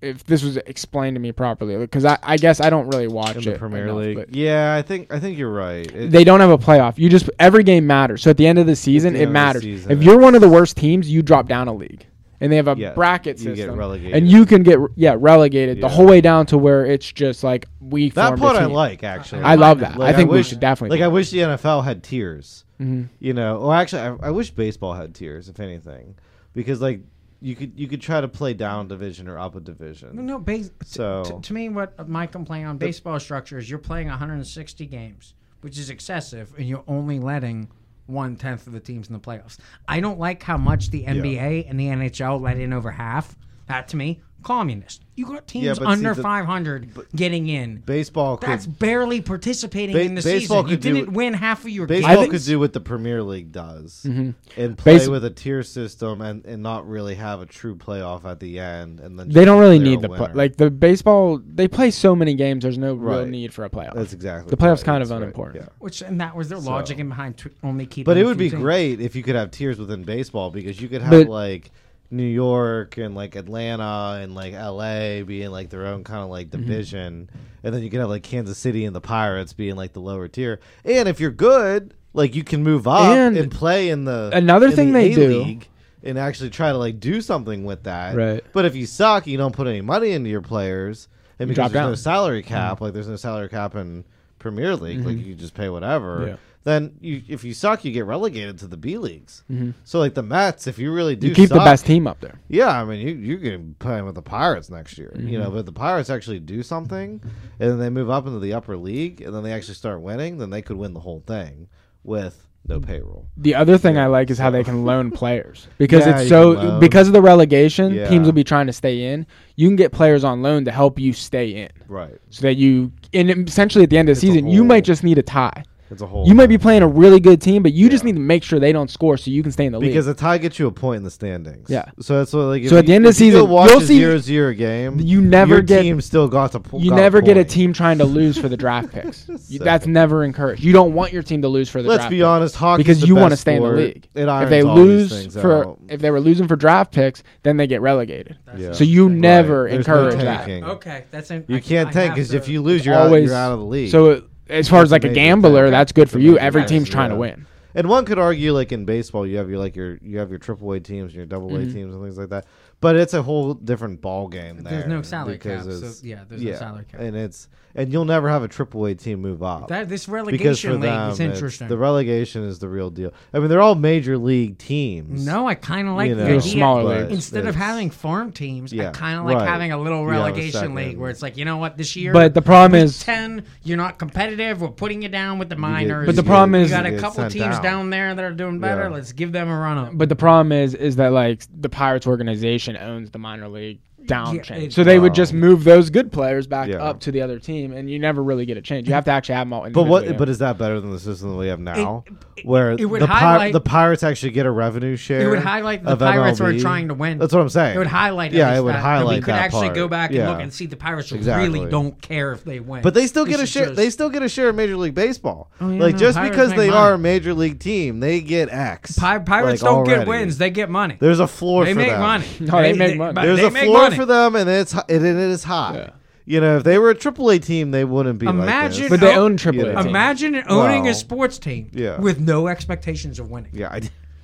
Speaker 1: if this was explained to me properly, because I, I guess I don't really watch
Speaker 2: in the
Speaker 1: it
Speaker 2: Premier
Speaker 1: enough,
Speaker 2: League.
Speaker 1: but-
Speaker 2: Yeah, I think I think you're right. It-
Speaker 1: they don't have a playoff. You just every game matters. So at the end of the season,
Speaker 2: the
Speaker 1: it
Speaker 2: end of the
Speaker 1: matters.
Speaker 2: season,
Speaker 1: if
Speaker 2: it-
Speaker 1: you're one of the worst teams, you drop down a league, and they have a
Speaker 2: Yeah,
Speaker 1: bracket
Speaker 2: you
Speaker 1: system,
Speaker 2: get relegated.
Speaker 1: and you can get yeah relegated the
Speaker 2: Yeah.
Speaker 1: whole way down to where it's just like we.
Speaker 2: that
Speaker 1: formed
Speaker 2: part
Speaker 1: a
Speaker 2: I
Speaker 1: team.
Speaker 2: like actually.
Speaker 1: I love that.
Speaker 2: Like,
Speaker 1: I think we
Speaker 2: wish-
Speaker 1: should definitely. do
Speaker 2: Like
Speaker 1: Mm-hmm.
Speaker 2: I
Speaker 1: that.
Speaker 2: wish the NFL had tiers. You know, or actually, I, I wish baseball had tiers, if anything, because like you could you could try to play down division or up a division.
Speaker 3: no base.
Speaker 2: So-
Speaker 3: to, to me, what my complaint on baseball structure is you're playing 160 games, which is excessive, and you're only letting one tenth of the teams in the playoffs. I don't like how much the NBA and the NHL let in over half. That to me, communist. You got
Speaker 2: Yeah,
Speaker 3: teams
Speaker 2: but see,
Speaker 3: under
Speaker 2: the-
Speaker 3: 500 getting in.
Speaker 2: Baseball could
Speaker 3: That's barely participating
Speaker 2: Ba-
Speaker 3: in the
Speaker 2: baseball
Speaker 3: season. You
Speaker 2: could do-
Speaker 3: didn't win half of your
Speaker 2: baseball
Speaker 3: games.
Speaker 2: could do what the Premier League does
Speaker 1: Mm-hmm.
Speaker 2: and play
Speaker 1: Basi-
Speaker 2: with a tier system and, and not really have a true playoff at the end. And then
Speaker 1: They
Speaker 2: just
Speaker 1: don't really
Speaker 2: declare
Speaker 1: need the
Speaker 2: a
Speaker 1: pla
Speaker 2: winner.
Speaker 1: like the baseball. They play so many games. There's no real
Speaker 2: Right.
Speaker 1: need for a playoff.
Speaker 2: that's exactly
Speaker 1: the playoffs
Speaker 2: right,
Speaker 1: kind of
Speaker 2: that's right,
Speaker 1: unimportant.
Speaker 2: yeah.
Speaker 3: Which and that was their logic in behind tw- only keeping.
Speaker 2: But
Speaker 3: a
Speaker 2: it would
Speaker 3: few
Speaker 2: be
Speaker 3: teams.
Speaker 2: great if you could have tiers within baseball because you could have
Speaker 1: But-
Speaker 2: like New York and like Atlanta and like LA being like their own kind of like
Speaker 1: Mm-hmm.
Speaker 2: division. And then you could have like Kansas City and the Pirates being like the lower tier. And if you're good, like you can move up
Speaker 1: And
Speaker 2: and, play in the
Speaker 1: another
Speaker 2: in the
Speaker 1: thing they do-
Speaker 2: A-League and actually try to like do something with that.
Speaker 1: Right.
Speaker 2: But if you suck, you don't put any money into your players. And
Speaker 1: You drop
Speaker 2: because there's no
Speaker 1: down.
Speaker 2: salary cap, like there's no salary cap in Premier League, like you just pay whatever.
Speaker 1: Mm-hmm. Yeah.
Speaker 2: Then you, if you suck, you get relegated to the B leagues. So like the Mets, if you really
Speaker 1: Mm-hmm.
Speaker 2: do,
Speaker 1: You keep
Speaker 2: suck,
Speaker 1: the best team up there.
Speaker 2: Yeah, I mean you you can play with the Pirates next year, you
Speaker 1: Mm-hmm.
Speaker 2: know. But if the Pirates actually do something, and then they move up into the upper league, and then they actually start winning, then they could win the whole thing with no
Speaker 1: Mm-hmm.
Speaker 2: payroll.
Speaker 1: The other thing I like is how they can loan players because
Speaker 2: Yeah,
Speaker 1: it's
Speaker 2: you can
Speaker 1: so
Speaker 2: loan.
Speaker 1: because of the relegation,
Speaker 2: Yeah.
Speaker 1: teams will be trying to stay in. You can get players on loan to help you stay in,
Speaker 2: Right.
Speaker 1: so that you and essentially at the end of the
Speaker 2: a
Speaker 1: season, you might
Speaker 2: whole-
Speaker 1: just need a tie.
Speaker 2: It's a whole.
Speaker 1: You might be
Speaker 2: thing.
Speaker 1: playing a really good team, but you just
Speaker 2: Yeah.
Speaker 1: need to make sure they don't score so you can stay in the
Speaker 2: Because
Speaker 1: league.
Speaker 2: a tie gets you a point in the standings.
Speaker 1: Yeah.
Speaker 2: So that's what like. if
Speaker 1: So at
Speaker 2: you-
Speaker 1: the end of
Speaker 2: if you
Speaker 1: the
Speaker 2: go
Speaker 1: season,
Speaker 2: watch
Speaker 1: you'll
Speaker 2: a
Speaker 1: see-
Speaker 2: zero-zero game.
Speaker 1: You never
Speaker 2: your
Speaker 1: get-
Speaker 2: team still got to.
Speaker 1: You never get a team trying to lose for the draft picks. You-
Speaker 2: So-
Speaker 1: that's never encouraged. You don't want your team to lose for the
Speaker 2: Let's
Speaker 1: draft
Speaker 2: be
Speaker 1: picks.
Speaker 2: honest, hockey
Speaker 1: because you want to stay in the league.
Speaker 2: It
Speaker 1: If
Speaker 2: irons
Speaker 1: they
Speaker 2: all these
Speaker 1: lose
Speaker 2: things
Speaker 1: for
Speaker 2: out.
Speaker 1: if they were losing for draft picks, then they get relegated.
Speaker 2: Yeah.
Speaker 1: So you
Speaker 2: Right.
Speaker 1: never
Speaker 2: There's no
Speaker 1: encourage that.
Speaker 2: tanking.
Speaker 3: Okay, that's in,
Speaker 2: You
Speaker 3: I-
Speaker 2: can't
Speaker 3: I
Speaker 2: tank
Speaker 3: have
Speaker 2: because
Speaker 3: to-
Speaker 2: if you lose, you're
Speaker 1: always
Speaker 2: out. You're out of the league.
Speaker 1: So it- as far
Speaker 2: That's
Speaker 1: as like a
Speaker 2: amazing.
Speaker 1: gambler, that's good for you.
Speaker 2: Amazing.
Speaker 1: Every
Speaker 2: Yes,
Speaker 1: team's trying to
Speaker 2: yeah.
Speaker 1: win. Mm-hmm.
Speaker 2: and one could argue, like in baseball, you have your like your you have your triple A teams and your double A teams and things like that. But it's a whole different ball game.
Speaker 3: There's
Speaker 2: there
Speaker 3: no salary cap,
Speaker 2: because
Speaker 3: so
Speaker 2: it's-
Speaker 3: yeah, there's no salary cap.
Speaker 2: and it's and you'll never have a triple A team move up
Speaker 3: That this
Speaker 2: because for
Speaker 3: relegation league
Speaker 2: them
Speaker 3: is
Speaker 2: it's-
Speaker 3: interesting.
Speaker 2: the relegation is the real deal. I mean, they're all major league teams.
Speaker 3: no, I kind of like
Speaker 2: you
Speaker 3: the
Speaker 2: know,
Speaker 3: idea.
Speaker 1: smaller
Speaker 2: but
Speaker 1: leagues.
Speaker 3: Instead of
Speaker 2: it's-
Speaker 3: having farm teams, I
Speaker 2: Yeah,
Speaker 3: kind of like
Speaker 2: right.
Speaker 3: having a little
Speaker 2: You have a
Speaker 3: relegation
Speaker 2: second.
Speaker 3: league where it's like, you know what, this year.
Speaker 1: But the problem
Speaker 3: week
Speaker 1: is-
Speaker 3: ten, you're not competitive. We're putting you down with the minors.
Speaker 1: But the problem
Speaker 3: you
Speaker 1: is-
Speaker 3: got
Speaker 2: you
Speaker 3: a
Speaker 2: get
Speaker 3: couple
Speaker 2: sent
Speaker 3: teams
Speaker 2: down.
Speaker 3: down there that are doing better.
Speaker 2: Yeah.
Speaker 3: Let's give them a run up.
Speaker 1: But the problem is, is that like the Pirates organization owns the minor league down
Speaker 3: Yeah,
Speaker 1: chain,
Speaker 3: it-
Speaker 1: so they would just
Speaker 2: Oh.
Speaker 1: move those good players back
Speaker 2: Yeah.
Speaker 1: up to the other team, and you never really get a change. You have to actually have them all.
Speaker 2: But what?
Speaker 1: individually.
Speaker 2: But is that better than the system that we have now, where
Speaker 3: it would
Speaker 2: the, Pir-
Speaker 3: highlight-
Speaker 2: the pirates actually get a revenue share?
Speaker 3: It would highlight the
Speaker 2: of
Speaker 3: Pirates were
Speaker 2: MLB?
Speaker 3: trying to win.
Speaker 2: That's what I'm saying.
Speaker 3: It would highlight. at
Speaker 2: Yeah,
Speaker 3: least
Speaker 2: it would
Speaker 3: that, that
Speaker 2: highlight
Speaker 3: We could
Speaker 2: that
Speaker 3: actually
Speaker 2: part.
Speaker 3: go back and
Speaker 2: Yeah.
Speaker 3: look and see the Pirates
Speaker 2: Exactly.
Speaker 3: really don't care if they win.
Speaker 2: But they still get a
Speaker 3: should
Speaker 2: share.
Speaker 3: just-
Speaker 2: They still get a share of Major League Baseball.
Speaker 3: Oh, yeah,
Speaker 2: like
Speaker 3: no,
Speaker 2: just
Speaker 3: Pirates
Speaker 2: because
Speaker 3: make
Speaker 2: they
Speaker 3: money.
Speaker 2: are a Major League team, they get X.
Speaker 3: Pi- Pirates
Speaker 2: like,
Speaker 3: don't get
Speaker 2: already.
Speaker 3: wins. They get money.
Speaker 2: There's a floor.
Speaker 3: They
Speaker 2: for
Speaker 3: make
Speaker 2: them.
Speaker 3: money.
Speaker 1: No, they make money.
Speaker 3: but
Speaker 2: There's
Speaker 3: they
Speaker 2: a
Speaker 3: make
Speaker 2: floor
Speaker 3: money.
Speaker 2: for them, and it's hi- and it is high.
Speaker 1: Yeah.
Speaker 2: You know, if they were a AAA team, they wouldn't be.
Speaker 3: Imagine-
Speaker 2: Like
Speaker 1: But they
Speaker 3: Oh,
Speaker 1: own triple
Speaker 2: yeah.
Speaker 1: A. team.
Speaker 3: Imagine owning a
Speaker 2: Well,
Speaker 3: sports team
Speaker 2: yeah.
Speaker 3: with no expectations of winning.
Speaker 2: this. Yeah, I,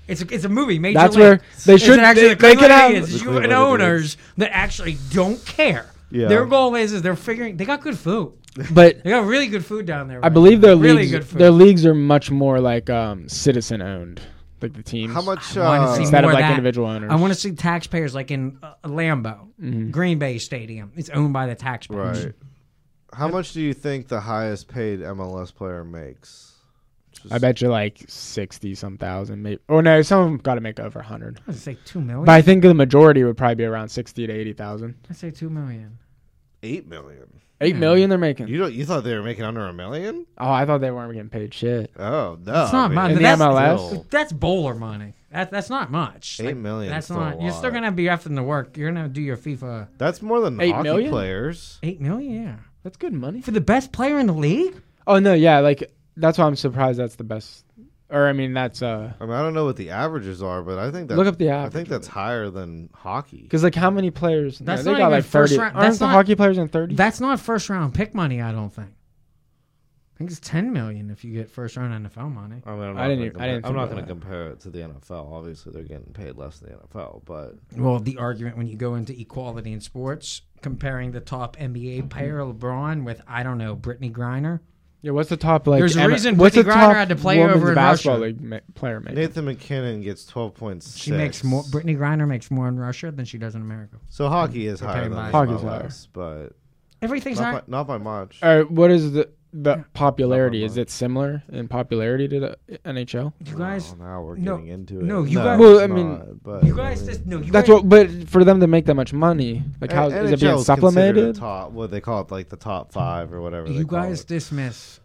Speaker 3: It's a, it's a movie. Major
Speaker 1: That's
Speaker 3: League.
Speaker 1: where they
Speaker 3: It's
Speaker 1: should.
Speaker 3: an
Speaker 1: They,
Speaker 3: actually
Speaker 1: they could
Speaker 3: clearly
Speaker 1: have.
Speaker 3: is
Speaker 2: That's
Speaker 3: you
Speaker 2: really
Speaker 3: and
Speaker 2: what it
Speaker 3: owners that actually don't care.
Speaker 2: Yeah.
Speaker 3: Their goal is is they're figuring they got good food.
Speaker 1: But
Speaker 3: They got really good food down there.
Speaker 1: I
Speaker 3: right
Speaker 1: believe
Speaker 3: now.
Speaker 1: their
Speaker 3: really
Speaker 1: leagues.
Speaker 3: good food.
Speaker 1: Their leagues are much more like um, citizen owned, like the teams.
Speaker 2: how much?
Speaker 3: I wanna
Speaker 2: Uh,
Speaker 3: see
Speaker 1: instead of
Speaker 3: more
Speaker 1: like
Speaker 3: that.
Speaker 1: individual owners?
Speaker 3: I want to see taxpayers like in uh, Lambeau,
Speaker 1: Mm-hmm.
Speaker 3: Green Bay Stadium. It's owned by the taxpayers.
Speaker 2: right. How much do you think the highest paid MLS player makes?
Speaker 1: I bet you like sixty some thousand, maybe. Or no, some of them got to make over hundred.
Speaker 3: I say two million.
Speaker 1: But I think the majority would probably be around sixty to eighty thousand.
Speaker 3: I say two million.
Speaker 2: Eight million.
Speaker 1: Eight million they're making.
Speaker 2: You don't. You thought they were making under a million?
Speaker 1: Oh, I thought they weren't getting paid shit.
Speaker 2: Oh no!
Speaker 3: It's not
Speaker 1: In
Speaker 3: mine.
Speaker 1: the
Speaker 3: That's,
Speaker 1: MLS?
Speaker 2: still-
Speaker 3: that's bowler money. That, that's not much.
Speaker 2: Eight million.
Speaker 3: That's
Speaker 2: That's
Speaker 3: not. You're still gonna be having to work. You're gonna do your FIFA
Speaker 2: That's more than
Speaker 1: Eight
Speaker 2: hockey
Speaker 1: million?
Speaker 2: players.
Speaker 3: eight million. Yeah,
Speaker 1: That's good money.
Speaker 3: for the best player in the league.
Speaker 1: Oh no, yeah, like that's why I'm surprised that's the best. Or I mean, that's uh,
Speaker 2: I mean, I don't know what the averages are, but I think that
Speaker 1: Look up the
Speaker 2: I
Speaker 1: average.
Speaker 2: think that's higher than hockey.
Speaker 1: because like how many players?
Speaker 3: That's
Speaker 1: no,
Speaker 3: not
Speaker 1: they got
Speaker 3: even
Speaker 1: like
Speaker 3: first
Speaker 1: thirty.
Speaker 3: round-
Speaker 1: Aren't
Speaker 3: that's
Speaker 1: the
Speaker 3: not-
Speaker 1: hockey players in thirty?
Speaker 3: That's not first round pick money. I don't think. I think it's ten million if you get first round NFL money.
Speaker 2: I mean, I'm
Speaker 1: I
Speaker 2: not
Speaker 1: didn't
Speaker 2: gonna
Speaker 1: even- I
Speaker 2: compare-
Speaker 1: didn't
Speaker 2: I'm
Speaker 1: think
Speaker 2: not
Speaker 1: about
Speaker 2: going
Speaker 1: that.
Speaker 2: to compare it to the NFL. Obviously, they're getting paid less than the NFL, but
Speaker 3: Well, the argument when you go into equality in sports, comparing the top NBA player LeBron with I don't know Brittany Griner.
Speaker 1: Yeah, what's the top like?
Speaker 3: There's a
Speaker 1: M-
Speaker 3: reason
Speaker 1: what's
Speaker 3: Brittany
Speaker 1: the
Speaker 3: Griner
Speaker 1: top
Speaker 3: had to play
Speaker 1: women's
Speaker 3: over in
Speaker 1: basketball
Speaker 3: Russia.
Speaker 1: league ma- player making?
Speaker 2: Nathan McKinnon gets twelve points.
Speaker 3: She makes more. Brittany Griner makes more in Russia than she does in America.
Speaker 2: So hockey is higher
Speaker 3: paying
Speaker 2: than
Speaker 3: less.
Speaker 1: Hockey's
Speaker 2: MLS, but
Speaker 3: Everything's
Speaker 2: not
Speaker 3: not.
Speaker 2: by, not by much.
Speaker 1: All right, what is the the popularity? Is it similar in popularity to the NHL?
Speaker 3: you guys.
Speaker 2: Well, now we're
Speaker 3: no,
Speaker 2: getting into it.
Speaker 3: no, you guys-
Speaker 2: it's
Speaker 1: Well, I mean,
Speaker 2: not, but,
Speaker 3: You guys just no. You
Speaker 1: That's
Speaker 3: guys,
Speaker 1: what. But for them to make that much money, like how is
Speaker 2: N-
Speaker 1: it being
Speaker 2: NHL is considered a
Speaker 1: supplemented?
Speaker 2: Top, what they call it, like the top five or whatever. they
Speaker 3: you
Speaker 2: call
Speaker 3: guys
Speaker 2: it.
Speaker 3: dismiss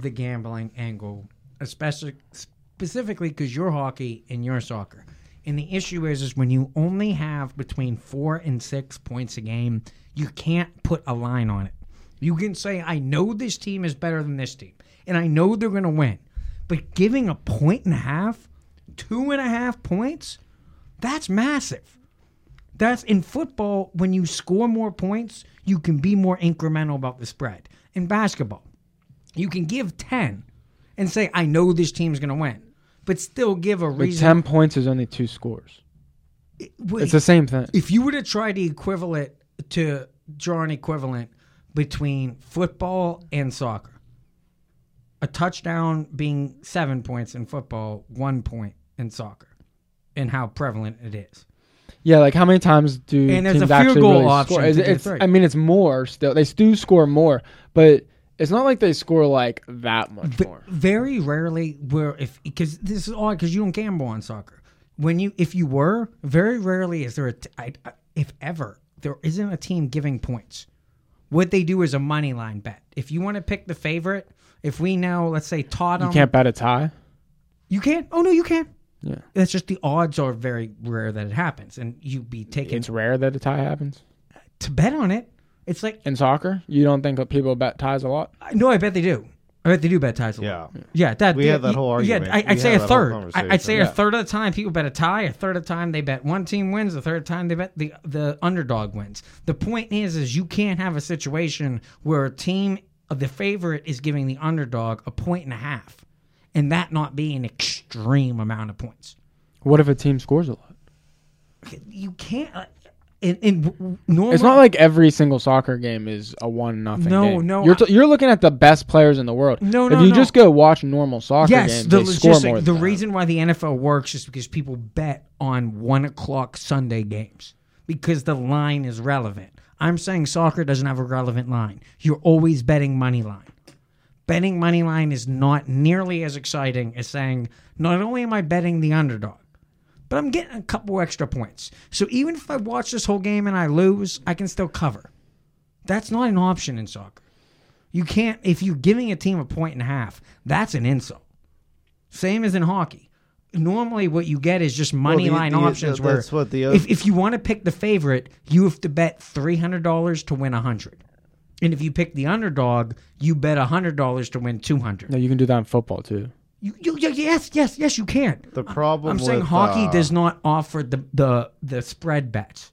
Speaker 3: the gambling angle, especially specifically because you're hockey and you're soccer. And the issue is, is when you only have between four and six points a game, you can't put a line on it. You can say, I know this team is better than this team, and I know they're going to win. But giving a point and a half, two and a half points, that's massive. That's in football. When you score more points, you can be more incremental about the spread. In basketball, you can give ten and say, "I know this team's going to win," but still give a
Speaker 1: Like
Speaker 3: reason.
Speaker 1: ten points is only two scores.
Speaker 3: Wait,
Speaker 1: It's the same thing.
Speaker 3: if you were to try to equivalent to draw an equivalent between football and soccer, a touchdown being seven points in football, one point in soccer, and how prevalent it is.
Speaker 1: Yeah, like how many times do
Speaker 3: And there's a
Speaker 1: teams
Speaker 3: field
Speaker 1: actually
Speaker 3: goal
Speaker 1: really
Speaker 3: option
Speaker 1: score?
Speaker 3: to
Speaker 1: Is
Speaker 3: get
Speaker 1: it- it's,
Speaker 3: three.
Speaker 1: I mean, it's more still. They do score more, but it's not like they score like that much
Speaker 3: Ve-
Speaker 1: more.
Speaker 3: very rarely where if because this is odd because you don't gamble on soccer. When you if you were very rarely is there a t- I, I, if ever there isn't a team giving points. What they do is a money line bet. If you want to pick the favorite, if we know let's say Tottenham,
Speaker 1: You can't bet a tie.
Speaker 3: You can't. Oh no, you can't.
Speaker 1: Yeah.
Speaker 3: It's just the odds are very rare that it happens, and you'd be taken
Speaker 1: It's rare that a tie happens
Speaker 3: to bet on it. It's like
Speaker 1: in soccer. You don't think that people bet ties a lot?
Speaker 3: no, I bet they do. I bet they do bet ties a lot.
Speaker 2: Yeah.
Speaker 3: Yeah, that
Speaker 2: We had that whole argument.
Speaker 3: Yeah, I,
Speaker 2: We
Speaker 3: I'd say a
Speaker 2: had that whole
Speaker 3: third. I- I'd say a
Speaker 1: conversation.
Speaker 3: third of the time people bet a tie. A third of the time they bet one team wins. A third of the time they bet the the underdog wins. The point is, is you can't have a situation where a team of the favorite is giving the underdog a point and a half, and that not be an extreme amount of points.
Speaker 1: What if a team scores a lot?
Speaker 3: You can't. uh, in, in w- w- normal.
Speaker 1: It's not like every single soccer game is a one nothing.
Speaker 3: No,
Speaker 1: game.
Speaker 3: no,
Speaker 1: You're, t- you're looking at the best players in the world.
Speaker 3: No,
Speaker 1: if
Speaker 3: no,
Speaker 1: you
Speaker 3: no.
Speaker 1: just go watch normal soccer
Speaker 3: yes,
Speaker 1: games,
Speaker 3: the
Speaker 1: they score
Speaker 3: logistic,
Speaker 1: more.
Speaker 3: the
Speaker 1: than that.
Speaker 3: reason why the NFL works is because people bet on one o'clock Sunday games because the line is relevant. I'm saying soccer doesn't have a relevant line. You're always betting money line. Betting money line is not nearly as exciting as saying not only am I betting the underdog, but I'm getting a couple extra points. So even if I watch this whole game and I lose, I can still cover. That's not an option in soccer. You can't if you're giving a team a point and a half, that's an insult. Same as in hockey. Normally, what you get is just money
Speaker 2: the-
Speaker 3: line
Speaker 2: the- uh,
Speaker 3: options. where
Speaker 2: that's what the-
Speaker 3: if, if you want to pick the favorite, you have to bet three hundred dollars to win a hundred, and if you pick the underdog, you bet hundred dollars to win two
Speaker 1: No,
Speaker 3: hundred.
Speaker 1: you can do that in football too.
Speaker 3: You, you, you- yes, yes, yes, you can.
Speaker 2: The problem
Speaker 3: I'm saying
Speaker 2: with,
Speaker 3: hockey
Speaker 2: uh,
Speaker 3: does not offer the the the spread bets.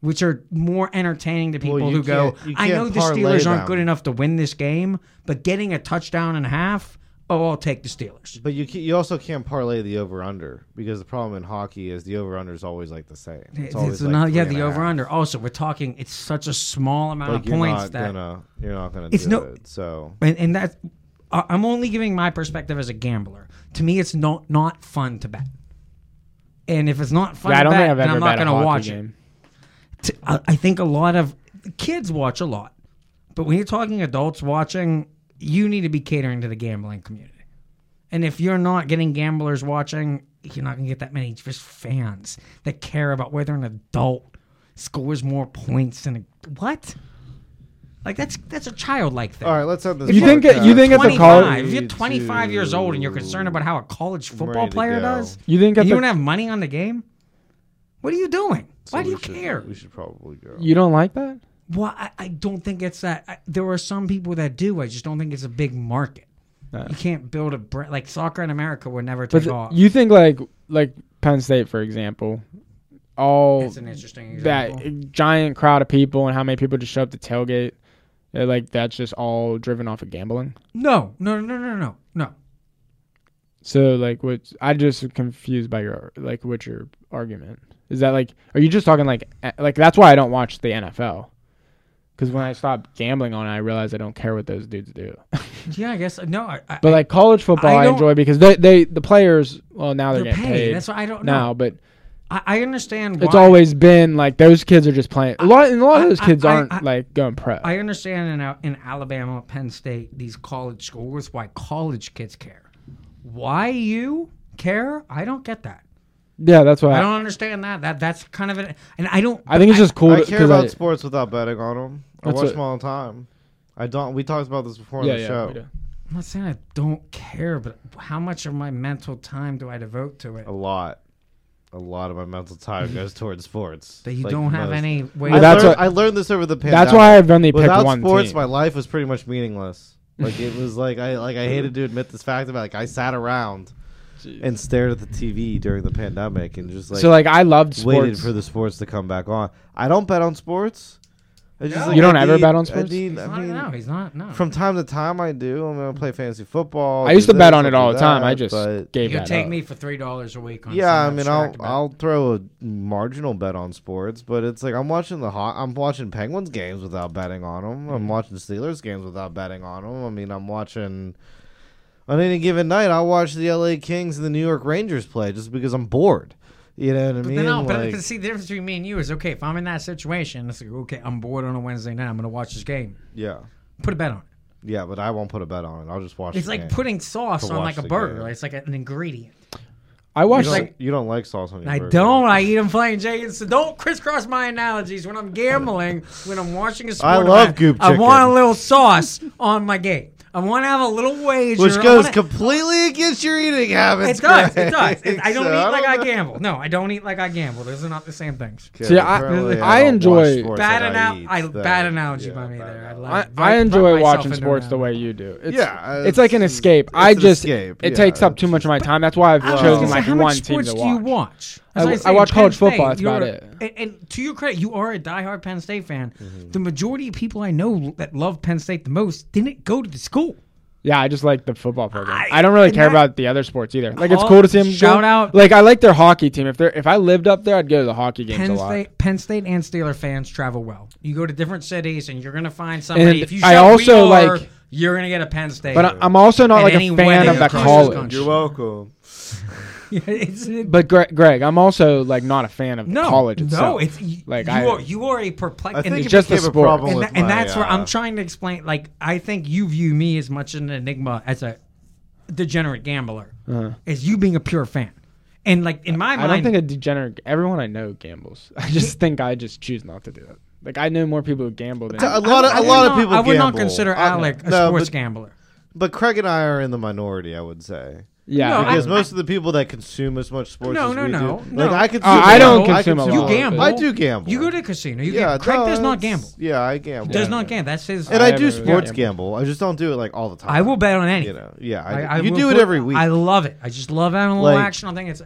Speaker 3: Which are more entertaining to people
Speaker 2: Well, you
Speaker 3: who go,
Speaker 2: can't- you
Speaker 3: I know
Speaker 2: can't
Speaker 3: the
Speaker 2: parlay
Speaker 3: Steelers aren't
Speaker 2: them."
Speaker 3: good enough to win this game, but getting a touchdown and a half, oh, I'll take the Steelers.
Speaker 2: But you ca- you also can't parlay the over under because the problem in hockey is the over under is always like the same. It's,
Speaker 3: It's,
Speaker 2: always
Speaker 3: it's
Speaker 2: like
Speaker 3: not, yeah,
Speaker 2: three
Speaker 3: the
Speaker 2: and a
Speaker 3: over
Speaker 2: half.
Speaker 3: under. Also, we're talking, it's such a small amount
Speaker 2: Like
Speaker 3: of
Speaker 2: you're
Speaker 3: points
Speaker 2: not
Speaker 3: that.
Speaker 2: gonna you're not gonna
Speaker 3: It's
Speaker 2: do
Speaker 3: no-
Speaker 2: it. So
Speaker 3: and, and that I- I'm only giving my perspective as a gambler. To me, it's not not fun to bet. And if it's not fun
Speaker 1: Yeah, I
Speaker 3: to
Speaker 1: don't
Speaker 3: bet,
Speaker 1: think I've
Speaker 3: then
Speaker 1: ever
Speaker 3: I'm not
Speaker 1: bet a
Speaker 3: going to
Speaker 1: hockey
Speaker 3: watch
Speaker 1: game.
Speaker 3: it. T- I I think a lot of kids watch a lot, but when you're talking adults watching, you need to be catering to the gambling community. And if you're not getting gamblers watching, you're not going to get that many just fans that care about whether an adult scores more points than a, what? Like that's that's a childlike thing.
Speaker 2: all right, let's end this.
Speaker 1: You think it- you think it's a
Speaker 2: podcast.
Speaker 3: 25.
Speaker 1: college-
Speaker 3: If you're 25 years old and you're concerned about how a college football
Speaker 2: Ready to
Speaker 3: player
Speaker 2: go.
Speaker 3: does,
Speaker 1: You didn't get
Speaker 3: and you
Speaker 1: the-
Speaker 3: don't have money on the game. What are you doing?
Speaker 2: So
Speaker 3: Why do
Speaker 2: we
Speaker 3: you
Speaker 2: should-
Speaker 3: care?
Speaker 2: We should probably go.
Speaker 1: You don't like that?
Speaker 3: Well, I, I don't think it's that. I, there are some people that do. I just don't think it's a big market.
Speaker 1: Yeah.
Speaker 3: You can't build a brand like soccer in America would never
Speaker 1: But
Speaker 3: take
Speaker 1: th-
Speaker 3: off.
Speaker 1: you think like like Penn State for example, all
Speaker 3: That's an interesting
Speaker 1: that
Speaker 3: example.
Speaker 1: giant crowd of people and how many people just show up to tailgate, uh, like that's just all driven off of gambling.
Speaker 3: no, no, no, no, no, no.
Speaker 1: So like, what I just am confused by your like what your argument is that like are you just talking like eh, like that's why I don't watch the NFL because when I stop gambling on it, I realize I don't care what those dudes do.
Speaker 3: Yeah, I guess no. I, I,
Speaker 1: But like college football,
Speaker 3: I
Speaker 1: I,
Speaker 3: don't-
Speaker 1: enjoy because they they the players well now they're,
Speaker 3: they're
Speaker 1: getting
Speaker 3: paid.
Speaker 1: paid,
Speaker 3: That's why I don't know.
Speaker 1: now, but
Speaker 3: I, I understand.
Speaker 1: it's
Speaker 3: why.
Speaker 1: always been like those kids are just playing. A lot and a lot
Speaker 3: I-
Speaker 1: of those
Speaker 3: I-
Speaker 1: kids
Speaker 3: I-
Speaker 1: aren't
Speaker 3: I-
Speaker 1: like going pro.
Speaker 3: I understand in, Al- in Alabama, Penn State, these college schools, why college kids care. Why you care? I don't get that.
Speaker 1: yeah, that's why
Speaker 3: I
Speaker 1: I,
Speaker 3: don't understand that. That that's kind of an and I don't.
Speaker 1: I think it's just cool
Speaker 2: I care
Speaker 1: because
Speaker 2: about
Speaker 1: I,
Speaker 2: sports without betting on them. I
Speaker 1: That's
Speaker 2: watch
Speaker 1: it.
Speaker 2: them all the time. I don't. We talked about this before
Speaker 1: yeah,
Speaker 2: on the
Speaker 1: yeah,
Speaker 2: show.
Speaker 1: yeah.
Speaker 3: I'm not saying I don't care, but how much of my mental time do I devote to it?
Speaker 2: A lot, a lot of my mental time goes towards sports.
Speaker 3: That you
Speaker 2: Like
Speaker 3: don't have
Speaker 2: most.
Speaker 3: any way.
Speaker 2: I,
Speaker 1: Well, that's
Speaker 2: learned,
Speaker 1: what-
Speaker 2: I learned this over the pandemic.
Speaker 1: That's why I've only picked
Speaker 2: Without
Speaker 1: one
Speaker 2: sports,
Speaker 1: team.
Speaker 2: my life was pretty much meaningless. Like it was like I like I hated to admit this fact about like I sat around and stared at the TV during the pandemic and just like,
Speaker 1: so like I loved
Speaker 2: waited
Speaker 1: sports.
Speaker 2: for the sports to come back on. I don't bet on sports. I just,
Speaker 3: No.
Speaker 2: like,
Speaker 1: You don't
Speaker 2: I
Speaker 1: ever
Speaker 2: need-
Speaker 1: bet on
Speaker 2: I
Speaker 1: sports?
Speaker 2: need-
Speaker 3: he's
Speaker 2: I
Speaker 3: not,
Speaker 2: mean,
Speaker 3: no, he's not. No.
Speaker 2: from time to time, I do. I'm gonna play fantasy football.
Speaker 1: I used
Speaker 2: do
Speaker 1: to bet
Speaker 2: this,
Speaker 1: on it
Speaker 2: I'll
Speaker 1: all
Speaker 2: do
Speaker 1: the time. I
Speaker 2: that,
Speaker 1: just
Speaker 2: but-
Speaker 1: gave
Speaker 3: you
Speaker 1: that
Speaker 3: take
Speaker 1: up.
Speaker 3: me for three dollars a week on.
Speaker 2: yeah, I
Speaker 3: some
Speaker 2: mean, I'll
Speaker 3: abstract about-
Speaker 2: I'll throw a marginal bet on sports, but it's like I'm watching the hot. I'm watching Penguins games without betting on them.
Speaker 1: Mm-hmm.
Speaker 2: I'm watching Steelers games without betting on them. I mean, I'm watching on any given night. I'll watch the L.A. Kings and the New York Rangers play just because I'm bored. You know what I
Speaker 3: But
Speaker 2: mean?
Speaker 3: then, no, but
Speaker 2: Like-
Speaker 3: but see, the difference between me and you is okay. If I'm in that situation, it's like okay, I'm bored on a Wednesday night. I'm gonna watch this game.
Speaker 2: yeah,
Speaker 3: Put a bet on it.
Speaker 2: yeah, but I won't put a bet on it. I'll just watch.
Speaker 3: It's
Speaker 2: the
Speaker 3: like
Speaker 2: game.
Speaker 3: putting sauce
Speaker 2: To
Speaker 3: on
Speaker 2: watch
Speaker 3: like a
Speaker 2: the
Speaker 3: burger.
Speaker 2: game.
Speaker 3: Like, it's like an ingredient.
Speaker 1: I
Speaker 2: You
Speaker 1: watched
Speaker 2: don't,
Speaker 1: like
Speaker 2: you don't like sauce on your.
Speaker 3: I
Speaker 2: burger.
Speaker 3: don't. I eat them plain chicken. So don't crisscross my analogies when I'm gambling. When I'm watching a sport,
Speaker 2: I
Speaker 3: I'm
Speaker 2: love
Speaker 3: at-
Speaker 2: goop
Speaker 3: I want a
Speaker 2: chicken.
Speaker 3: little sauce on my game. I want to have a little wager.
Speaker 2: Which
Speaker 3: I
Speaker 2: goes
Speaker 3: wanna-
Speaker 2: completely against your eating habits.
Speaker 3: It does. It
Speaker 2: Greg.
Speaker 3: does. It- I don't
Speaker 2: So
Speaker 3: eat like I
Speaker 2: know.
Speaker 3: gamble. No, I don't eat like I gamble. Those are not the same things.
Speaker 2: Okay,
Speaker 1: See, I-
Speaker 2: apparently
Speaker 1: I
Speaker 2: don't
Speaker 1: enjoy-
Speaker 2: watch sports
Speaker 3: Bad,
Speaker 2: that
Speaker 3: anal-
Speaker 2: eat,
Speaker 3: I,
Speaker 2: so-
Speaker 3: bad analogy
Speaker 2: yeah,
Speaker 3: by me there.
Speaker 2: bad
Speaker 3: I,
Speaker 2: analogy.
Speaker 1: I,
Speaker 3: like,
Speaker 1: I enjoy
Speaker 3: myself
Speaker 1: watching
Speaker 3: into
Speaker 1: sports
Speaker 3: an
Speaker 1: the
Speaker 3: analogy.
Speaker 1: way you do. It's,
Speaker 2: Yeah,
Speaker 1: it's, like an
Speaker 2: it's-
Speaker 1: escape.
Speaker 2: it's
Speaker 1: I
Speaker 2: an
Speaker 1: just
Speaker 2: escape,
Speaker 1: it
Speaker 2: yeah,
Speaker 1: takes up
Speaker 2: it's
Speaker 1: too much of my time. That's why I've
Speaker 3: I was
Speaker 1: chosen
Speaker 3: gonna say,
Speaker 1: like
Speaker 3: how
Speaker 1: one
Speaker 3: much
Speaker 1: team
Speaker 3: sports
Speaker 1: to
Speaker 3: do you
Speaker 1: watch.
Speaker 3: watch?
Speaker 1: I-
Speaker 3: As
Speaker 1: I
Speaker 3: say,
Speaker 1: watch
Speaker 3: Penn
Speaker 1: college football, that's
Speaker 3: you're
Speaker 1: about
Speaker 3: a-
Speaker 1: it. Mm-hmm.
Speaker 3: And, and to your credit, you are a diehard Penn State fan. The majority of people I know that love Penn State the most didn't go to the school.
Speaker 1: Yeah, I just like the football program.
Speaker 3: I-
Speaker 1: I, don't really
Speaker 3: and
Speaker 1: care
Speaker 3: that-
Speaker 1: about the other sports either. Like it's
Speaker 3: Oh,
Speaker 1: cool to see them.
Speaker 3: shout out-
Speaker 1: Like I like their hockey team. If they are if I lived up there, I'd go to the hockey games a
Speaker 3: Penn
Speaker 1: lot.
Speaker 3: State, Penn State and Steeler fans travel well. You go to different cities and you're gonna find somebody.
Speaker 1: And
Speaker 3: if you
Speaker 1: I
Speaker 3: shout,
Speaker 1: also
Speaker 3: "We are,"
Speaker 1: like-
Speaker 3: you're gonna get a Penn State.
Speaker 1: But I, I'm also not
Speaker 3: And
Speaker 1: like
Speaker 3: any
Speaker 1: a fan
Speaker 3: weather
Speaker 1: of that
Speaker 3: across this
Speaker 1: college.
Speaker 3: country. You're
Speaker 2: welcome.
Speaker 3: It's- it-
Speaker 1: But Greg, Greg, I'm also like not a fan of
Speaker 3: no,
Speaker 1: college
Speaker 3: no,
Speaker 1: itself.
Speaker 3: it's you,
Speaker 1: Like,
Speaker 3: you
Speaker 1: I-
Speaker 3: are you are a
Speaker 2: I
Speaker 3: perplexed.
Speaker 2: think
Speaker 3: And,
Speaker 2: it
Speaker 1: just the
Speaker 2: became a
Speaker 1: sport.
Speaker 2: problem
Speaker 3: and,
Speaker 2: with
Speaker 3: that- and
Speaker 2: my,
Speaker 3: that's where
Speaker 2: uh,
Speaker 3: I'm trying to explain. Like I think you view me as much an enigma as a degenerate gambler
Speaker 2: Uh-huh.
Speaker 3: as you being a pure fan. And like in my
Speaker 1: I
Speaker 3: mind,
Speaker 1: don't think a degenerate. Everyone I know gambles. I just think I just choose not to do it. Like I know more people who gamble than.
Speaker 2: A lot of
Speaker 3: I
Speaker 2: a
Speaker 3: would
Speaker 2: lot of
Speaker 3: not-
Speaker 2: people.
Speaker 3: I would not
Speaker 2: gamble.
Speaker 3: consider
Speaker 2: I-
Speaker 3: Alec a
Speaker 2: no,
Speaker 3: sports
Speaker 2: but,
Speaker 3: gambler.
Speaker 2: But Craig and I are in the minority, I would say.
Speaker 1: yeah,
Speaker 3: No, I-
Speaker 1: because-
Speaker 2: Because most of the people that consume as much sports
Speaker 3: Um, No,
Speaker 2: as
Speaker 3: no,
Speaker 2: we
Speaker 3: no,
Speaker 2: do,
Speaker 3: no.
Speaker 2: like I consume.
Speaker 1: Uh, I
Speaker 2: a
Speaker 1: don't
Speaker 2: lot. I
Speaker 1: consume a
Speaker 3: You
Speaker 1: lot.
Speaker 3: gamble.
Speaker 2: I do gamble.
Speaker 3: You go to a casino. You
Speaker 2: Yeah,
Speaker 3: gamble. Craig
Speaker 2: no,
Speaker 3: does not
Speaker 2: that's-
Speaker 3: gamble.
Speaker 2: Yeah, I gamble.
Speaker 3: Does
Speaker 1: Yeah.
Speaker 3: not gamble. That's his.
Speaker 2: And
Speaker 1: I
Speaker 2: I do
Speaker 1: haven't really
Speaker 2: sports
Speaker 1: gambled.
Speaker 2: gamble. I just don't do it like all the time.
Speaker 3: I will bet on anything.
Speaker 2: You know, yeah.
Speaker 3: I,
Speaker 2: I,
Speaker 3: I
Speaker 2: you
Speaker 3: will
Speaker 2: do it
Speaker 3: put-
Speaker 2: every week.
Speaker 3: I
Speaker 2: I,
Speaker 3: love it. I just love having a little
Speaker 2: Like-
Speaker 3: action. I think it's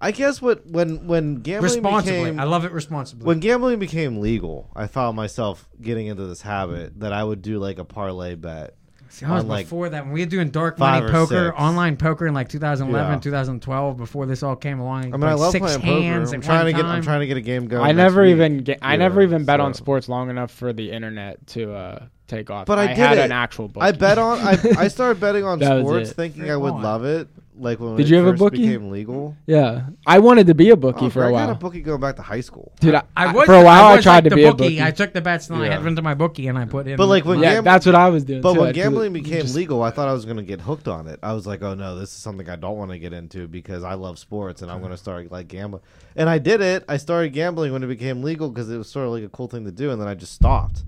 Speaker 3: I,
Speaker 2: guess what when when gambling
Speaker 3: responsibly.
Speaker 2: became
Speaker 3: I love it responsibly.
Speaker 2: when gambling became legal, I found myself getting into this habit that I would do like a parlay bet.
Speaker 3: See, I was
Speaker 2: on, Uh, like,
Speaker 3: before that when we were doing dark
Speaker 2: five
Speaker 3: money
Speaker 2: or
Speaker 3: poker,
Speaker 2: six.
Speaker 3: online poker in like 2011,
Speaker 2: Yeah.
Speaker 3: 2012, before this all came along.
Speaker 2: I mean, I love
Speaker 3: six
Speaker 2: playing poker.
Speaker 3: hands
Speaker 2: I'm
Speaker 3: at
Speaker 2: trying to
Speaker 3: one
Speaker 2: get
Speaker 3: time.
Speaker 2: I'm trying to get a game going.
Speaker 1: I
Speaker 2: next
Speaker 1: never
Speaker 2: week,
Speaker 1: even ga- I
Speaker 2: you
Speaker 1: never
Speaker 2: know,
Speaker 1: even bet on
Speaker 2: so.
Speaker 1: sports long enough for the internet to uh, take off.
Speaker 2: But I, did
Speaker 1: had
Speaker 2: it.
Speaker 1: an actual book.
Speaker 2: I bet on. I, I started betting on
Speaker 1: That was
Speaker 2: sports,
Speaker 1: it.
Speaker 2: thinking
Speaker 3: Great
Speaker 2: I would
Speaker 3: ball.
Speaker 2: love it. Like when
Speaker 1: Did
Speaker 2: it
Speaker 1: you have a
Speaker 2: first
Speaker 1: bookie?
Speaker 2: became legal.
Speaker 1: yeah, I wanted to be a bookie
Speaker 2: Oh,
Speaker 1: for a
Speaker 2: I
Speaker 1: while,
Speaker 2: got a bookie going back to high school.
Speaker 1: dude. I,
Speaker 3: I
Speaker 1: I-
Speaker 3: was,
Speaker 1: for a while, I,
Speaker 3: was
Speaker 1: tried
Speaker 3: like
Speaker 1: to
Speaker 3: the
Speaker 1: be
Speaker 3: bookie.
Speaker 1: a bookie.
Speaker 3: I took the bets and I
Speaker 2: Yeah.
Speaker 3: had into my bookie and I put in.
Speaker 2: But, like, when
Speaker 1: yeah,
Speaker 2: Gam-
Speaker 1: that's what I was doing.
Speaker 2: But
Speaker 1: too. I
Speaker 2: when
Speaker 1: did it-
Speaker 2: gambling became legal, I thought I was going to get hooked on it. I was like, oh no, this is something I don't want to get into because I love sports and I'm going to start like gambling. And I did it. I started gambling when it became legal because it was sort of like a cool thing to do, and then I just stopped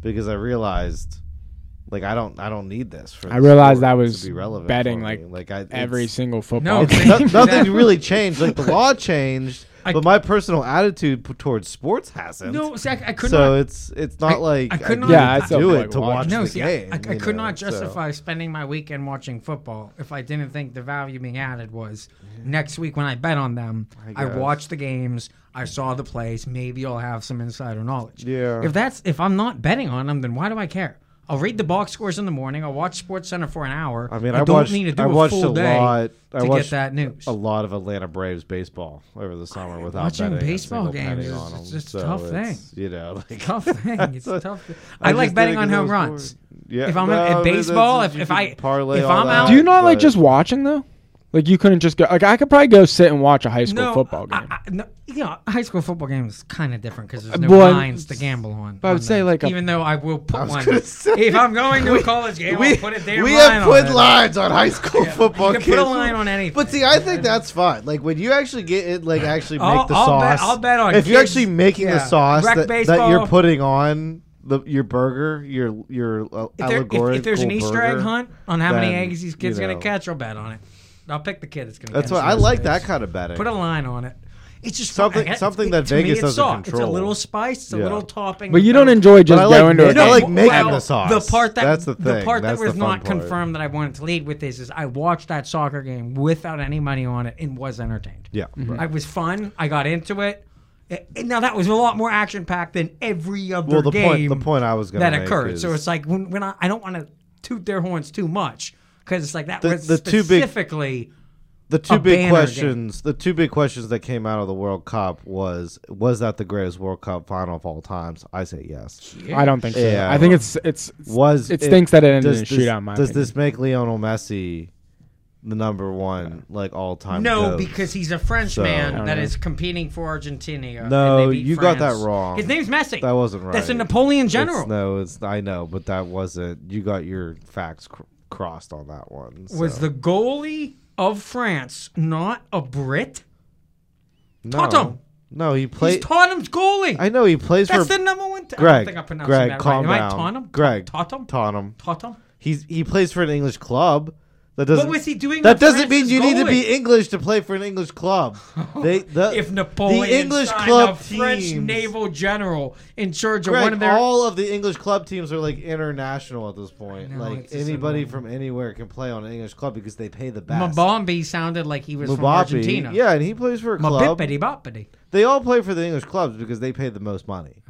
Speaker 2: because I realized. Like I don't, I don't need this. For
Speaker 1: I
Speaker 2: the
Speaker 1: realized
Speaker 2: sport
Speaker 1: I
Speaker 2: to
Speaker 1: was
Speaker 2: be relevant
Speaker 1: betting,
Speaker 2: for me.
Speaker 1: like,
Speaker 2: I, it's-
Speaker 1: every single football.
Speaker 3: No,
Speaker 1: game.
Speaker 2: no, nothing really changed. Like the law changed,
Speaker 3: I-
Speaker 2: but my personal attitude p- towards sports hasn't.
Speaker 3: no, see, I, I could
Speaker 2: so
Speaker 3: not.
Speaker 2: it's it's not
Speaker 3: I-
Speaker 2: like
Speaker 3: I
Speaker 2: I,
Speaker 3: could
Speaker 2: could
Speaker 3: not- Yeah,
Speaker 2: yeah,
Speaker 1: I still
Speaker 2: do
Speaker 1: like
Speaker 2: it to
Speaker 1: watch
Speaker 2: watch
Speaker 3: No,
Speaker 2: the
Speaker 3: see,
Speaker 2: game.
Speaker 3: I, I, I
Speaker 2: you
Speaker 3: could
Speaker 2: know,
Speaker 3: not
Speaker 2: so.
Speaker 3: justify spending my weekend watching football if I didn't think the value being added was next week when I bet on them. I,
Speaker 2: I guess.
Speaker 3: watched the games, I saw the plays. Maybe I'll have some insider knowledge.
Speaker 2: Yeah.
Speaker 3: If that's if I'm not betting on them, then why do I care? I'll read the box scores in the morning. I'll watch Sports Center for an hour.
Speaker 2: I mean,
Speaker 3: I,
Speaker 2: I,
Speaker 3: don't
Speaker 2: watched,
Speaker 3: need to do
Speaker 2: I
Speaker 3: a
Speaker 2: watched
Speaker 3: full
Speaker 2: a
Speaker 3: day
Speaker 2: lot. I
Speaker 3: to
Speaker 2: watched
Speaker 3: get that news.
Speaker 2: a lot of Atlanta Braves baseball over the summer without
Speaker 3: watching
Speaker 2: betting a
Speaker 3: baseball
Speaker 2: single penny
Speaker 3: games is-
Speaker 2: on
Speaker 3: it's
Speaker 2: them.
Speaker 3: just a
Speaker 2: so
Speaker 3: tough
Speaker 2: it's, You know, like
Speaker 3: tough thing. It's a tough. Thing. I,
Speaker 2: just
Speaker 3: like
Speaker 2: did
Speaker 3: betting
Speaker 2: it
Speaker 3: on
Speaker 2: 'cause I
Speaker 3: home
Speaker 2: was
Speaker 3: runs.
Speaker 2: bored. Yeah,
Speaker 3: If I'm
Speaker 2: no,
Speaker 3: at- at
Speaker 2: but that's-
Speaker 3: baseball, if-
Speaker 2: you
Speaker 3: if
Speaker 2: can
Speaker 3: I-
Speaker 2: parlay
Speaker 3: if
Speaker 2: all
Speaker 3: I'm
Speaker 2: that,
Speaker 3: out-
Speaker 1: Do you not like
Speaker 2: but-
Speaker 1: just watching though? Like you couldn't just go. Like I could probably go sit and watch a high school football game.
Speaker 3: I, I, no, you know, high school football game is kind of different because there's no
Speaker 1: Well,
Speaker 3: lines to gamble on.
Speaker 1: but I would
Speaker 3: on
Speaker 1: say,
Speaker 3: those.
Speaker 1: like, a-
Speaker 3: even though I will put
Speaker 2: was
Speaker 3: one.
Speaker 2: gonna say-
Speaker 3: if I'm going to a college game, I'll put a damn
Speaker 2: we
Speaker 3: line
Speaker 2: have
Speaker 3: on
Speaker 2: put
Speaker 3: it.
Speaker 2: lines on high school football
Speaker 3: You can put a
Speaker 2: games.
Speaker 3: line on anything.
Speaker 2: But see, I think that's fun. Like when you actually get it, like actually make
Speaker 3: I'll-
Speaker 2: the
Speaker 3: I'll
Speaker 2: sauce.
Speaker 3: bet- I'll bet on
Speaker 2: if you're
Speaker 3: kids-
Speaker 2: actually making
Speaker 3: yeah.
Speaker 2: the sauce
Speaker 3: Rec
Speaker 2: that, that
Speaker 3: baseball.
Speaker 2: you're putting on the your burger, your your uh,
Speaker 3: if, there- if-
Speaker 2: allegorical
Speaker 3: if there's an Easter egg
Speaker 2: burger,
Speaker 3: hunt on how many
Speaker 2: then,
Speaker 3: eggs these kids
Speaker 2: you
Speaker 3: gonna
Speaker 2: know.
Speaker 3: catch, I'll bet on it. I'll pick the kid that's gonna.
Speaker 2: That's
Speaker 3: catch
Speaker 2: why I
Speaker 3: those
Speaker 2: like
Speaker 3: eggs.
Speaker 2: that kind of betting.
Speaker 3: Put a line on it. It's just
Speaker 2: Something-
Speaker 3: fun. I-
Speaker 2: something that
Speaker 3: to me,
Speaker 2: Vegas
Speaker 3: it's
Speaker 2: doesn't
Speaker 3: soft. It's a
Speaker 2: control.
Speaker 3: little spice. It's a
Speaker 2: Yeah.
Speaker 3: little topping.
Speaker 1: but you
Speaker 3: that
Speaker 1: don't enjoy just
Speaker 2: I like
Speaker 1: going to.
Speaker 2: making-
Speaker 1: a
Speaker 2: I like
Speaker 1: game.
Speaker 3: well,
Speaker 2: making
Speaker 3: well,
Speaker 2: the sauce.
Speaker 3: The part that
Speaker 2: That's the thing.
Speaker 3: part
Speaker 2: That's
Speaker 3: that
Speaker 2: the
Speaker 3: was
Speaker 2: fun
Speaker 3: not
Speaker 2: part.
Speaker 3: confirmed that I wanted to lead with this is I watched that soccer game without any money on it and was entertained.
Speaker 2: yeah, right.
Speaker 3: I was fun. I got into it. Eh, Now that was a lot more action packed than every other
Speaker 2: Well, the
Speaker 3: game
Speaker 2: point the point I was gonna
Speaker 3: that
Speaker 2: make
Speaker 3: occurred.
Speaker 2: Is,
Speaker 3: so it's like when, when I, I don't want to toot their horns too much because it's like that
Speaker 2: The-
Speaker 3: was
Speaker 2: the two big-
Speaker 3: specifically
Speaker 2: the
Speaker 3: a
Speaker 2: two
Speaker 3: banner
Speaker 2: big
Speaker 3: game.
Speaker 2: questions. The two big questions that came out of the World Cup was was that the greatest World Cup final of all times? I say yes.
Speaker 1: I don't think so.
Speaker 2: Yeah.
Speaker 1: I think it's it's
Speaker 2: was
Speaker 1: it stinks that it ended
Speaker 2: does
Speaker 1: in a
Speaker 2: this-
Speaker 1: shootout, in my
Speaker 2: does
Speaker 1: opinion.
Speaker 2: this make Lionel Messi the number one like all time?
Speaker 3: no because he's a Frenchman
Speaker 2: I
Speaker 3: man
Speaker 2: don't
Speaker 3: that
Speaker 1: know.
Speaker 3: is competing for Argentina.
Speaker 2: No,
Speaker 3: and they beat
Speaker 2: you got
Speaker 3: France.
Speaker 2: that wrong.
Speaker 3: His name's Messi.
Speaker 2: that wasn't right.
Speaker 3: That's a Napoleon general.
Speaker 2: It's, no, it's I know, but that wasn't. You got your facts cr- crossed on that one. So.
Speaker 3: Was the goalie of France not a Brit?
Speaker 2: no.
Speaker 3: Tottenham?
Speaker 2: No, he
Speaker 3: He's
Speaker 2: played.
Speaker 3: Tottenham's goalie.
Speaker 2: I know he plays
Speaker 3: That's the
Speaker 2: for
Speaker 3: number one. T- I don't
Speaker 2: Greg.
Speaker 3: think I pronounced
Speaker 2: Greg,
Speaker 3: that
Speaker 2: calm
Speaker 3: right. Am I
Speaker 2: down.
Speaker 3: Tottenham?
Speaker 2: Greg,
Speaker 3: Tottenham.
Speaker 2: Tottenham.
Speaker 3: Tottenham.
Speaker 2: He's he plays for an English club. That doesn't.
Speaker 3: was he doing
Speaker 2: That
Speaker 3: with
Speaker 2: doesn't mean
Speaker 3: France's
Speaker 2: you need to
Speaker 3: goalie?
Speaker 2: be English to play for an English club. They Uh, the,
Speaker 3: If Napoleon
Speaker 2: the English
Speaker 3: signed a
Speaker 2: club
Speaker 3: French
Speaker 2: teams-
Speaker 3: naval general in charge of
Speaker 2: Greg,
Speaker 3: one of their
Speaker 2: all of the English club teams are like international at this point.
Speaker 3: know,
Speaker 2: like
Speaker 3: it's just
Speaker 2: anybody from anywhere can play on an English club because they pay the best.
Speaker 3: Mbombi sounded like he was from
Speaker 2: Mbappe,
Speaker 3: Argentina.
Speaker 2: yeah, and he plays for a club.
Speaker 3: Mbappity boppity.
Speaker 2: They all play for the
Speaker 3: Oh.
Speaker 2: English clubs because they pay the most money.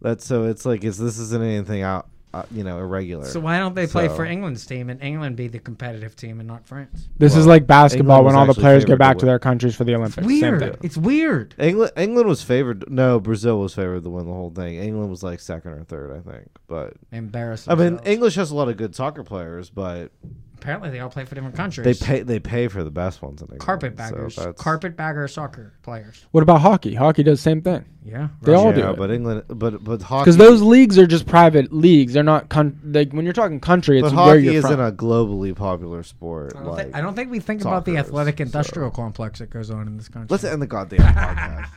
Speaker 2: That's so. It's like, is this isn't anything out uh, you know, irregular.
Speaker 3: So why don't they play
Speaker 2: So-
Speaker 3: for England's team and England be the competitive team and not France?
Speaker 1: This is
Speaker 2: Well,
Speaker 1: like basketball when
Speaker 2: England was
Speaker 1: all the
Speaker 2: actually
Speaker 1: players go
Speaker 2: favored to
Speaker 1: back to
Speaker 2: win.
Speaker 1: their countries for the Olympics. Same
Speaker 3: Weird.
Speaker 1: thing.
Speaker 3: It's weird.
Speaker 2: England England was favored. No, Brazil was favored to win the whole thing. England was like second or third, I think. But
Speaker 3: Embarrassing.
Speaker 2: I mean, English has a lot of good soccer players, but
Speaker 3: apparently they all play for different countries.
Speaker 2: they pay they pay for the best ones in England. so
Speaker 3: carpetbaggers,
Speaker 2: that's-
Speaker 3: carpetbagger soccer players.
Speaker 1: What about hockey? Hockey does the same thing.
Speaker 3: Yeah,
Speaker 1: They all
Speaker 2: Yeah,
Speaker 1: do it.
Speaker 2: but England, but but hockey.
Speaker 1: Because those leagues are just private leagues. They're not con- like when you're talking country,
Speaker 2: but
Speaker 1: it's where
Speaker 2: hockey
Speaker 1: you're
Speaker 2: isn't
Speaker 1: from.
Speaker 2: a globally popular sport.
Speaker 3: I don't,
Speaker 2: like,
Speaker 3: think, I don't think we think about the
Speaker 2: soccer,
Speaker 3: athletic
Speaker 2: so-
Speaker 3: industrial complex that goes on in this country.
Speaker 2: let's end the goddamn podcast.